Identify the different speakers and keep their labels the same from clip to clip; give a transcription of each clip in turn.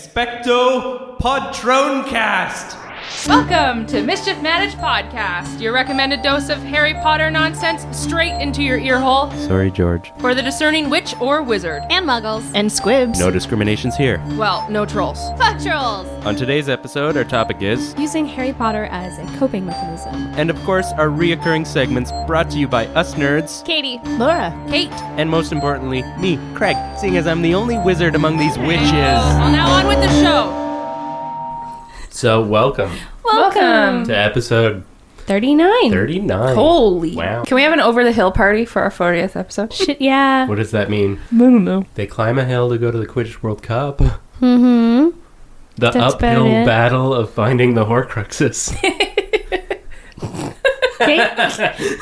Speaker 1: Expecto Podroncast!
Speaker 2: Welcome to Mischief Managed Podcast, your recommended dose of Harry Potter nonsense straight into your earhole
Speaker 1: Sorry, George.
Speaker 2: for the discerning witch or wizard.
Speaker 3: and muggles
Speaker 4: and squibs
Speaker 1: No discriminations here.
Speaker 2: Well, no trolls.
Speaker 3: fuck trolls.
Speaker 1: On today's episode, our topic is,
Speaker 5: using Harry Potter as a coping mechanism.
Speaker 1: and of course, our reoccurring segments brought to you by us nerds,
Speaker 2: Katie,
Speaker 4: Laura.
Speaker 2: Kate.
Speaker 1: and most importantly, me, Craig, seeing as I'm the only wizard among these witches.
Speaker 2: Well, now on with the show.
Speaker 6: So, welcome
Speaker 2: Welcome.
Speaker 6: to episode
Speaker 5: 39.
Speaker 6: 39.
Speaker 2: Holy.
Speaker 6: Wow.
Speaker 2: Can we have an over the hill party for our 40th episode?
Speaker 5: Shit, yeah.
Speaker 6: What does that mean?
Speaker 2: I don't know.
Speaker 6: They climb a hill to go to the Quidditch World Cup.
Speaker 5: Mm-hmm.
Speaker 6: The
Speaker 5: That's about
Speaker 6: uphill
Speaker 5: it.
Speaker 6: battle of finding the Horcruxes.
Speaker 5: Kate,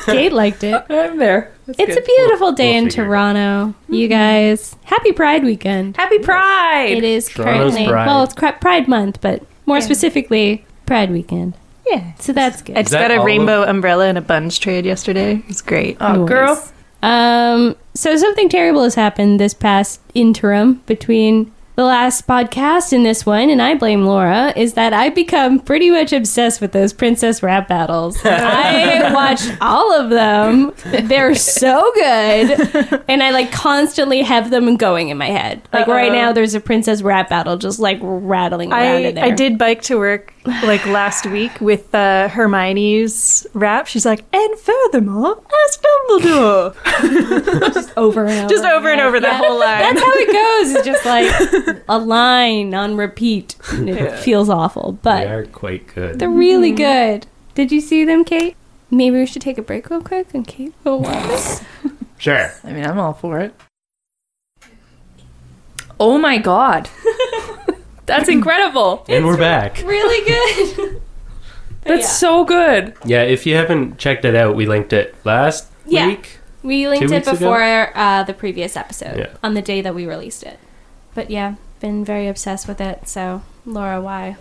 Speaker 5: Kate liked it.
Speaker 2: I'm there.
Speaker 5: it's a beautiful day
Speaker 6: We'll
Speaker 5: in
Speaker 6: figure it
Speaker 5: Toronto, you guys. Happy Pride weekend.
Speaker 2: Happy Pride!
Speaker 5: It is
Speaker 6: Toronto's
Speaker 5: currently,
Speaker 6: Pride.
Speaker 5: well, it's cri- Pride month, but more specifically, Pride weekend.
Speaker 4: Yeah.
Speaker 5: So that's good.
Speaker 4: I just
Speaker 6: that
Speaker 4: got
Speaker 6: all
Speaker 4: a
Speaker 6: of-
Speaker 4: rainbow umbrella and a buns trade yesterday. It's great.
Speaker 2: Oh,
Speaker 5: Nice.
Speaker 2: girl.
Speaker 5: Um, so something terrible has happened this past interim between the last podcast and this one, and I blame Laura, is that I've become pretty much obsessed with those princess rap battles. I watched all of them. They're so good. And I like constantly have them going in my head. Like right now there's a princess rap battle just like rattling around
Speaker 4: I,
Speaker 5: in there.
Speaker 4: I did bike to work like last week with uh, Hermione's rap. She's like, and furthermore, as Dumbledore.
Speaker 5: over and over.
Speaker 4: Just over and over the
Speaker 5: Yeah.
Speaker 4: whole line.
Speaker 5: That's how it goes. It's just like a line on repeat. And it feels awful,
Speaker 6: they
Speaker 5: but
Speaker 6: are quite good.
Speaker 5: they're really good. Did you see them, Kate? Mm-hmm. Maybe we should take a break real quick and Kate will watch.
Speaker 6: Sure.
Speaker 4: I mean, I'm all for it.
Speaker 2: Oh my god. That's incredible.
Speaker 6: And we're back.
Speaker 5: really good.
Speaker 2: That's so good.
Speaker 6: Yeah, if you haven't checked it out, we linked it last
Speaker 5: Yeah.
Speaker 6: week.
Speaker 5: We linked
Speaker 6: Two
Speaker 5: it
Speaker 6: weeks ago?
Speaker 5: before uh, the previous episode
Speaker 6: Yeah.
Speaker 5: on the day that we released it. But yeah, been very obsessed with it. So, Laura, why?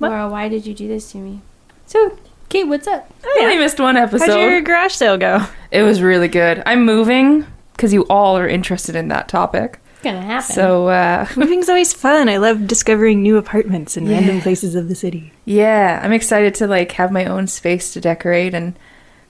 Speaker 5: Laura, why did you do this to me? So, Kate, what's up?
Speaker 2: I only missed one episode.
Speaker 4: Oh, How'd your garage sale go?
Speaker 2: It was really good. I'm moving because you all are interested in that topic.
Speaker 5: It's gonna happen.
Speaker 2: So, uh,
Speaker 4: Moving's always fun. I love discovering new apartments in random places of the city.
Speaker 2: yeah, I'm excited to like have my own space to decorate and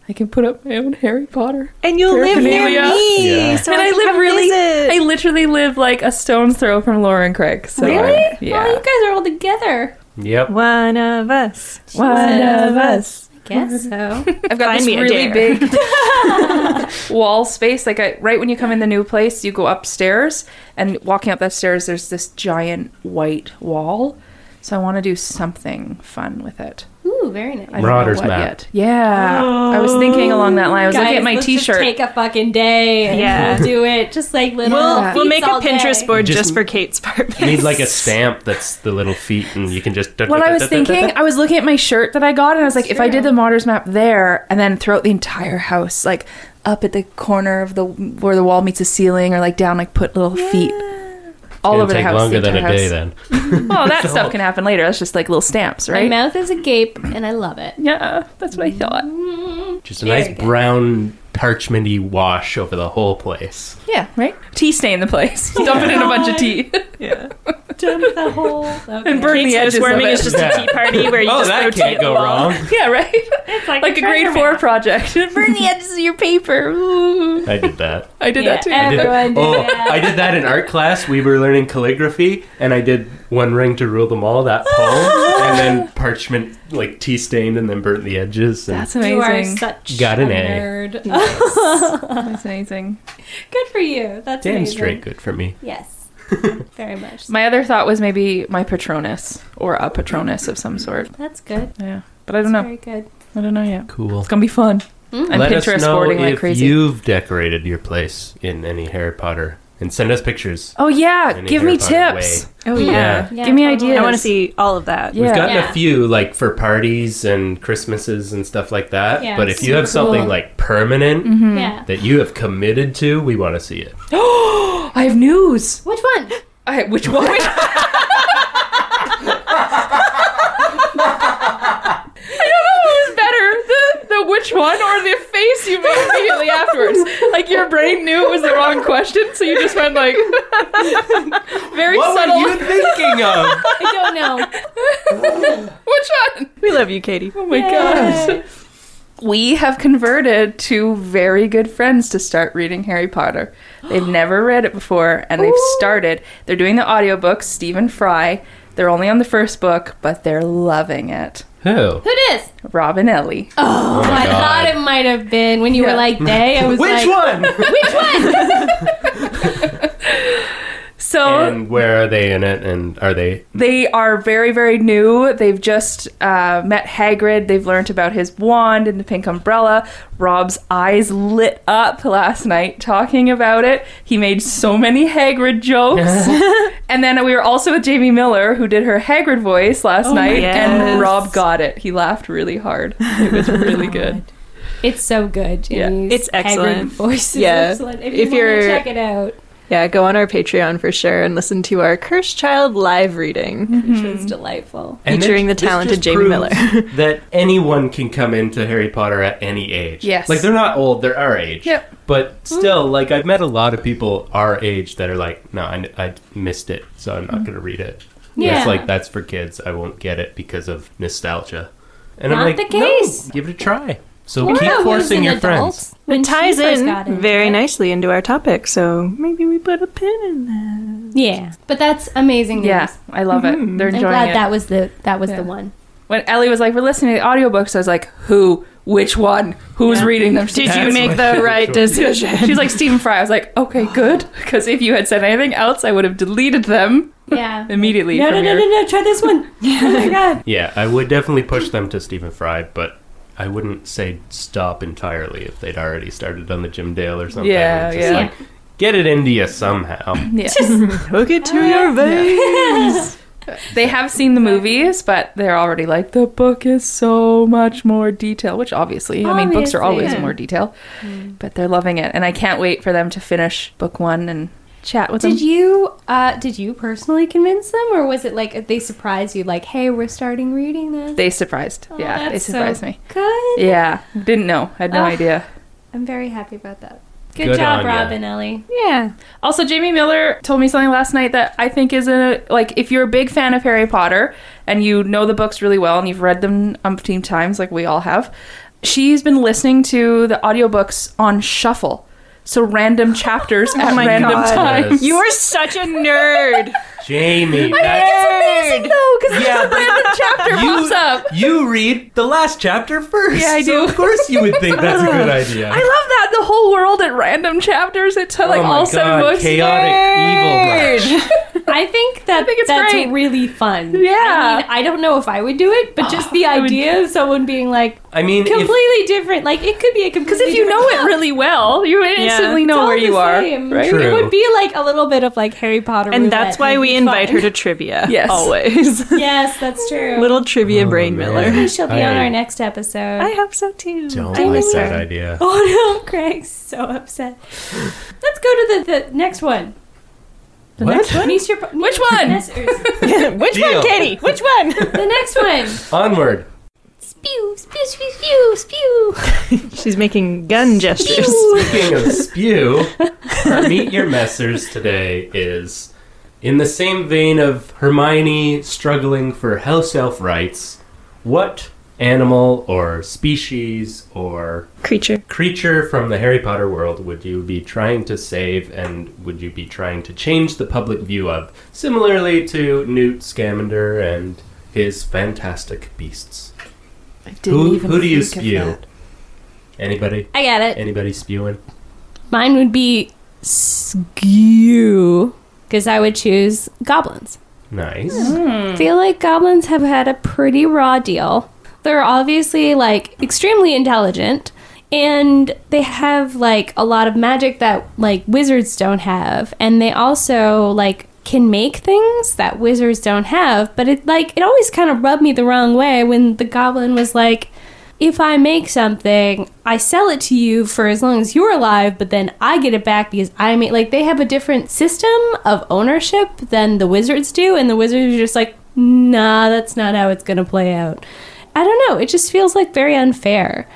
Speaker 2: I can put up my own Harry Potter.
Speaker 4: And you'll live near
Speaker 2: Paraphernalia.
Speaker 4: me.
Speaker 6: Yeah.
Speaker 4: So
Speaker 2: and
Speaker 4: I,
Speaker 2: I
Speaker 4: can
Speaker 2: live
Speaker 4: come
Speaker 2: really,
Speaker 4: visit.
Speaker 2: I literally live like a stone's throw from Laura and Craig. So
Speaker 4: Really?
Speaker 2: I'm-
Speaker 5: Oh, you
Speaker 2: yeah.
Speaker 5: guys are all together.
Speaker 6: Yep.
Speaker 4: One of us.
Speaker 2: One of us.
Speaker 5: I guess so.
Speaker 2: I've got
Speaker 4: Find
Speaker 2: this
Speaker 4: me a
Speaker 2: really
Speaker 4: dare.
Speaker 2: big wall space. Like I, right when you come in the new place, you go upstairs, and walking up that stairs, there's this giant white wall. So I want to do something fun with it.
Speaker 5: Ooh, very nice.
Speaker 2: I don't know
Speaker 6: Marauders
Speaker 2: what
Speaker 6: map.
Speaker 2: Yet. Yeah, I was thinking along that line. I was looking at my
Speaker 5: let's just
Speaker 2: T-shirt.
Speaker 5: take a fucking day. And
Speaker 4: Yeah.
Speaker 5: we'll do it. Just like little.
Speaker 4: We'll,
Speaker 5: feats
Speaker 4: we'll make a
Speaker 5: all
Speaker 4: Pinterest
Speaker 5: day.
Speaker 4: board
Speaker 6: Just-
Speaker 4: just, for Kate's apartment.
Speaker 6: Need like a stamp that's the little feet, and you can just.
Speaker 2: what I was thinking, I was looking at my shirt that I got, and I was like, if I did the Marauders map there, and then throughout the entire house, like up at the corner of the where the wall meets the ceiling, or like down, like put little feet all
Speaker 6: It'll
Speaker 2: over the
Speaker 6: take
Speaker 2: house.
Speaker 6: longer
Speaker 2: the
Speaker 6: than a
Speaker 2: entire
Speaker 6: day
Speaker 2: house.
Speaker 6: then.
Speaker 2: Oh, that stuff can happen later. That's just like little stamps,
Speaker 5: My
Speaker 2: right?
Speaker 5: mouth is agape, and I love it.
Speaker 2: yeah, that's what I thought.
Speaker 6: Just a nice brown parchmenty wash over the whole place.
Speaker 2: Yeah, right. Tea stain the place. Dump it in a bunch of tea
Speaker 5: Dump the whole. Okay.
Speaker 2: and burn the edges. of
Speaker 4: Swarming
Speaker 2: it.
Speaker 4: is just
Speaker 6: Yeah.
Speaker 4: a tea party where you
Speaker 6: oh,
Speaker 4: just throw
Speaker 6: that
Speaker 4: tea
Speaker 6: can't
Speaker 4: at the
Speaker 6: go
Speaker 4: wall.
Speaker 6: wrong.
Speaker 2: yeah, right. It's
Speaker 5: like
Speaker 2: a grade four project. burn the edges of your paper. Ooh.
Speaker 6: I did that.
Speaker 2: I did
Speaker 5: Yeah,
Speaker 2: that too.
Speaker 6: I did that.
Speaker 5: Everyone did
Speaker 6: oh,
Speaker 5: that.
Speaker 6: I did that in art class. We were learning calligraphy, and I did "One Ring to Rule Them All" that poem, and then parchment like tea stained, and then burnt the edges. And
Speaker 2: That's
Speaker 5: You are
Speaker 2: amazing.
Speaker 5: such
Speaker 6: Got an
Speaker 5: a
Speaker 6: A.
Speaker 5: nerd.
Speaker 2: That's amazing.
Speaker 5: Good for you. That's
Speaker 6: damn
Speaker 5: amazing.
Speaker 6: straight good for me.
Speaker 5: Yes. Very much.
Speaker 2: My other thought was maybe my Patronus or a Patronus of some sort.
Speaker 5: That's good.
Speaker 2: Yeah. But I don't know.
Speaker 5: Very good.
Speaker 2: I don't know yet.
Speaker 6: Cool.
Speaker 2: It's gonna be fun. I'm
Speaker 6: Let
Speaker 2: Pinterest
Speaker 6: us know
Speaker 2: boarding like
Speaker 6: if
Speaker 2: crazy.
Speaker 6: you've decorated your place in any Harry Potter, and send us pictures.
Speaker 2: oh yeah,
Speaker 6: in a
Speaker 2: give
Speaker 6: Harry
Speaker 2: me
Speaker 6: Potter
Speaker 2: tips.
Speaker 6: way.
Speaker 4: Oh,
Speaker 6: Yeah.
Speaker 5: Yeah,
Speaker 2: give me
Speaker 5: totally.
Speaker 2: ideas.
Speaker 4: I want to see all of that.
Speaker 2: Yeah.
Speaker 6: We've gotten
Speaker 5: Yeah.
Speaker 6: a few like for parties and Christmases and stuff like that.
Speaker 5: Yeah,
Speaker 6: but if you have
Speaker 5: super
Speaker 6: something
Speaker 5: cool.
Speaker 6: like permanent
Speaker 2: Mm-hmm. Hmm.
Speaker 5: Yeah.
Speaker 6: that you have committed to, we want to see it.
Speaker 2: I have news.
Speaker 5: Which one?
Speaker 2: I, which one? I don't know what was better, the the which one or the face you made immediately afterwards. Like your brain knew it was the wrong question, so you just went like very
Speaker 6: What
Speaker 2: subtle.
Speaker 6: are you thinking of?
Speaker 5: I don't know.
Speaker 2: Which one?
Speaker 4: We love you, Katie.
Speaker 2: Oh my gosh. We have converted two very good friends to start reading Harry Potter. They've never read it before and they've started. They're doing the audiobooks, Stephen Fry. They're only on the first book, but they're loving it.
Speaker 6: Who?
Speaker 5: Who dis?
Speaker 2: Rob and Ellie.
Speaker 5: Oh, I
Speaker 6: God.
Speaker 5: thought it might have been when you
Speaker 2: Yeah.
Speaker 5: were like they. I was
Speaker 6: Which
Speaker 5: like,
Speaker 6: one?
Speaker 2: So
Speaker 6: and where are they in it? And are they?
Speaker 2: They are very, very new. They've just uh, met Hagrid. They've learned about his wand and the pink umbrella. Rob's eyes lit up last night talking about it. He made so many Hagrid jokes. and then we were also with Jamie Miller, who did her Hagrid voice last night,
Speaker 4: yes.
Speaker 2: and Rob got it. He laughed really hard. It was really good.
Speaker 5: It's so good.
Speaker 2: Yeah.
Speaker 5: Jamie's
Speaker 4: It's excellent.
Speaker 5: Hagrid voice is
Speaker 4: Yeah.
Speaker 5: excellent. If,
Speaker 4: If
Speaker 5: you want to
Speaker 4: you're-
Speaker 5: check it out,
Speaker 4: Yeah, go on our Patreon for sure and listen to our Cursed Child live reading.
Speaker 5: which
Speaker 4: Mm-hmm.
Speaker 5: was delightful.
Speaker 6: And
Speaker 4: Featuring
Speaker 6: this-
Speaker 4: the
Speaker 6: this
Speaker 4: talented
Speaker 6: just
Speaker 4: Jamie
Speaker 6: proves
Speaker 4: Miller.
Speaker 6: that anyone can come into Harry Potter at any age.
Speaker 2: Yes.
Speaker 6: Like they're not old; they're our age.
Speaker 2: Yep.
Speaker 6: But
Speaker 5: Mm.
Speaker 6: still, like I've met a lot of people our age that are like, "No, I, I missed it, so I'm not going to read it."
Speaker 5: Mm. Yeah.
Speaker 6: It's like that's for kids. I won't get it because of nostalgia. And
Speaker 5: Not
Speaker 6: I'm like,
Speaker 5: the case.
Speaker 6: "No, give it a try. So
Speaker 5: Laura
Speaker 6: keep
Speaker 5: was
Speaker 6: forcing
Speaker 5: an
Speaker 6: your
Speaker 5: adult
Speaker 6: friends.
Speaker 5: when
Speaker 4: It
Speaker 5: she
Speaker 4: ties
Speaker 5: first
Speaker 4: in
Speaker 5: got into
Speaker 4: very
Speaker 5: it.
Speaker 4: nicely into our topic, so maybe we put a pin in that.
Speaker 5: Yeah, but that's amazing. News.
Speaker 2: Yeah, I love it. They're
Speaker 5: I'm
Speaker 2: enjoying
Speaker 5: glad
Speaker 2: it.
Speaker 5: that was the that was
Speaker 2: Yeah.
Speaker 5: the one.
Speaker 2: when Ellie was like, We're listening to the audiobooks, I was like, Who? Which one? Who's reading them? Did
Speaker 6: That's my favorite choice.
Speaker 4: decision?
Speaker 2: She's like Stephen Fry. I was like, okay, good, because if you had said anything else, I would have deleted them
Speaker 5: Yeah.
Speaker 2: immediately.
Speaker 5: no, no,
Speaker 2: from
Speaker 5: no,
Speaker 2: your-
Speaker 5: no, no. Try this one. Oh my god.
Speaker 6: Yeah, I would definitely push them to Stephen Fry, but I wouldn't say stop entirely if they'd already started on the Jim Dale or something.
Speaker 2: Yeah,
Speaker 6: It's just
Speaker 2: yeah.
Speaker 6: like, get it into you somehow.
Speaker 2: Yeah.
Speaker 4: hook it
Speaker 5: Ah,
Speaker 4: to your veins.
Speaker 2: they have seen the movies, but they're already like the book is so much more detail. Which obviously, Mm. I mean, books are
Speaker 5: Obviously,
Speaker 2: always
Speaker 5: yeah.
Speaker 2: more detail, but they're loving it, and I can't wait for them to finish book one and chat with
Speaker 5: Did
Speaker 2: them.
Speaker 5: you uh did you personally convince them or was it like they surprised you like, "Hey, we're starting reading this?"
Speaker 2: They surprised.
Speaker 5: Oh,
Speaker 2: yeah, they
Speaker 5: that's so
Speaker 2: surprised me. Oh.
Speaker 5: Good.
Speaker 2: Yeah, didn't know. Had no
Speaker 5: Ah.
Speaker 2: idea.
Speaker 5: I'm very happy about that. Good,
Speaker 6: Good
Speaker 5: job,
Speaker 6: on ya.
Speaker 5: Rob and Ellie.
Speaker 4: Yeah.
Speaker 2: Also, Jamie Miller told me something last night that I think is a like if you're a big fan of Harry Potter and you know the books really well and you've read them umpteen times, like we all have, she's been listening to the audiobooks on shuffle. So random chapters at
Speaker 4: my
Speaker 2: random
Speaker 4: God.
Speaker 2: times.
Speaker 6: Yes.
Speaker 4: You are such a nerd.
Speaker 6: Jamie, that's
Speaker 2: It's amazing though, because
Speaker 6: Yeah,
Speaker 2: a random chapter pops up.
Speaker 6: you read the last chapter first.
Speaker 2: Yeah, I
Speaker 6: So
Speaker 2: do.
Speaker 6: of course you would think that's a good idea.
Speaker 2: I love that the whole world at random chapters. It's like
Speaker 6: oh my
Speaker 2: all
Speaker 6: God,
Speaker 2: seven books.
Speaker 6: chaotic evil. Rush.
Speaker 5: I think that
Speaker 2: think it's
Speaker 5: that's
Speaker 2: great.
Speaker 5: really fun. I
Speaker 2: Yeah.
Speaker 5: mean, I don't know if I would do it, but just the
Speaker 2: I would-
Speaker 5: idea of someone being like
Speaker 6: I mean, if-
Speaker 5: completely different, like it could be a completely
Speaker 2: Because if you
Speaker 5: different
Speaker 2: know it really well, you instantly
Speaker 5: It's
Speaker 2: know
Speaker 5: all
Speaker 2: where
Speaker 5: the
Speaker 2: you are.
Speaker 5: same.
Speaker 2: Right?
Speaker 6: True.
Speaker 5: It would be like a little bit of like Harry Potter,
Speaker 4: and
Speaker 5: roulette.
Speaker 4: that's why
Speaker 5: It'd
Speaker 4: we
Speaker 5: be
Speaker 4: invite
Speaker 5: fun.
Speaker 4: her to trivia.
Speaker 2: Yes.
Speaker 4: Always.
Speaker 5: Yes, that's true.
Speaker 4: Little trivia brain
Speaker 6: man.
Speaker 4: miller.
Speaker 5: Maybe she'll be on
Speaker 6: I-
Speaker 5: our next episode.
Speaker 4: I hope so too.
Speaker 6: don't
Speaker 4: I
Speaker 6: like
Speaker 4: miss
Speaker 6: that
Speaker 4: her.
Speaker 6: idea.
Speaker 5: oh no, Craig's so upset. Let's go to the, the next one.
Speaker 6: what?
Speaker 5: Meet your, meet
Speaker 2: Which
Speaker 5: your
Speaker 2: one?
Speaker 5: professors.
Speaker 4: Which
Speaker 6: Deal.
Speaker 4: one, Katie? Which one?
Speaker 5: the next one.
Speaker 6: Onward.
Speaker 5: Spew, spew, spew, spew, spew.
Speaker 4: She's making gun gestures.
Speaker 6: Speaking of spew, our meet your messers today is in the same vein of Hermione struggling for house elf rights. What animal or species or
Speaker 4: Creature.
Speaker 6: creature from the Harry Potter world would you be trying to save and would you be trying to change the public view of? Similarly to Newt Scamander and his fantastic beasts.
Speaker 2: I didn't
Speaker 6: Who, who do you
Speaker 2: think of
Speaker 6: spew?
Speaker 2: that.
Speaker 6: Anybody?
Speaker 5: I got it.
Speaker 6: Anybody spewing?
Speaker 5: Mine would be skew because I would choose goblins.
Speaker 6: Nice.
Speaker 5: feel like goblins have had a pretty raw deal. They're obviously like extremely intelligent and they have like a lot of magic that like wizards don't have and they also like can make things that wizards don't have, but it like it always kind of rubbed me the wrong way when the goblin was like if I make something, I sell it to you for as long as you're alive, but then I get it back because I made like they have a different system of ownership than the wizards do, and the wizards are just like, nah, that's not how it's gonna play out. I don't know, it just feels like very unfair.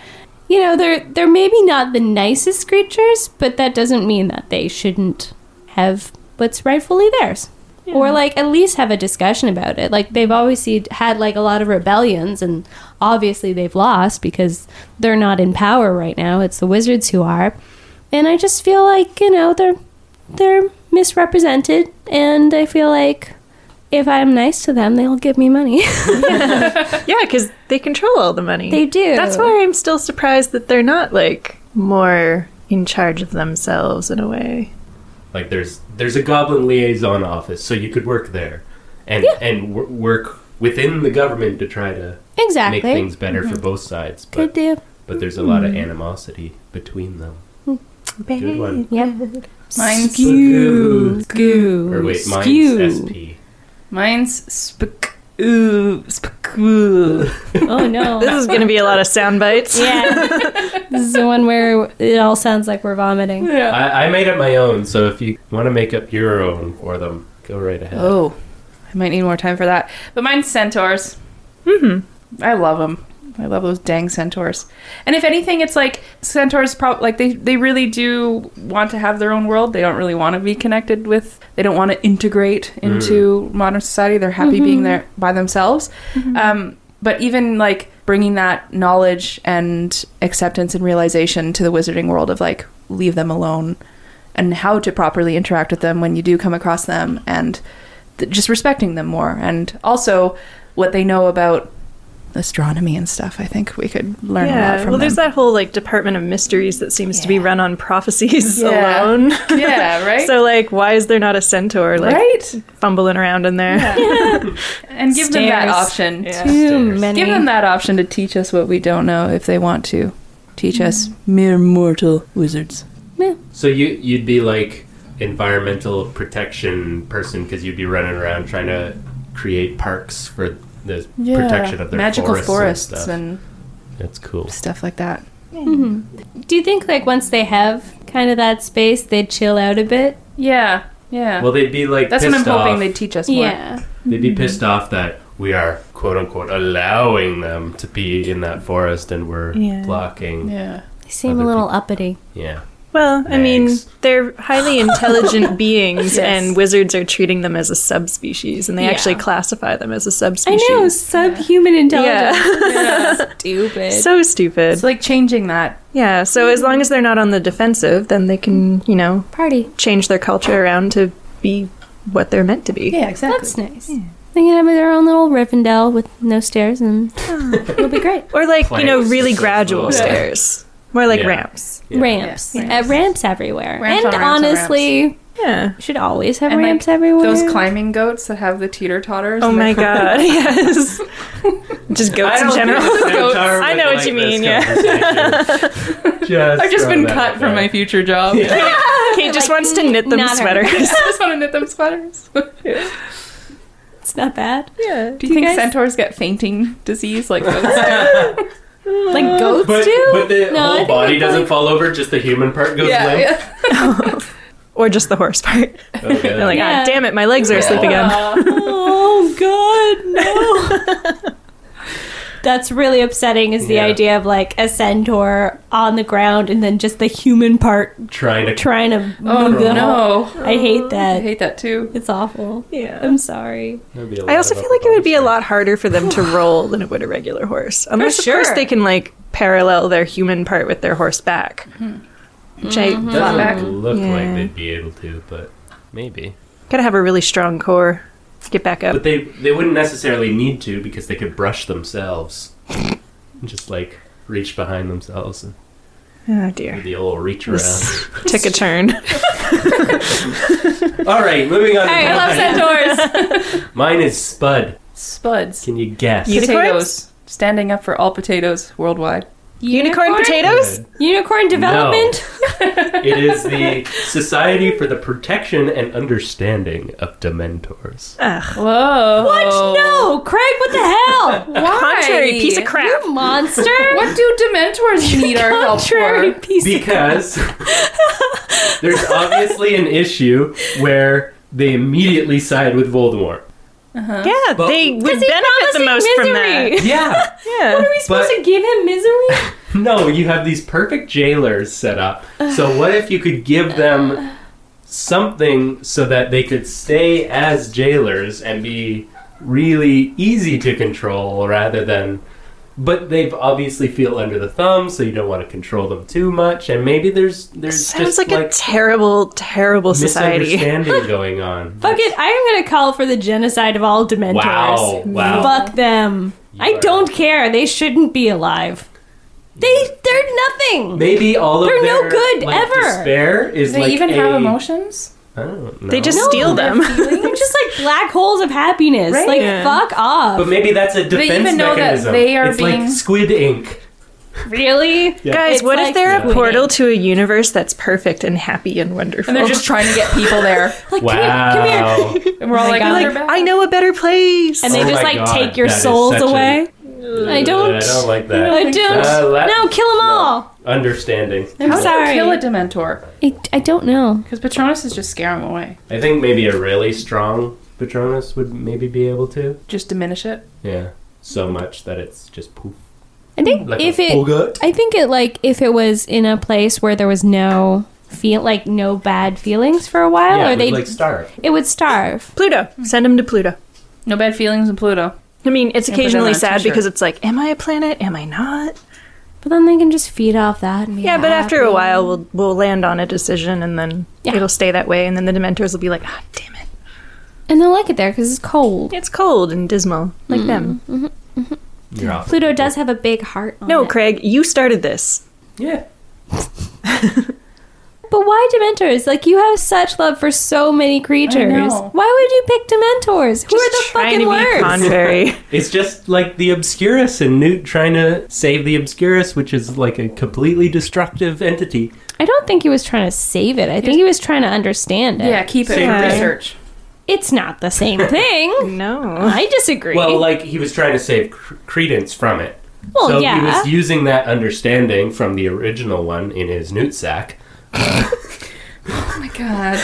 Speaker 5: You know, they're they're maybe not the nicest creatures, but that doesn't mean that they shouldn't have what's rightfully theirs. Or like at least have a discussion about it. Like they've obviously had like a lot of rebellions and obviously they've lost because they're not in power right now. It's the wizards who are. And I just feel like, you know, they're they're misrepresented and I feel like if I'm nice to them, they'll give me money.
Speaker 4: Yeah, because they control all the money.
Speaker 5: They do.
Speaker 4: That's why I'm still surprised that they're not like more in charge of themselves in a way.
Speaker 6: Like there's there's a goblin liaison office, so you could work there, and and w- work within the government to try to
Speaker 5: exactly. Mm-hmm.
Speaker 6: make things better for both sides.
Speaker 5: Could
Speaker 6: But,
Speaker 5: do.
Speaker 6: but there's a lot of animosity between them. Good one.
Speaker 5: Yep.
Speaker 2: Mine's-
Speaker 5: skew. Goo.
Speaker 6: Or wait, mine's
Speaker 5: skew.
Speaker 6: SP.
Speaker 2: Mine's spook. Ooh, spook. ooh.
Speaker 5: Oh no.
Speaker 4: This is going to be a lot of sound bites.
Speaker 5: yeah. this is the one where it all sounds like we're vomiting.
Speaker 2: Yeah.
Speaker 6: I, I made up my own, so if you want to make up your own for them, go right ahead.
Speaker 2: Oh, I might need more time for that. But mine's centaurs. Mm-hmm. I love them. I love those dang centaurs. And if anything, it's like centaurs. Pro- like they they really do want to have their own world. They don't really want to be connected with. They don't want to integrate into modern society. They're happy being there by themselves. Um, but even like bringing that knowledge and acceptance and realization to the wizarding world of like leave them alone and how to properly interact with them when you do come across them and th- just respecting them more and also what they know about astronomy and stuff i think we could learn a lot
Speaker 4: Yeah.
Speaker 2: from
Speaker 4: Well, there's
Speaker 2: them.
Speaker 4: that whole like Department of Mysteries that seems to be run on prophecies
Speaker 2: Yeah.
Speaker 4: alone.
Speaker 2: yeah right
Speaker 4: So like, why is there not a centaur like
Speaker 2: right
Speaker 4: fumbling around in there?
Speaker 2: and give them that
Speaker 5: Stairs.
Speaker 2: option
Speaker 4: Yeah.
Speaker 5: Too
Speaker 6: Upstairs.
Speaker 5: many.
Speaker 2: give them that option to teach us what we don't know if they want to teach us mere mortal wizards
Speaker 6: So you you'd be like environmental protection person because you'd be running around trying to create parks for the protection of their
Speaker 2: magical forests,
Speaker 6: and stuff.
Speaker 2: and,
Speaker 6: That's cool.
Speaker 2: stuff like that
Speaker 5: Do you think like once they have kind of that space, they'd chill out a bit?
Speaker 2: yeah yeah
Speaker 6: Well, they'd be like
Speaker 2: that's what
Speaker 6: pissed
Speaker 2: i'm hoping
Speaker 6: off.
Speaker 2: they teach us more
Speaker 5: Yeah.
Speaker 6: They'd be pissed off that we are quote unquote allowing them to be in that forest and we're
Speaker 4: Yeah.
Speaker 6: blocking. Yeah.
Speaker 2: yeah
Speaker 5: They seem
Speaker 6: Other
Speaker 5: a little
Speaker 6: people.
Speaker 5: uppity.
Speaker 4: Well, I mean,
Speaker 6: Thanks.
Speaker 4: they're highly intelligent beings,
Speaker 2: Yes.
Speaker 4: and wizards are treating them as a subspecies, and they
Speaker 5: Yeah.
Speaker 4: actually classify them as a
Speaker 5: I
Speaker 4: subspecies.
Speaker 5: know, subhuman intelligence.
Speaker 4: Yeah,
Speaker 5: Stupid.
Speaker 4: so stupid.
Speaker 2: it's like changing that
Speaker 4: Yeah, so as long as they're not on the defensive, then they can, you know,
Speaker 5: Party.
Speaker 4: change their culture around to be what they're meant to be.
Speaker 2: yeah exactly
Speaker 5: That's nice. They can have their own little Rivendell with no stairs, and it'll be great.
Speaker 4: Or like, you know,
Speaker 6: Planks.
Speaker 4: really gradual
Speaker 6: Yeah.
Speaker 4: stairs. More like
Speaker 6: Yeah.
Speaker 4: ramps.
Speaker 6: Yeah.
Speaker 5: Ramps.
Speaker 2: Yeah.
Speaker 5: Uh, ramps everywhere.
Speaker 2: Ramps
Speaker 5: and
Speaker 2: on ramps on
Speaker 5: honestly,
Speaker 4: Yeah.
Speaker 5: should always have
Speaker 2: And, like,
Speaker 5: ramps everywhere.
Speaker 2: Those climbing goats that have the teeter totters.
Speaker 4: Oh my god, yes. Just goats in general. I know what you mean, yeah.
Speaker 6: yeah. Just
Speaker 2: I've just
Speaker 6: throwing
Speaker 2: been
Speaker 6: that
Speaker 2: cut
Speaker 6: out
Speaker 2: from
Speaker 6: there.
Speaker 2: my future job.
Speaker 4: Kate just
Speaker 5: Like,
Speaker 4: wants to knit them
Speaker 5: not her.
Speaker 4: sweaters.
Speaker 2: I just want to knit them sweaters.
Speaker 5: It's not bad.
Speaker 4: Yeah.
Speaker 2: Do you think
Speaker 5: guys-
Speaker 2: centaurs get fainting disease like those?
Speaker 5: Like goats
Speaker 6: But,
Speaker 5: do?
Speaker 6: but the
Speaker 5: No, I
Speaker 6: whole
Speaker 5: think
Speaker 6: body
Speaker 5: it's
Speaker 6: doesn't
Speaker 5: like-
Speaker 6: fall over, just the human part goes limp.
Speaker 2: yeah.
Speaker 4: Or just the horse part.
Speaker 6: Okay.
Speaker 4: They're like,
Speaker 5: Yeah.
Speaker 4: ah, damn it, my legs are asleep again.
Speaker 5: Oh
Speaker 2: Oh,
Speaker 5: God, no! That's really upsetting. Is the
Speaker 6: Yeah.
Speaker 5: idea of like a centaur on the ground and then just the human part
Speaker 6: trying to
Speaker 5: trying to
Speaker 2: Oh
Speaker 5: move the whole-
Speaker 2: no.
Speaker 5: I hate
Speaker 2: I
Speaker 5: that.
Speaker 2: hate that too.
Speaker 5: It's awful.
Speaker 4: Yeah.
Speaker 5: I'm sorry.
Speaker 6: That'd be a
Speaker 4: I
Speaker 6: lot
Speaker 4: also
Speaker 6: of
Speaker 4: feel like it would be a
Speaker 6: upper
Speaker 4: lot harder for them to roll than it would a regular horse. Unless,
Speaker 5: sure.
Speaker 4: of course, they can, like, parallel their human part with their horse back.
Speaker 5: Mm-hmm.
Speaker 4: Which I
Speaker 6: body. Doesn't
Speaker 2: back.
Speaker 6: look like
Speaker 4: Yeah.
Speaker 6: they'd be able to, but maybe.
Speaker 4: gotta have a really strong core to get back
Speaker 6: But
Speaker 4: up.
Speaker 6: they they wouldn't necessarily need to because they could brush themselves, just like reach behind themselves and
Speaker 4: Oh,
Speaker 6: do
Speaker 4: dear.
Speaker 6: the old reach around.
Speaker 4: Took a turn.
Speaker 6: All right, moving on. to
Speaker 2: I love
Speaker 6: mine.
Speaker 2: centaurs.
Speaker 6: Mine is Spud.
Speaker 2: Spuds.
Speaker 6: Can you guess?
Speaker 4: You-
Speaker 2: Potatoes. Standing up for all potatoes worldwide.
Speaker 4: Unicorn potatoes?
Speaker 5: Unicorn development.
Speaker 6: It is the Society for the Protection and Understanding of Dementors.
Speaker 2: Whoa.
Speaker 5: What? No, Craig. What the hell?
Speaker 2: Why?
Speaker 4: Contrary, piece of crap.
Speaker 5: You monster.
Speaker 2: What do Dementors need our help
Speaker 5: Contrary
Speaker 2: for?
Speaker 5: piece. of-
Speaker 6: because there's obviously an issue where they immediately side with Voldemort.
Speaker 4: Yeah, they would
Speaker 5: Is he
Speaker 4: benefit the
Speaker 5: promising
Speaker 4: most
Speaker 5: misery?
Speaker 4: from that.
Speaker 6: Yeah.
Speaker 4: Yeah.
Speaker 5: Are we supposed
Speaker 6: But-
Speaker 5: to give him misery?
Speaker 6: No, you have these perfect jailers set up. So what if you could give them something so that they could stay as jailers and be really easy to control rather than but they obviously feel under the thumb so you don't want to control them too much and maybe there's there's
Speaker 4: Sounds
Speaker 6: just
Speaker 4: like, a terrible, terrible society.
Speaker 6: misunderstanding going on
Speaker 5: Fuck it. I am going to call for the genocide of all Dementors.
Speaker 6: Wow, wow.
Speaker 5: Fuck them.
Speaker 6: You
Speaker 5: I
Speaker 6: are-
Speaker 5: don't care. They shouldn't be alive. They, they're nothing.
Speaker 6: maybe all of
Speaker 5: They're no
Speaker 6: their
Speaker 5: good
Speaker 6: like,
Speaker 5: ever.
Speaker 6: despair is
Speaker 2: Do they
Speaker 6: like
Speaker 2: even
Speaker 6: a-
Speaker 2: have emotions?
Speaker 6: I don't know.
Speaker 4: They just steal them.
Speaker 5: they're just like black holes of happiness.
Speaker 2: Right.
Speaker 5: Like,
Speaker 4: Yeah.
Speaker 5: fuck off.
Speaker 6: but maybe that's a defense
Speaker 2: even know that
Speaker 6: mechanism.
Speaker 2: they are
Speaker 6: it's
Speaker 2: being-
Speaker 6: like squid ink.
Speaker 5: really?
Speaker 4: Guys,
Speaker 5: It's
Speaker 4: what
Speaker 5: like
Speaker 4: if they're
Speaker 5: Yeah.
Speaker 4: a portal to a universe that's perfect and happy and wonderful?
Speaker 2: And they're just trying to get people there.
Speaker 5: Like, come here-
Speaker 6: wow.
Speaker 5: come here.
Speaker 2: And we're all
Speaker 5: my
Speaker 2: like,
Speaker 5: God.
Speaker 2: "Oh,
Speaker 5: Like,
Speaker 2: they're back."
Speaker 4: I know a better place.
Speaker 5: And they
Speaker 6: Oh
Speaker 5: just
Speaker 6: my
Speaker 5: like
Speaker 6: God,
Speaker 5: take your
Speaker 6: that is
Speaker 5: souls
Speaker 6: such a-
Speaker 5: away. I don't.
Speaker 6: I don't like that.
Speaker 5: I don't.
Speaker 6: Uh, let-
Speaker 5: no, kill them all.
Speaker 6: Understanding.
Speaker 5: I'm
Speaker 2: How do
Speaker 5: sorry.
Speaker 2: you kill a Dementor?
Speaker 5: I, I don't know.
Speaker 2: Because Patronus is just scaring them away.
Speaker 6: I think maybe a really strong Patronus would maybe be able to.
Speaker 2: Just diminish it.
Speaker 6: Yeah. So much that it's just poof.
Speaker 5: I think
Speaker 6: Like
Speaker 5: if
Speaker 6: a
Speaker 5: it,
Speaker 6: boogert.
Speaker 5: I think it like if it was in a place where there was no feel like no bad feelings for a while,
Speaker 6: Yeah,
Speaker 5: or
Speaker 6: it
Speaker 5: they
Speaker 6: would like starve.
Speaker 5: it would starve.
Speaker 4: Pluto. Hmm. Send them to Pluto.
Speaker 2: No bad feelings in Pluto.
Speaker 4: I mean, it's
Speaker 2: Yeah, put them on
Speaker 4: occasionally
Speaker 2: a
Speaker 4: sad
Speaker 2: t-shirt.
Speaker 4: because it's like, am I a planet? Am I not?
Speaker 5: But then they can just feed off that. And be
Speaker 4: Yeah, but after a
Speaker 5: happy.
Speaker 4: while, we'll we'll land on a decision, and then
Speaker 5: Yeah.
Speaker 4: it'll stay that way, and then the Dementors will be like, ah, damn it,
Speaker 5: and they'll like it there because it's cold.
Speaker 4: it's cold and dismal, like them.
Speaker 5: Mm,
Speaker 6: You're off.
Speaker 5: Pluto does have a big heart. On
Speaker 4: No,
Speaker 5: it.
Speaker 4: Craig, you started this.
Speaker 6: Yeah.
Speaker 5: but why Dementors? Like you have such love for so many creatures.
Speaker 2: know.
Speaker 5: Why would you pick Dementors? Who are the
Speaker 4: Just trying
Speaker 5: fucking
Speaker 4: to be
Speaker 5: worst?
Speaker 4: contrary.
Speaker 6: It's just like the Obscurus and Newt trying to save the Obscurus, which is like a completely destructive entity.
Speaker 5: I don't think he was trying to save it. I think he was trying to understand it.
Speaker 2: Yeah, keep it
Speaker 6: Same
Speaker 2: for
Speaker 4: thing.
Speaker 2: research.
Speaker 5: It's not the same thing.
Speaker 4: no,
Speaker 5: I disagree.
Speaker 6: Well, like he was trying to save cr- credence from it.
Speaker 5: Well,
Speaker 6: so
Speaker 5: yeah.
Speaker 6: he was using that understanding from the original one in his Newt sack.
Speaker 2: Oh my god.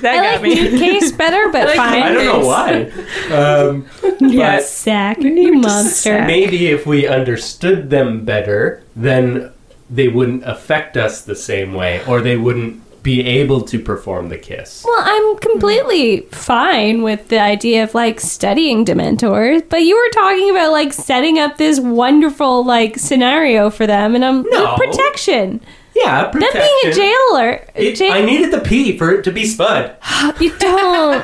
Speaker 4: that
Speaker 5: I
Speaker 4: got
Speaker 5: like
Speaker 4: me.
Speaker 5: Newt Case better, but fine.
Speaker 6: I don't know why. Um,
Speaker 5: You
Speaker 6: but-
Speaker 5: sack, you monster.
Speaker 6: Maybe if we understood them better, then they wouldn't affect us the same way, or they wouldn't be able to perform the kiss.
Speaker 5: Well, I'm completely fine with the idea of like studying Dementors, but you were talking about like setting up this wonderful like scenario for them, and I'm
Speaker 6: No.
Speaker 5: like, protection.
Speaker 6: Yeah,
Speaker 5: Them
Speaker 6: protection.
Speaker 5: being a jailer,
Speaker 6: It-
Speaker 5: jail-
Speaker 6: I needed the P for it to be Spud.
Speaker 5: you don't.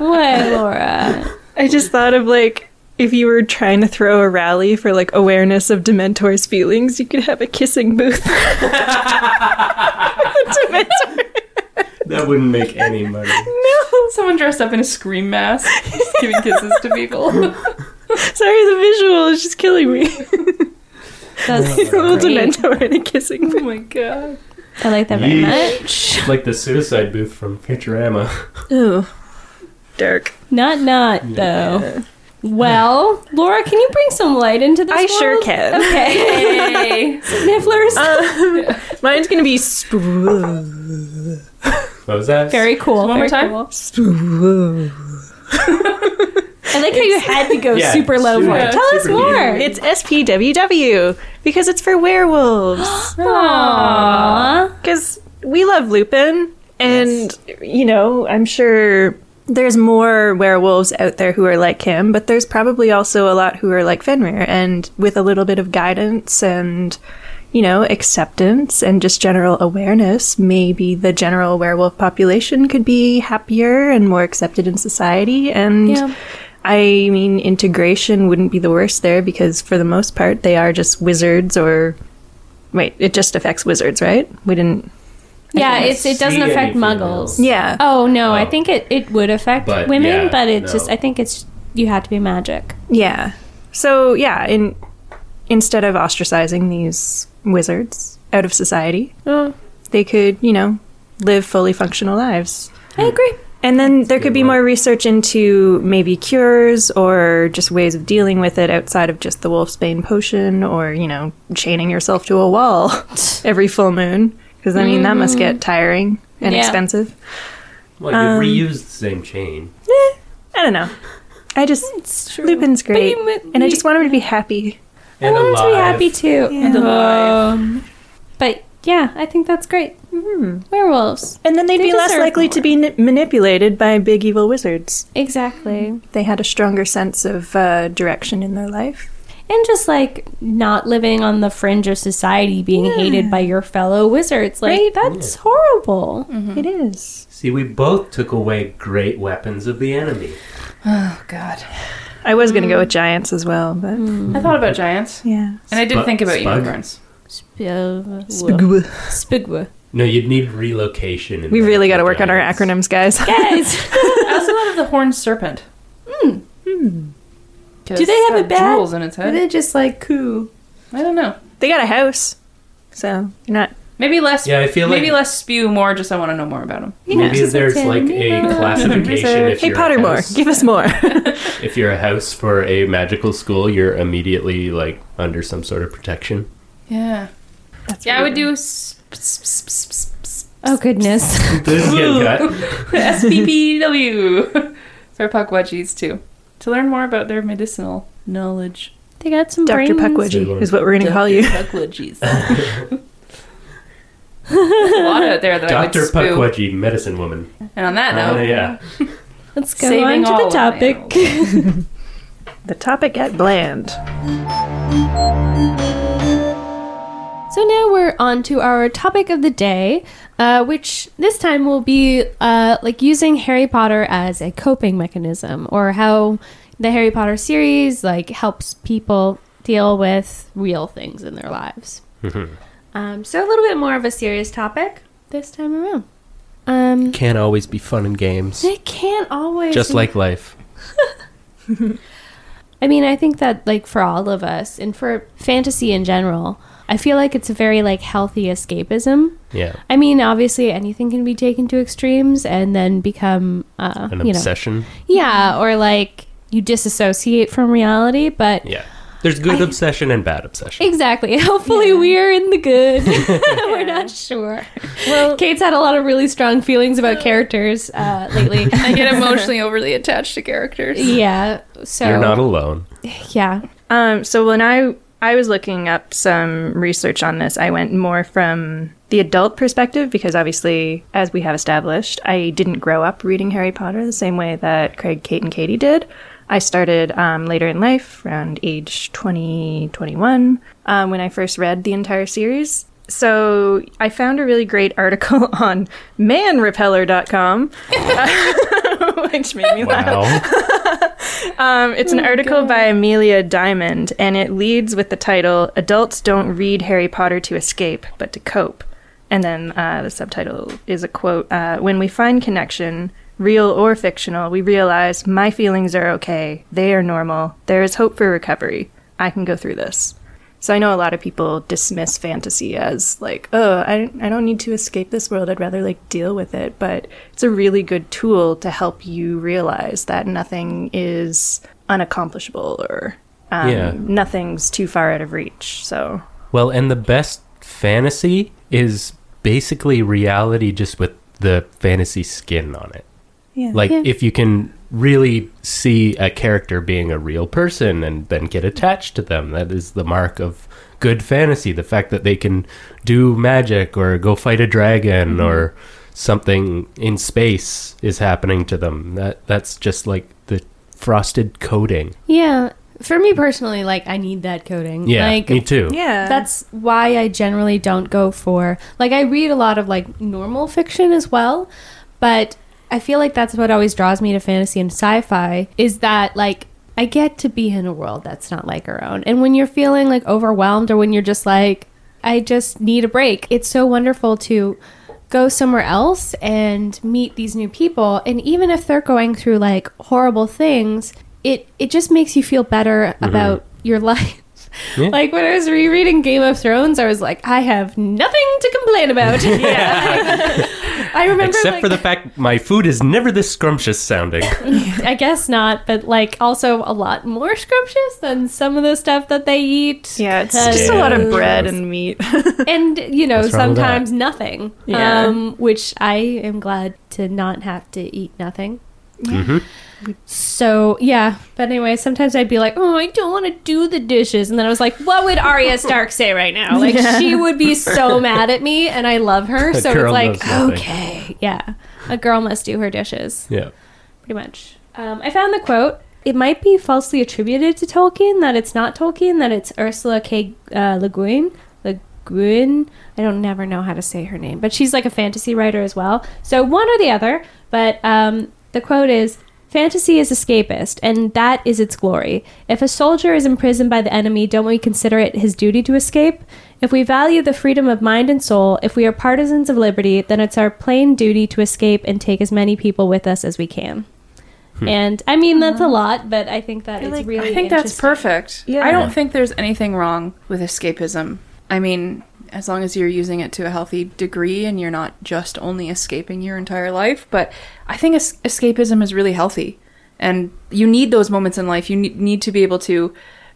Speaker 5: what, Laura?
Speaker 4: I just thought of like. If you were trying to throw a rally for like awareness of Dementor's feelings, you could have a kissing booth. Dementor.
Speaker 6: That wouldn't make any money.
Speaker 2: Someone dressed up in a scream mask, just giving kisses to people.
Speaker 4: Sorry, the visual is just killing me.
Speaker 5: That's
Speaker 4: a little
Speaker 5: great.
Speaker 4: Dementor and a kissing
Speaker 5: Oh
Speaker 4: booth.
Speaker 2: my god.
Speaker 5: I like that very
Speaker 6: Yeesh.
Speaker 5: much.
Speaker 6: Like the suicide booth from Futurama.
Speaker 4: Ooh, dark.
Speaker 5: Not not though. Well, Laura, can you bring some light into this?
Speaker 4: I sure
Speaker 5: world?
Speaker 4: can.
Speaker 5: Okay,
Speaker 2: Hey.
Speaker 5: Nifflers.
Speaker 4: Mine's gonna be spoo.
Speaker 6: What was that?
Speaker 5: very cool.
Speaker 2: One more
Speaker 5: very
Speaker 2: time.
Speaker 5: cool. I like how you had to go
Speaker 6: Yeah,
Speaker 5: super low for
Speaker 6: super-
Speaker 5: it. Tell us
Speaker 6: super
Speaker 5: more.
Speaker 4: It's SPWW because it's for werewolves.
Speaker 5: Aww.
Speaker 4: Because we love Lupin, and you know, I'm sure there's more werewolves out there who are like him, but there's probably also a lot who are like Fenrir, and with a little bit of guidance and you know, acceptance and just general awareness, maybe the general werewolf population could be happier and more accepted in society. And
Speaker 5: Yeah.
Speaker 4: I mean, integration wouldn't be the worst there because, for the most part, they are just wizards or. Wait, it just affects wizards, right? We didn't.
Speaker 5: Yeah, it's it doesn't
Speaker 6: see
Speaker 5: affect
Speaker 6: anything
Speaker 5: muggles.
Speaker 6: else.
Speaker 4: Yeah.
Speaker 5: Oh no, I
Speaker 6: Oh.
Speaker 5: think it, it would affect
Speaker 6: But,
Speaker 5: women,
Speaker 6: yeah,
Speaker 5: but it's
Speaker 6: no.
Speaker 5: just I think it's you have to be magic.
Speaker 4: Yeah. So, yeah, in, instead of ostracizing these wizards out of society,
Speaker 5: Oh.
Speaker 4: they could, you know, live fully functional lives.
Speaker 5: I agree.
Speaker 4: And then there could be more research into maybe cures or just ways of dealing with it outside of just the wolfsbane potion or, you know, chaining yourself to a wall every full moon. Because, I mean, that must get tiring and
Speaker 5: Mm. Yeah.
Speaker 4: expensive.
Speaker 6: Well,
Speaker 5: Um,
Speaker 6: you reused the same chain.
Speaker 4: I don't know. I just, Lupin's great.
Speaker 5: you mi-
Speaker 4: and I
Speaker 5: you-
Speaker 4: just want him to be happy.
Speaker 5: I
Speaker 6: And
Speaker 5: want them to be
Speaker 6: alive.
Speaker 5: happy too.
Speaker 4: And alive.
Speaker 5: Um, but Yeah, I think that's great. Mm-hmm. Werewolves.
Speaker 4: And then they'd
Speaker 5: They
Speaker 4: be less
Speaker 5: deserve
Speaker 4: likely to
Speaker 5: more.
Speaker 4: be n- manipulated by big evil wizards.
Speaker 5: Exactly.
Speaker 4: They had a stronger sense of uh, direction in their life.
Speaker 5: And just like not living on the fringe of society, being hated by your fellow wizards. Like,
Speaker 4: Right.
Speaker 5: that's Mm-hmm. horrible.
Speaker 4: It is.
Speaker 6: See, we both took away great weapons of the enemy.
Speaker 2: Oh God,
Speaker 4: I was going to
Speaker 5: Mm.
Speaker 4: go with giants as well, but
Speaker 2: I thought about giants,
Speaker 4: yeah.
Speaker 2: and I did
Speaker 6: Spug-
Speaker 2: think about
Speaker 6: spug?
Speaker 2: unicorns.
Speaker 5: Spigwa.
Speaker 4: Spigwa.
Speaker 5: Spigwa.
Speaker 6: No, you'd need relocation. in
Speaker 4: We
Speaker 6: there
Speaker 4: really
Speaker 6: for
Speaker 4: got to work on our
Speaker 6: giants.
Speaker 4: acronyms, guys.
Speaker 5: Guys!
Speaker 2: I also thought of the horned serpent. Hmm.
Speaker 5: Do they have a bat?
Speaker 2: Jewels in its
Speaker 5: Or
Speaker 2: head.
Speaker 5: they just like coo.
Speaker 2: I don't know.
Speaker 4: they got a house, so you're not.
Speaker 2: Maybe less.
Speaker 6: Yeah, I feel
Speaker 2: maybe
Speaker 6: like-
Speaker 2: less spew, more. Just I want to know more about them.
Speaker 6: Maybe
Speaker 5: Just
Speaker 6: there's
Speaker 5: ten
Speaker 6: like a
Speaker 5: euros.
Speaker 6: classification. if
Speaker 4: hey,
Speaker 6: you're a
Speaker 4: Pottermore,
Speaker 6: house-
Speaker 4: give us more.
Speaker 6: If you're a house for a magical school, you're immediately like under some sort of protection.
Speaker 2: Yeah. yeah, I would do s- s- s- s- s-
Speaker 5: Oh, goodness.
Speaker 6: This is getting cut.
Speaker 2: SPPW for puck wedgies too to learn more about their medicinal knowledge.
Speaker 5: They got some
Speaker 4: Dr.
Speaker 5: brains.
Speaker 4: Puckwidgey is what we're going to call
Speaker 2: Dr.
Speaker 4: you.
Speaker 2: Puck wedgies. There's a lot out there that I would
Speaker 6: Dr.
Speaker 2: spoo.
Speaker 6: Puckwudgie, medicine woman.
Speaker 2: And on that
Speaker 6: Oh,
Speaker 2: note,
Speaker 6: yeah.
Speaker 5: Let's go on
Speaker 2: Saving
Speaker 5: to
Speaker 2: all
Speaker 5: the topic.
Speaker 4: The topic at bland.
Speaker 5: so now we're on to our topic of the day, uh, which this time will be uh, like using Harry Potter as a coping mechanism, or how the Harry Potter series like helps people deal with real things in their lives.
Speaker 6: Mm-hmm.
Speaker 5: um, so a little bit more of a serious topic this time around. Um,
Speaker 6: Can't always be fun and games.
Speaker 5: they can't always
Speaker 6: Just like life.
Speaker 5: I mean, I think that like for all of us and for fantasy in general, I feel like it's a very like healthy escapism.
Speaker 6: Yeah.
Speaker 5: I mean, obviously anything can be taken to extremes and then become uh,
Speaker 6: An
Speaker 5: you know,
Speaker 6: obsession.
Speaker 5: yeah, or like you disassociate from reality, but
Speaker 6: Yeah. There's good obsession and bad obsession.
Speaker 5: Exactly. Hopefully, we're in the good. we're not sure. Well, Kate's had a lot of really strong feelings about characters uh, lately.
Speaker 2: I get emotionally overly attached to characters.
Speaker 5: yeah. So
Speaker 6: You're not alone.
Speaker 5: yeah.
Speaker 4: Um, so when I I was looking up some research on this, I went more from the adult perspective because obviously, as we have established, I didn't grow up reading Harry Potter the same way that Craig, Kate, and Katie did. I started um, later in life, around age 20, 21, um, when I first read the entire series. So I found a really great article on manrepeller.com, which made me laugh.
Speaker 6: Wow.
Speaker 4: Um, it's an article by Amelia Diamond, and it leads with the title Adults Don't Read Harry Potter to Escape, but to Cope. And then uh, the subtitle is a quote uh, When we find connection, real or fictional, we realize my feelings are okay, they are normal, there is hope for recovery. I can go through this. So I know a lot of people dismiss fantasy as like, oh, I, I don't need to escape this world. I'd rather like deal with it. But it's a really good tool to help you realize that nothing is unaccomplishable or um,
Speaker 6: Yeah.
Speaker 4: nothing's too far out of reach. So
Speaker 6: Well, and the best fantasy is basically reality just with the fantasy skin on it.
Speaker 4: Yeah.
Speaker 6: Like
Speaker 5: Yeah.
Speaker 6: if you can really see a character being a real person and then get attached to them, that is the mark of good fantasy. The fact that they can do magic or go fight a dragon or something in space is happening to them. That that's just like the frosted coating.
Speaker 5: Yeah. For me personally, like I need that coding.
Speaker 6: Yeah,
Speaker 5: Like
Speaker 6: me too.
Speaker 4: yeah,
Speaker 5: that's why I generally don't go for like I read a lot of like normal fiction as well, but I feel like that's what always draws me to fantasy and sci-fi is that like I get to be in a world that's not like our own. And when you're feeling like overwhelmed or when you're just like I just need a break, it's so wonderful to go somewhere else and meet these new people and even if they're going through like horrible things, it it just makes you feel better about your life.
Speaker 6: Mm-hmm. Yeah.
Speaker 5: Like when I was rereading Game of Thrones, I was like, I have nothing to complain about. Yeah. I remember
Speaker 6: Except
Speaker 5: like,
Speaker 6: for the fact my food is never this scrumptious sounding.
Speaker 5: I guess not, but like also a lot more scrumptious than some of the stuff that they eat.
Speaker 4: yeah, it's
Speaker 5: Uh,
Speaker 4: just a lot of bread
Speaker 6: Yes.
Speaker 4: and meat.
Speaker 5: and you know,
Speaker 6: What's wrong with
Speaker 5: sometimes nothing.
Speaker 4: Yeah.
Speaker 5: Um, which I am glad to not have to eat nothing.
Speaker 6: Mm-hmm.
Speaker 5: So yeah, but anyway, sometimes I'd be like, "Oh, I don't want to do the dishes," and then I was like, "What would Arya Stark say right now?" Like she would be so mad at me, and I love her,
Speaker 6: A
Speaker 5: so
Speaker 6: girl
Speaker 5: it's
Speaker 6: knows nothing.
Speaker 5: like, okay, yeah, a girl must do her dishes,
Speaker 6: Yeah.
Speaker 5: pretty much. Um, I found the quote. It might be falsely attributed to Tolkien that it's not Tolkien, that it's Ursula K. Uh, Le Guin. Le Guin. I don't never know how to say her name, but she's like a fantasy writer as well. So one or the other. But um, the quote is Fantasy is escapist, and that is its glory. If a soldier is imprisoned by the enemy, don't we consider it his duty to escape? If we value the freedom of mind and soul, if we are partisans of liberty, then it's our plain duty to escape and take as many people with us as we can. And I mean that's a lot, but Uh-huh. I think that is
Speaker 4: like-
Speaker 5: really.
Speaker 2: I think that's
Speaker 5: interesting.
Speaker 2: perfect.
Speaker 4: Yeah.
Speaker 2: I don't think there's anything wrong with escapism. I mean, as long as you're using it to a healthy degree and you're not just only escaping your entire life, but I think es- escapism is really healthy. And you need those moments in life. You ne- need to be able to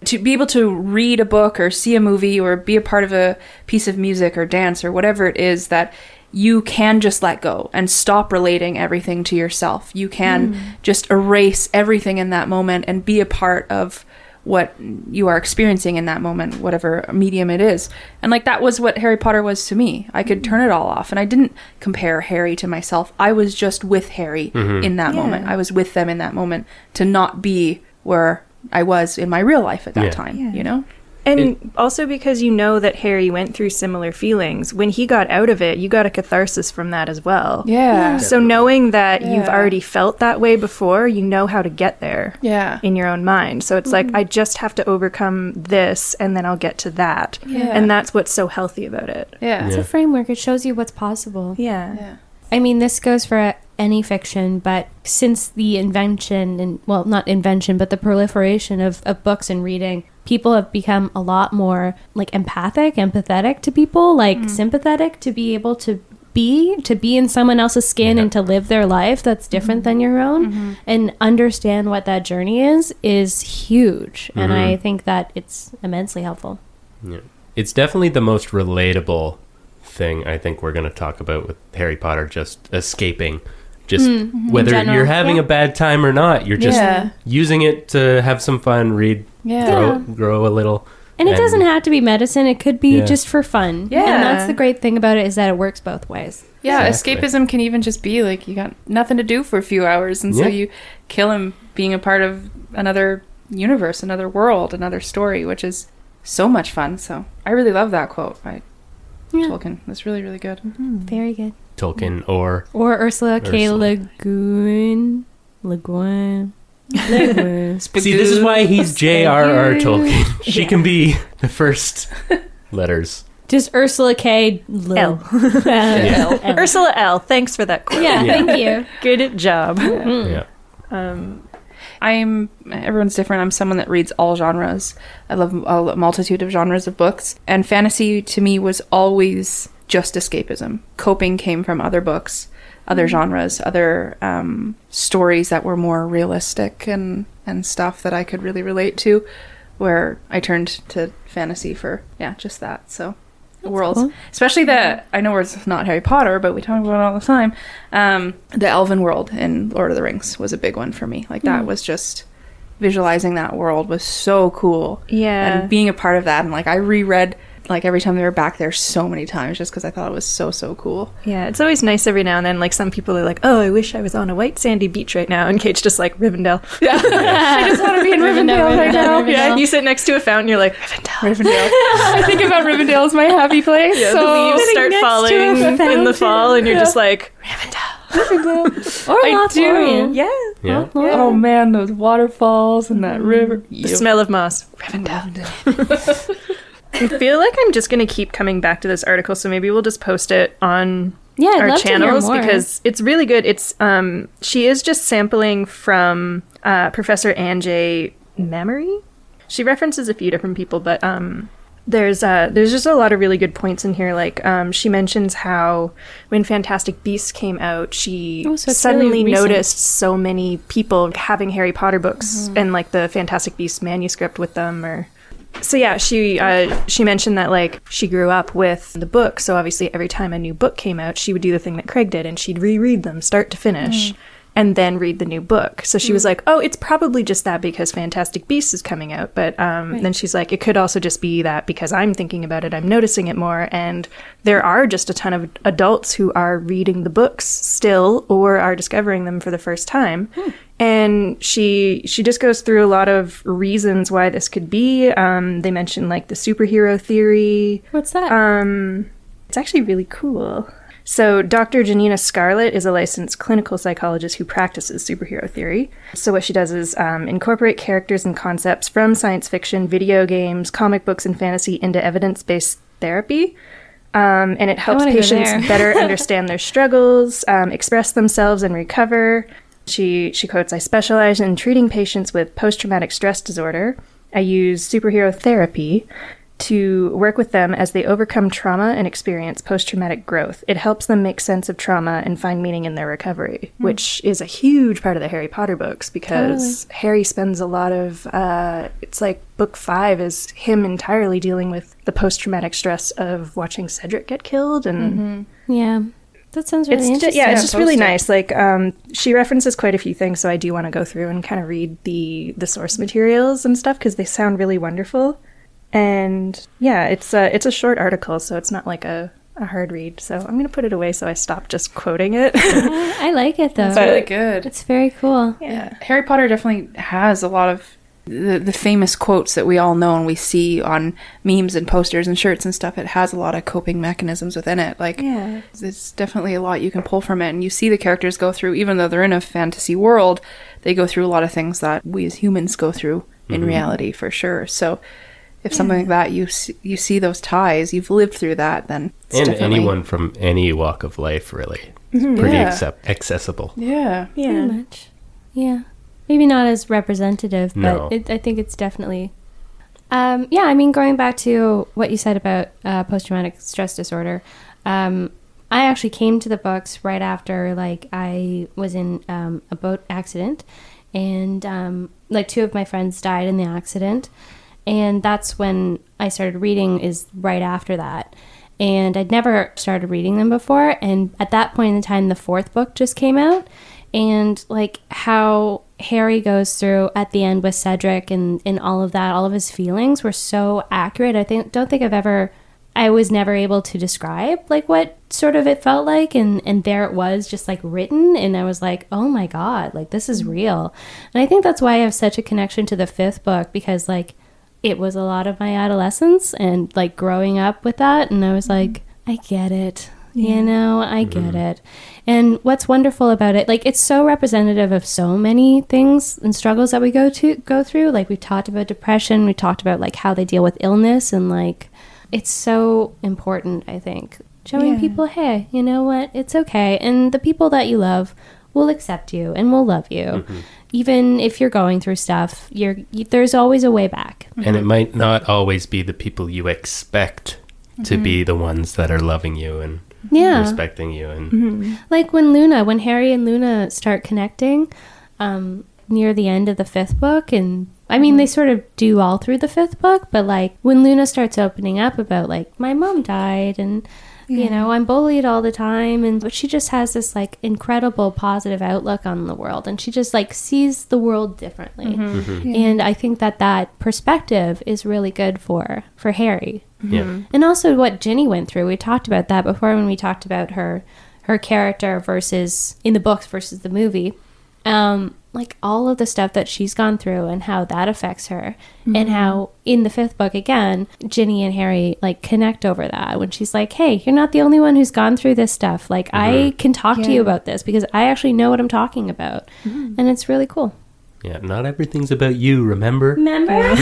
Speaker 2: to be able to read a book or see a movie or be a part of a piece of music or dance or whatever it is that you can just let go and stop relating everything to yourself. You can just erase everything in that moment and be a part of what you are experiencing in that moment, whatever medium it is. And like that was what Harry Potter was to me. I could turn it all off and I didn't compare Harry to myself. I was just with Harry
Speaker 6: Mm-hmm.
Speaker 2: in that moment. I was with them in that moment to not be where I was in my real life at that
Speaker 6: Yeah.
Speaker 2: time,
Speaker 4: Yeah.
Speaker 2: you know?
Speaker 4: And
Speaker 6: It-
Speaker 4: also because you know that Harry went through similar feelings. When he got out of it, you got a catharsis from that as well.
Speaker 2: Yeah.
Speaker 4: So knowing that you've
Speaker 2: Yeah.
Speaker 4: already felt that way before, you know how to get there
Speaker 2: Yeah. Mm-hmm.
Speaker 4: in your own mind. So it's like I just have to overcome this and then I'll get to that.
Speaker 2: Yeah.
Speaker 4: And that's what's so healthy about it.
Speaker 2: Yeah.
Speaker 5: It's
Speaker 6: Yeah.
Speaker 5: a framework. It shows you what's possible.
Speaker 4: Yeah.
Speaker 2: Yeah.
Speaker 5: I mean, this goes for any fiction, but since the invention and well, not invention, but the proliferation of, of books and reading, people have become a lot more like empathic, empathetic to people, like sympathetic to be able to be to be in someone else's skin and to live their life that's different than your own and understand what that journey is is huge and i think that it's immensely helpful
Speaker 6: It's definitely the most relatable thing I think we're going to talk about with Harry Potter just escaping. Just whether
Speaker 5: Mm, mm-hmm. general,
Speaker 6: you're having
Speaker 5: yeah.
Speaker 6: a bad time or not, you're just
Speaker 2: Yeah.
Speaker 6: using it to have some fun, read,
Speaker 2: Yeah.
Speaker 6: grow, grow a little.
Speaker 5: And it doesn't have to be medicine. It could be
Speaker 6: Yeah.
Speaker 5: just for fun.
Speaker 2: Yeah.
Speaker 5: And that's the great thing about it is that it works both ways.
Speaker 2: Yeah,
Speaker 6: Exactly.
Speaker 2: escapism can even just be like you got nothing to do for a few hours, and so
Speaker 6: Yeah.
Speaker 2: you kill him being a part of another universe, another world, another story, which is so much fun. So I really love that quote by
Speaker 5: Yeah.
Speaker 2: Tolkien. That's really really good.
Speaker 4: Mm-hmm.
Speaker 5: Very good.
Speaker 6: Tolkien or
Speaker 5: Or Ursula K.
Speaker 6: Ursula.
Speaker 5: Le Guin. Le Guin. Le Guin.
Speaker 6: See, this is why he's J.R.R. Tolkien. She
Speaker 5: Yeah.
Speaker 6: can be the first letters.
Speaker 5: Just Ursula K. Le-
Speaker 4: L.
Speaker 5: yeah.
Speaker 4: Ursula L, thanks for that quote.
Speaker 5: Yeah,
Speaker 6: Yeah.
Speaker 5: thank you.
Speaker 4: Good job.
Speaker 5: Mm,
Speaker 6: Yeah.
Speaker 4: Um,
Speaker 2: I'm everyone's different. I'm someone that reads all genres. I love a multitude of genres of books, and fantasy to me was always just escapism. Coping came from other books, other genres, other um, stories that were more realistic and and stuff that I could really relate to. Where I turned to fantasy for yeah, just that. So worlds,
Speaker 5: cool.
Speaker 2: especially the I know it's not Harry Potter, but we talk about it all the time. Um, the Elven world in Lord of the Rings was a big one for me. Like that was just visualizing that world was so cool.
Speaker 4: Yeah.
Speaker 2: and being a part of that and like I reread like every time they were back there so many times just because I thought it was so so cool.
Speaker 4: yeah, it's always nice every now and then. Like some people are like, "Oh, I wish I was on a white sandy beach right now," and Kate's just like Rivendell.
Speaker 2: I just want to be in
Speaker 5: Rivendell,
Speaker 2: Rivendell right
Speaker 5: Rivendell,
Speaker 2: now.
Speaker 5: Rivendell.
Speaker 4: Yeah, and you sit next to a fountain, you're like Rivendell.
Speaker 2: Rivendell. I think about Rivendell as my happy place. so
Speaker 4: the leaves
Speaker 5: Sitting
Speaker 4: start
Speaker 5: next to a
Speaker 4: falling in the fall, and you're just like
Speaker 5: Or
Speaker 2: I
Speaker 5: Lothlorien.
Speaker 4: Yeah.
Speaker 6: Yeah.
Speaker 5: Lothlorien.
Speaker 2: Oh man, those waterfalls and that river.
Speaker 4: The smell of moss. Rivendell. I feel like I'm just going to keep coming back to this article, so maybe we'll just post it on
Speaker 5: Yeah, I'd
Speaker 4: our
Speaker 5: love to hear
Speaker 4: channels
Speaker 5: more.
Speaker 4: because it's really good. It's um she is just sampling from uh, Professor Anjay Memory. She references a few different people, but um there's uh there's just a lot of really good points in here. Like um she mentions how when Fantastic Beasts came out, she
Speaker 5: Oh, so it's
Speaker 4: suddenly
Speaker 5: really recent.
Speaker 4: noticed so many people having Harry Potter books
Speaker 5: Mm-hmm.
Speaker 4: and like the Fantastic Beasts manuscript with them or so yeah, she uh, she mentioned that like she grew up with the book,
Speaker 5: Mm.
Speaker 4: so obviously every time a new book came out, she would do the thing that Craig did, and she'd reread them start to finish. and then read the new book. So she was like, "Oh, it's probably just that because Fantastic Beasts is coming out." But um, then she's like, "It could also just be that because I'm thinking about it, I'm noticing it more, and there are just a ton of adults who are reading the books still or are discovering them for the first time." And she she just goes through a lot of reasons why this could be. Um, they mention like the superhero theory.
Speaker 5: What's that?
Speaker 4: Um, it's actually really cool. So, Dr. Janina Scarlett is a licensed clinical psychologist who practices superhero theory. So, what she does is um, incorporate characters and concepts from science fiction, video games, comic books, and fantasy into evidence based therapy. Um, and it helps
Speaker 5: wanna go
Speaker 4: patients
Speaker 5: there.
Speaker 4: better understand their struggles, um, express themselves, and recover. She she quotes, "I specialize in treating patients with post traumatic stress disorder. I use superhero therapy." To work with them as they overcome trauma and experience post traumatic growth. It helps them make sense of trauma and find meaning in their recovery, which is a huge part of the Harry Potter books because Harry spends a lot of, uh, it's like book five is him entirely dealing with the post traumatic stress of watching Cedric get killed and
Speaker 5: yeah. That sounds really
Speaker 4: it's just,
Speaker 5: interesting.
Speaker 4: yeah, it's just
Speaker 2: post
Speaker 4: really
Speaker 2: it.
Speaker 4: nice. Like um, she references quite a few things, so I do want to go through and kind of read the the source materials and stuff because they sound really wonderful. And yeah, it's a it's a short article, so it's not like a a hard read. So I'm gonna put it away so I stop just quoting it.
Speaker 5: Yeah, I like it though.
Speaker 2: It's really good.
Speaker 5: It's very cool.
Speaker 4: yeah,
Speaker 2: Harry Potter definitely has a lot of the, the famous quotes that we all know and we see on memes and posters and shirts and stuff. It has a lot of coping mechanisms within it. Like,
Speaker 4: Yeah.
Speaker 2: there's definitely a lot you can pull from it. And you see the characters go through, even though they're in a fantasy world, they go through a lot of things that we as humans go through
Speaker 6: Mm-hmm.
Speaker 2: in reality for sure. So, if something like that, you see, you see those ties, you've lived through that, then it's
Speaker 6: and
Speaker 2: definitely-
Speaker 6: anyone from any walk of life, really. It's
Speaker 5: Mm-hmm.
Speaker 6: pretty
Speaker 2: Yeah.
Speaker 6: accep- accessible.
Speaker 2: Yeah.
Speaker 4: yeah.
Speaker 5: Pretty much. Yeah. Maybe not as representative,
Speaker 6: No.
Speaker 5: but it, I think it's definitely. Um, yeah, I mean, going back to what you said about uh, post traumatic stress disorder, um, I actually came to the books right after, like, I was in um, a boat accident, and um, like two of my friends died in the accident, and that's when I started reading. Is right after that, and I'd never started reading them before. And at that point in time, the fourth book just came out, and like how Harry goes through at the end with Cedric and and all of that, all of his feelings were so accurate. I think don't think I've ever I was never able to describe like what sort of it felt like and and there it was just like written and I was like, "Oh my god, like this is real." And I think that's why I have such a connection to the 5th book because like it was a lot of my adolescence and like growing up with that and I was like, "I get it." You know, I get it. And what's wonderful about it, like it's so representative of so many things and struggles that we go to go through. Like we talked about depression, we talked about like how they deal with illness and like it's so important, I think. Showing people, hey, you know what? It's okay. And the people that you love will accept you and will love you. Even if you're going through stuff, you're you, there's always a way back.
Speaker 6: And it might not always be the people you expect to be the ones that are loving you and
Speaker 5: Mm-hmm. Yeah. Mm-hmm.
Speaker 6: respecting you. And
Speaker 5: like when Luna, when Harry and Luna start connecting um, near the end of the fifth book, and I mean, they sort of do all through the fifth book, but like when Luna starts opening up about like my mom died and. You know, I'm bullied all the time, and but she just has this like incredible positive outlook on the world, and she just like sees the world differently. And I think that that perspective is really good for for Harry
Speaker 6: yeah.
Speaker 5: and also what Ginny went through. We talked about that before when we talked about her her character versus in the books versus the movie. Um, like all of the stuff that she's gone through and how that affects her and how in the fifth book again ginny and harry like connect over that when she's like hey you're not the only one who's gone through this stuff like i can talk to you about this because i actually know what i'm talking about and it's really cool
Speaker 6: Yeah. Not everything's about you, remember?
Speaker 5: remember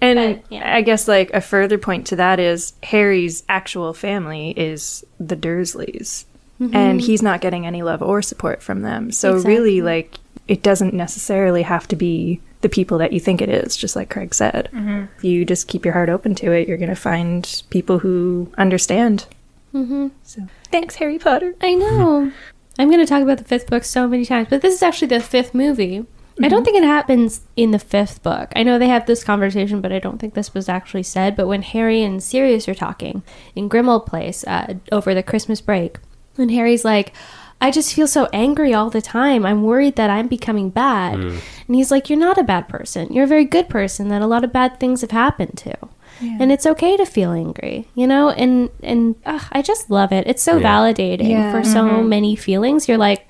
Speaker 4: And
Speaker 5: But, yeah.
Speaker 4: I guess like a further point to that is Harry's actual family is the Dursleys,
Speaker 5: Mm-hmm.
Speaker 4: and he's not getting any love or support from them. So really, like it doesn't necessarily have to be the people that you think it is. Just like Craig said,
Speaker 5: Mm-hmm.
Speaker 4: if you just keep your heart open to it, you're going to find people who understand. Mm-hmm. So thanks, Harry Potter.
Speaker 5: I know. I'm going to talk about the fifth book so many times, but this is actually the fifth movie. I don't think it happens in the fifth book. I know they have this conversation, but I don't think this was actually said. But when Harry and Sirius are talking in Grimmauld Place uh, over the Christmas break, and Harry's like, I just feel so angry all the time. I'm worried that I'm becoming bad. And he's like, You're not a bad person. You're a very good person that a lot of bad things have happened to. And it's okay to feel angry, you know? And and ugh, I just love it. It's so validating
Speaker 4: Yeah. Mm-hmm.
Speaker 5: for so many feelings. You're like,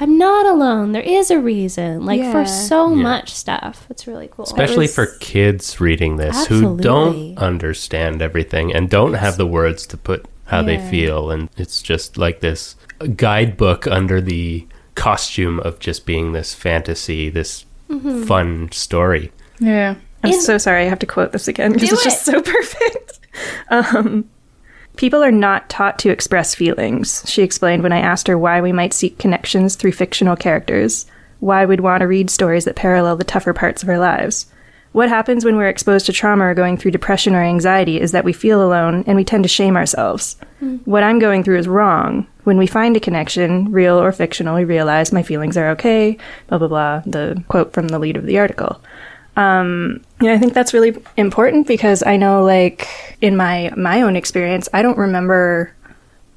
Speaker 5: I'm not alone. There is a reason. Like
Speaker 4: Yeah.
Speaker 5: for so
Speaker 6: Yeah.
Speaker 5: much stuff. It's really cool.
Speaker 6: Especially
Speaker 5: It was-
Speaker 6: for kids reading this who
Speaker 5: Absolutely.
Speaker 6: don't understand everything and don't have the words to put how they feel. And it's just like this guidebook under the costume of just being this fantasy, this
Speaker 5: Mm-hmm.
Speaker 6: fun story.
Speaker 2: Yeah.
Speaker 4: I'm
Speaker 5: In-
Speaker 4: so sorry I have to quote this again because
Speaker 5: Do
Speaker 4: it's just so perfect. Um, people are not taught to express feelings, she explained when I asked her why we might seek connections through fictional characters, why we'd want to read stories that parallel the tougher parts of our lives. What happens when we're exposed to trauma or going through depression or anxiety is that we feel alone and we tend to shame ourselves.
Speaker 5: Hmm.
Speaker 4: What I'm going through is wrong. When we find a connection, real or fictional, we realize my feelings are okay, blah, blah, blah, the quote from the lead of the article. Yeah, I think that's really important because I know like in my my own experience, I don't remember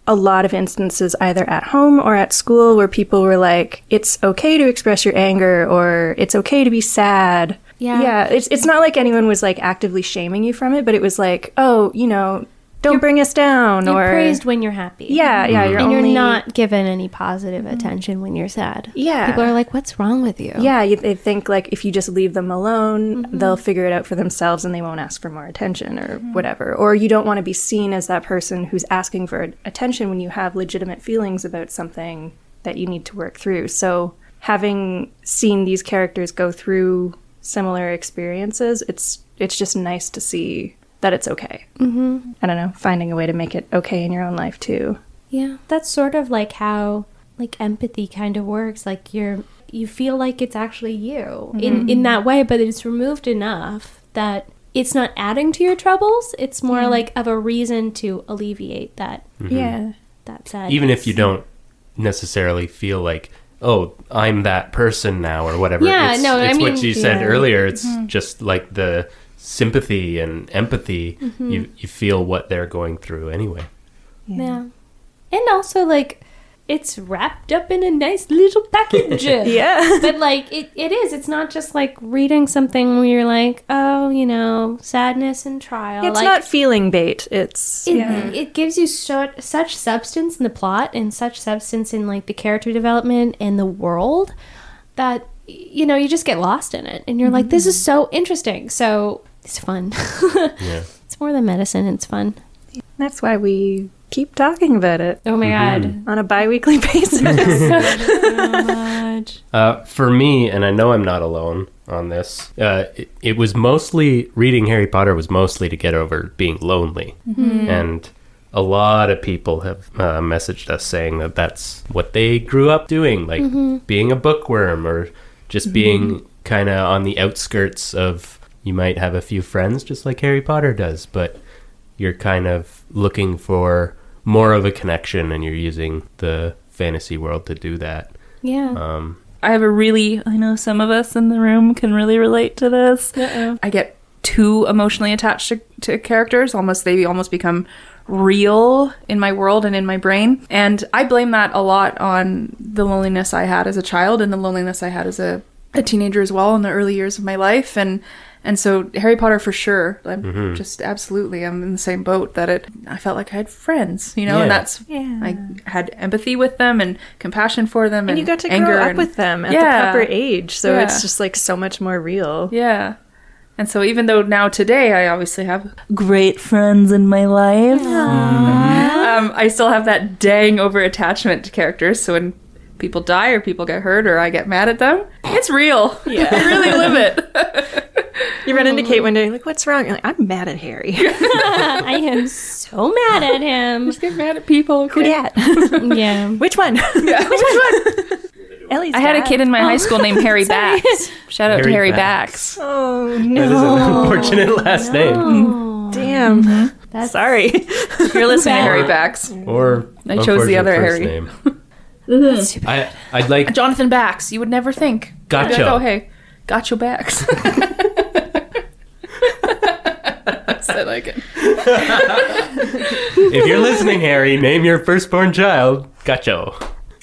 Speaker 4: a lot of instances either at home or at school where people were like it's okay to express your anger or it's okay to be sad.
Speaker 5: Yeah.
Speaker 4: Yeah, it's it's not like anyone was like actively shaming you from it, but it was like, "Oh, you know, don't bring us down."
Speaker 5: You're
Speaker 4: or
Speaker 5: praised when you're happy.
Speaker 4: Yeah, yeah, you're
Speaker 5: and
Speaker 4: only Mm-hmm.
Speaker 5: you're not given any positive attention when you're sad.
Speaker 4: Yeah.
Speaker 5: People are like, what's wrong with you?
Speaker 4: Yeah, you, they think like if you just leave them alone, they'll figure it out for themselves and they won't ask for more attention or whatever. Or you don't want to be seen as that person who's asking for attention when you have legitimate feelings about something that you need to work through. So, having seen these characters go through similar experiences, it's it's just nice to see that it's okay. Mm-hmm. I don't know, finding a way to make it okay in your own life too.
Speaker 5: Yeah. That's sort of like how like empathy kind of works. Like you're you feel like it's actually you
Speaker 4: Mm-hmm.
Speaker 5: in in that way, but it's removed enough that it's not adding to your troubles. It's more like of a reason to alleviate that
Speaker 4: Yeah.
Speaker 5: that sadness.
Speaker 6: Even if you don't necessarily feel like, oh, I'm that person now or whatever.
Speaker 5: Yeah,
Speaker 6: it's,
Speaker 5: no, I
Speaker 6: it's what
Speaker 5: mean- Mm-hmm.
Speaker 6: you said
Speaker 4: Yeah.
Speaker 6: earlier. It's just like the sympathy and empathy.
Speaker 5: Mm-hmm.
Speaker 6: You, you feel what they're going through anyway.
Speaker 5: Yeah. And also like it's wrapped up in a nice little package.
Speaker 4: Yeah.
Speaker 5: but like it, it is. It's not just like reading something where you're like, oh, you know, sadness and trial.
Speaker 4: It's
Speaker 5: like,
Speaker 4: not feeling bait. It's
Speaker 5: It, it gives you so, such substance in the plot and such substance in like the character development and the world that you know you just get lost in it and you're like, this is so interesting. So it's fun.
Speaker 6: Yeah.
Speaker 5: It's more than medicine. It's fun.
Speaker 4: that's why we keep talking about it.
Speaker 5: Oh my
Speaker 6: Mm-hmm.
Speaker 2: Mm.
Speaker 4: on a bi-weekly basis
Speaker 5: god.
Speaker 6: Uh, for me, and I know I'm not alone on this, uh, it, it was mostly reading Harry Potter was mostly to get over being lonely, and a lot of people have uh, messaged us saying that that's what they grew up doing, like being a bookworm or just being kind of on the outskirts of. You might have a few friends, just like Harry Potter does, but you're kind of looking for more of a connection, and you're using the fantasy world to do that.
Speaker 5: Yeah.
Speaker 6: Um,
Speaker 2: I have a really, I know some of us in the room can really relate to this. I get too emotionally attached to, to characters, almost, they almost become real in my world and in my brain. And I blame that a lot on the loneliness I had as a child and the loneliness I had as a, a teenager as well in the early years of my life. And and so Harry Potter for sure. I'm just absolutely I'm in the same boat that it I felt like I had friends, you know,
Speaker 6: Yeah.
Speaker 2: and that's I had empathy with them and compassion for them and,
Speaker 4: and you got to
Speaker 2: anger
Speaker 4: grow up
Speaker 2: and-
Speaker 4: with them at
Speaker 2: Yeah.
Speaker 4: the proper age so
Speaker 2: Yeah.
Speaker 4: it's just like so much more real
Speaker 2: Yeah. And so even though now today I obviously have great friends in my life, um, I still have that dang over attachment to characters. So when people die or people get hurt or I get mad at them,
Speaker 6: Uh-huh.
Speaker 2: it's real. Yeah. I really live it.
Speaker 4: you run into
Speaker 2: Mm.
Speaker 4: kate one day you're like what's wrong you're like i'm mad at harry
Speaker 5: I am so mad at him.
Speaker 2: Just get mad at people.
Speaker 4: who
Speaker 2: okay?
Speaker 4: dat
Speaker 5: Yeah.
Speaker 4: which one
Speaker 2: Which one?
Speaker 4: ellie's
Speaker 2: I had a
Speaker 4: dad.
Speaker 2: kid in my high school named Harry Bax. Shout out to
Speaker 6: Harry
Speaker 2: Harry
Speaker 6: Bax.
Speaker 2: Bax.
Speaker 4: oh
Speaker 6: That
Speaker 4: no
Speaker 6: is an unfortunate last name.
Speaker 5: Oh,
Speaker 4: damn
Speaker 2: Mm-hmm.
Speaker 5: that's
Speaker 4: sorry
Speaker 2: If you're listening,
Speaker 5: Bax.
Speaker 2: Harry Bax.
Speaker 6: Or
Speaker 2: I chose the
Speaker 6: unfortunate
Speaker 2: other
Speaker 6: first
Speaker 2: Harry.
Speaker 6: Name.
Speaker 5: that's too bad.
Speaker 6: I I'd like
Speaker 2: Jonathan Bax. You would never think.
Speaker 6: Gotcha.
Speaker 2: Oh, hey. Gotcha Bax. I like it.
Speaker 6: if you're listening, Harry, name your firstborn child Gacho.